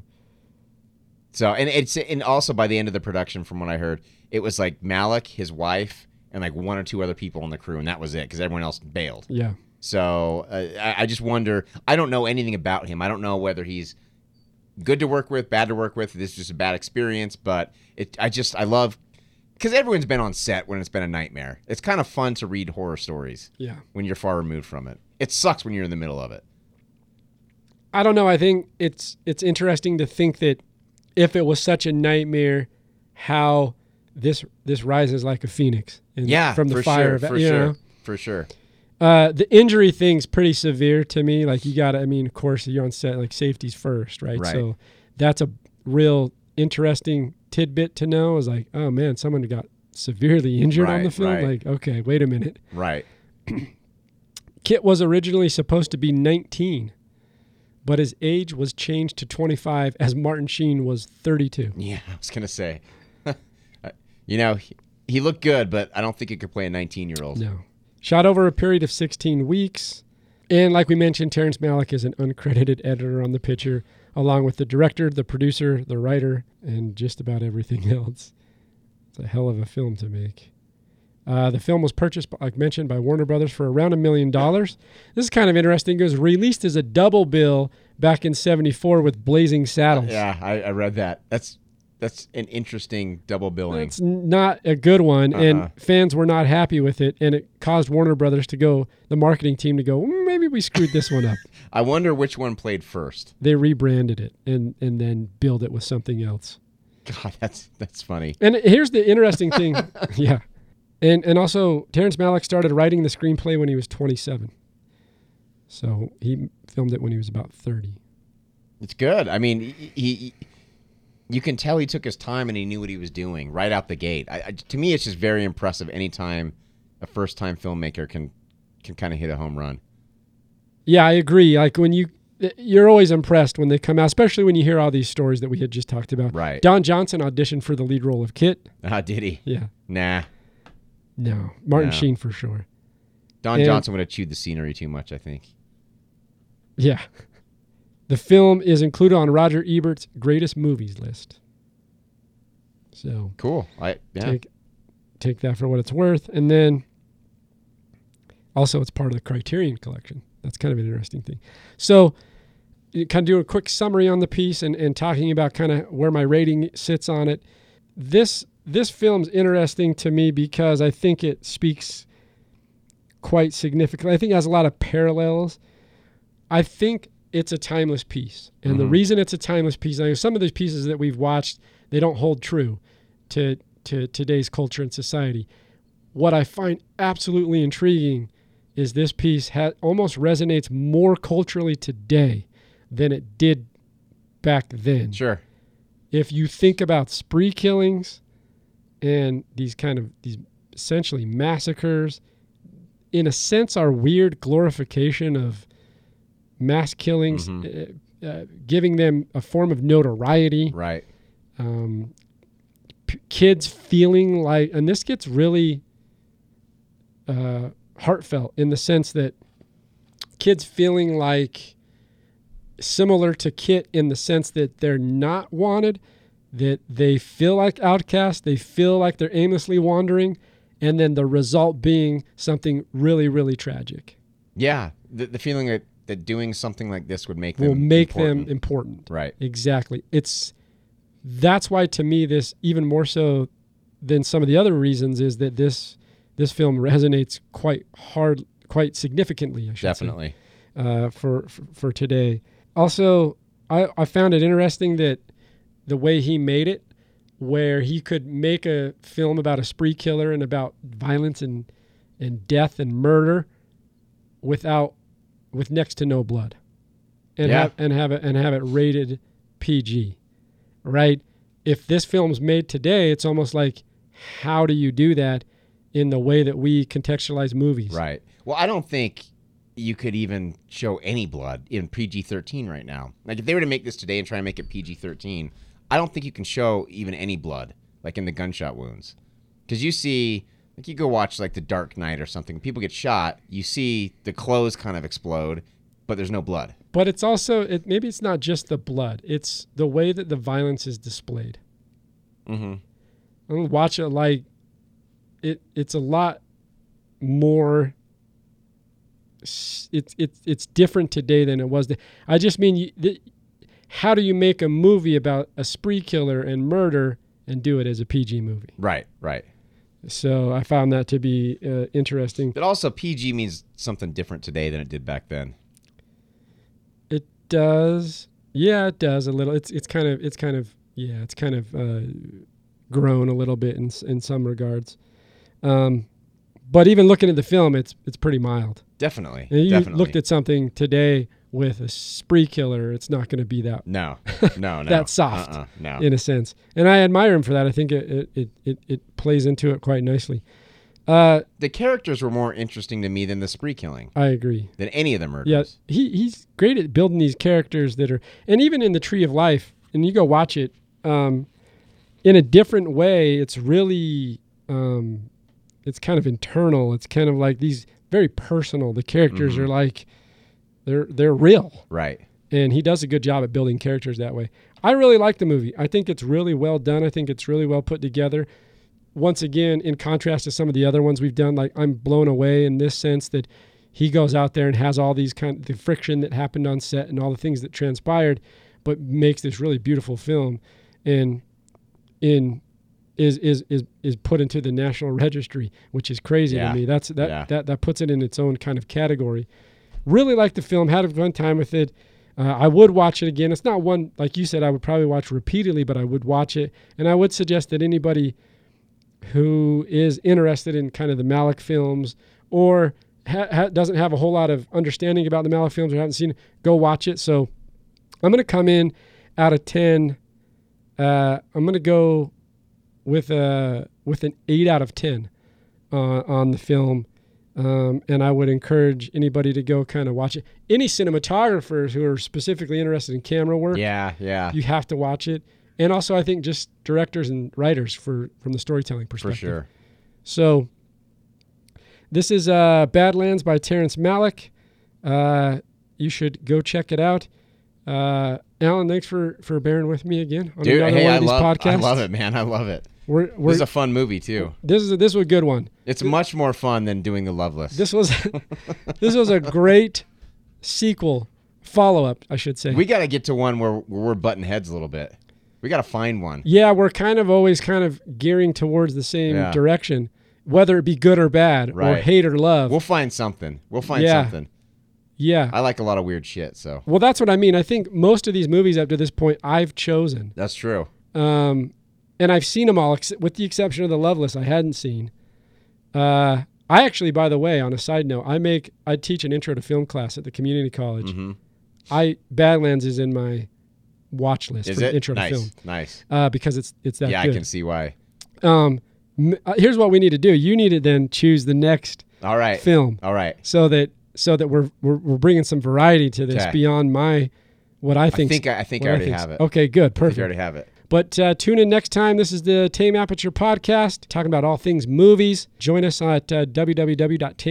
E: So and it's and also by the end of the production, from what I heard, it was like Malik, his wife, and like one or two other people on the crew, and that was it because everyone else bailed.
D: Yeah,
E: So uh, I, I just wonder. I don't know anything about him. I don't know whether he's good to work with, bad to work with. This is just a bad experience, but it. I just I love because everyone's been on set when it's been a nightmare. It's kind of fun to read horror stories
D: yeah.
E: when you're far removed from it. It sucks when you're in the middle of it.
D: I don't know. I think it's it's interesting to think that if it was such a nightmare, how this this rises like a phoenix. In,
E: Yeah,
D: from the
E: for
D: fire
E: sure,
D: of
E: for
D: you
E: sure,
D: know?
E: for sure.
D: Uh, the injury thing's pretty severe to me. Like you got to, I mean, of course you're on set, like safety's first, right?
E: Right.
D: So that's a real interesting tidbit to know. Is like, oh man, someone got severely injured on
E: Right,
D: the film.
E: right.
D: Like, okay, wait a minute.
E: Right.
D: Kit was originally supposed to be 19, but his age was changed to 25 as Martin Sheen was 32.
E: Yeah, I was gonna say. uh, you know, he, he looked good, but I don't think he could play a 19 year old.
D: No. Shot over a period of 16 weeks. And like we mentioned, Terrence Malick is an uncredited editor on the picture, along with the director, the producer, the writer, and just about everything else. It's a hell of a film to make. Uh, the film was purchased, like mentioned, by Warner Brothers for around a million dollars. This is kind of interesting. It was released as a double bill back in '74 with Blazing Saddles.
E: Yeah, I, I read that. That's that's an interesting double billing.
D: It's not a good one,
E: Uh-uh.
D: and fans were not happy with it, and it caused Warner Brothers to go, the marketing team to go, "Mm, maybe we screwed this one up.
E: I wonder which one played first.
D: They rebranded it and and then billed it with something else.
E: God, that's that's funny.
D: And here's the interesting thing, yeah, and and also Terrence Malick started writing the screenplay when he was 27, so he filmed it when he was about 30.
E: It's good. I mean, he, he, he- you can tell he took his time and he knew what he was doing right out the gate. I, I, to me, it's just very impressive. Anytime a first time filmmaker can can kind of hit a home run.
D: Yeah, I agree. Like when you, eh, you're always impressed when they come out, especially when you hear all these stories that we had just talked about.
E: Right.
D: Don Johnson auditioned for the lead role of Kit.
E: Ah, did he?
D: Yeah.
E: Nah.
D: No, Martin
E: No.
D: Sheen for sure.
E: Don
D: Yeah.
E: Johnson would have chewed the scenery too much. I think.
D: Yeah. The film is included on Roger Ebert's greatest movies list. So
E: Cool. I yeah.
D: take take that for what it's worth. And then also it's part of the Criterion collection. That's kind of an interesting thing. So you kind of do a quick summary on the piece and, and talking about kind of where my rating sits on it. This this film's interesting to me because I think it speaks quite significantly. I think it has a lot of parallels. I think it's a timeless piece. And the reason it's a timeless piece, I know some of these pieces that we've watched, they don't hold true to to today's culture and society. What I find absolutely intriguing is this piece ha- almost resonates more culturally today than it did back then.
E: Sure.
D: If you think about spree killings and these kind of these essentially massacres, in a sense, our weird glorification of mass killings, uh, uh, giving them a form of notoriety
E: Right.
D: um, p- kids feeling like, and this gets really uh, heartfelt in the sense that kids feeling like similar to Kit in the sense that they're not wanted, that they feel like outcasts, they feel like they're aimlessly wandering, and then the result being something really, really tragic
E: Yeah. The, the feeling that, that doing something like this would make them
D: will make
E: important.
D: them important.
E: right.
D: Exactly. It's that's why to me this even more so than some of the other reasons is that this this film resonates quite hard, quite significantly. I should say
E: Definitely.
D: uh, for, for for today. Also, I, I found it interesting that the way he made it, where he could make a film about a spree killer and about violence and and death and murder, without with next to no blood, and
E: Yeah.
D: have and have it and have it rated PG, right? If this film's made today, it's almost like how do you do that in the way that we contextualize movies?
E: Right. Well, I don't think you could even show any blood in PG 13 right now. Like, if they were to make this today and try and make it PG 13, I don't think you can show even any blood, like in the gunshot wounds. Because you see, like, you go watch, like, The Dark Knight or something, people get shot, you see the clothes kind of explode, but there's no blood.
D: But it's also it, maybe it's not just the blood; it's the way that the violence is displayed.
E: Mm-hmm.
D: I don't watch it like it. It's a lot more. s- It's it's it's different today than it was. th- I just mean, you, the, how do you make a movie about a spree killer and murder and do it as a PG movie?
E: Right, right.
D: So I found that to be uh, interesting.
E: But also, PG means something different today than it did back then.
D: It does, yeah, it does a little. It's it's kind of it's kind of yeah, it's kind of uh, grown a little bit in s- in some regards. Um, but even looking at the film, it's it's pretty mild.
E: Definitely.
D: And you
E: definitely.
D: looked at something today with a spree killer, it's not going to be that
E: No, no, no.
D: That soft.
E: Uh-uh, no.
D: in a sense. And I admire him for that. I think it it it, it, it plays into it quite nicely. Uh,
E: the characters were more interesting to me than the spree killing,
D: I agree.
E: than any of the
D: Yeah,
E: murders.
D: he he's great at building these characters that are, and even in the Tree of Life, and you go watch it, um, in a different way. It's really, um, it's kind of internal. It's kind of like these very personal. The characters are like, they're they're real,
E: Right.
D: and he does a good job at building characters that way. I really like the movie. I think it's really well done. I think it's really well put together. Once again, in contrast to some of the other ones we've done, like I'm blown away in this sense that he goes out there and has all these kind the friction that happened on set and all the things that transpired, but makes this really beautiful film and in is is is is put into the national registry, which is crazy
E: Yeah.
D: to me. That's that,
E: Yeah.
D: that that puts it in its own kind of category. Really liked the film, had a fun time with it. Uh, I would watch it again. It's not one like you said. I would probably watch repeatedly, but I would watch it, and I would suggest that anybody who is interested in kind of the Malick films or ha- ha- doesn't have a whole lot of understanding about the Malick films or haven't seen, it, go watch it. So I'm going to come in out of ten. Uh, I'm going to go with a with an eight out of ten uh, on the film, um, and I would encourage anybody to go kind of watch it. Any cinematographers who are specifically interested in camera work,
E: Yeah, yeah.
D: you have to watch it. And also, I think just directors and writers for from the storytelling
E: For
D: perspective.
E: sure.
D: So this is uh, Badlands by Terrence Malick. Uh, you should go check it out. Uh, Alan, thanks for for bearing with me again on
E: Dude,
D: another
E: hey,
D: one
E: I
D: of these
E: love,
D: podcasts.
E: I love it, man. I love it.
D: We're,
E: This
D: we're,
E: is a fun movie, too.
D: this is a, this was a good one.
E: It's much more fun than doing The Loveless.
D: This was this was a great sequel follow up, I should say.
E: we got to get to one where, where we're butting heads a little bit. We got to find one.
D: yeah, we're kind of always kind of gearing towards the same
E: Yeah.
D: direction, whether it be good or bad, or
E: Right.
D: hate or love.
E: We'll find something. We'll find
D: Yeah.
E: something.
D: yeah.
E: I like a lot of weird shit, so
D: well, that's what I mean. I think most of these movies up to this point I've chosen.
E: that's true.
D: um, and I've seen them all, ex- with the exception of the Loveless. I hadn't seen. Uh, I actually, by the way, on a side note, I make I teach an intro to film class at the community college.
E: Mhm.
D: I Badlands is in my watch list
E: Is
D: for
E: it
D: intro
E: nice?
D: to film
E: Nice.
D: uh, because it's it's that
E: yeah, I can
D: good.
E: see why.
D: um, m- uh, here's what we need to do. You need to then choose the next
E: All right.
D: film
E: All right.
D: so that so that we're we're, we're bringing some variety to this
E: Okay.
D: beyond my what I think.
E: think I- I think I already have it.
D: Okay, good,
E: I think
D: perfect.
E: you already have it.
D: But uh, tune in next time. This is the Tame Aperture podcast, talking about all things movies. Join us at uh,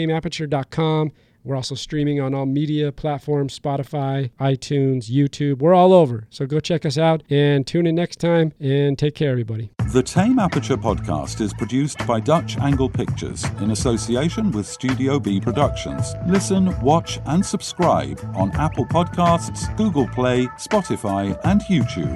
D: www.tameaperture.com. We're also streaming on all media platforms Spotify, iTunes, YouTube. We're all over. So go check us out and tune in next time and take care, everybody.
A: The Tame Aperture podcast is produced by Dutch Angle Pictures in association with Studio B Productions. Listen, watch, and subscribe on Apple Podcasts, Google Play, Spotify, and YouTube.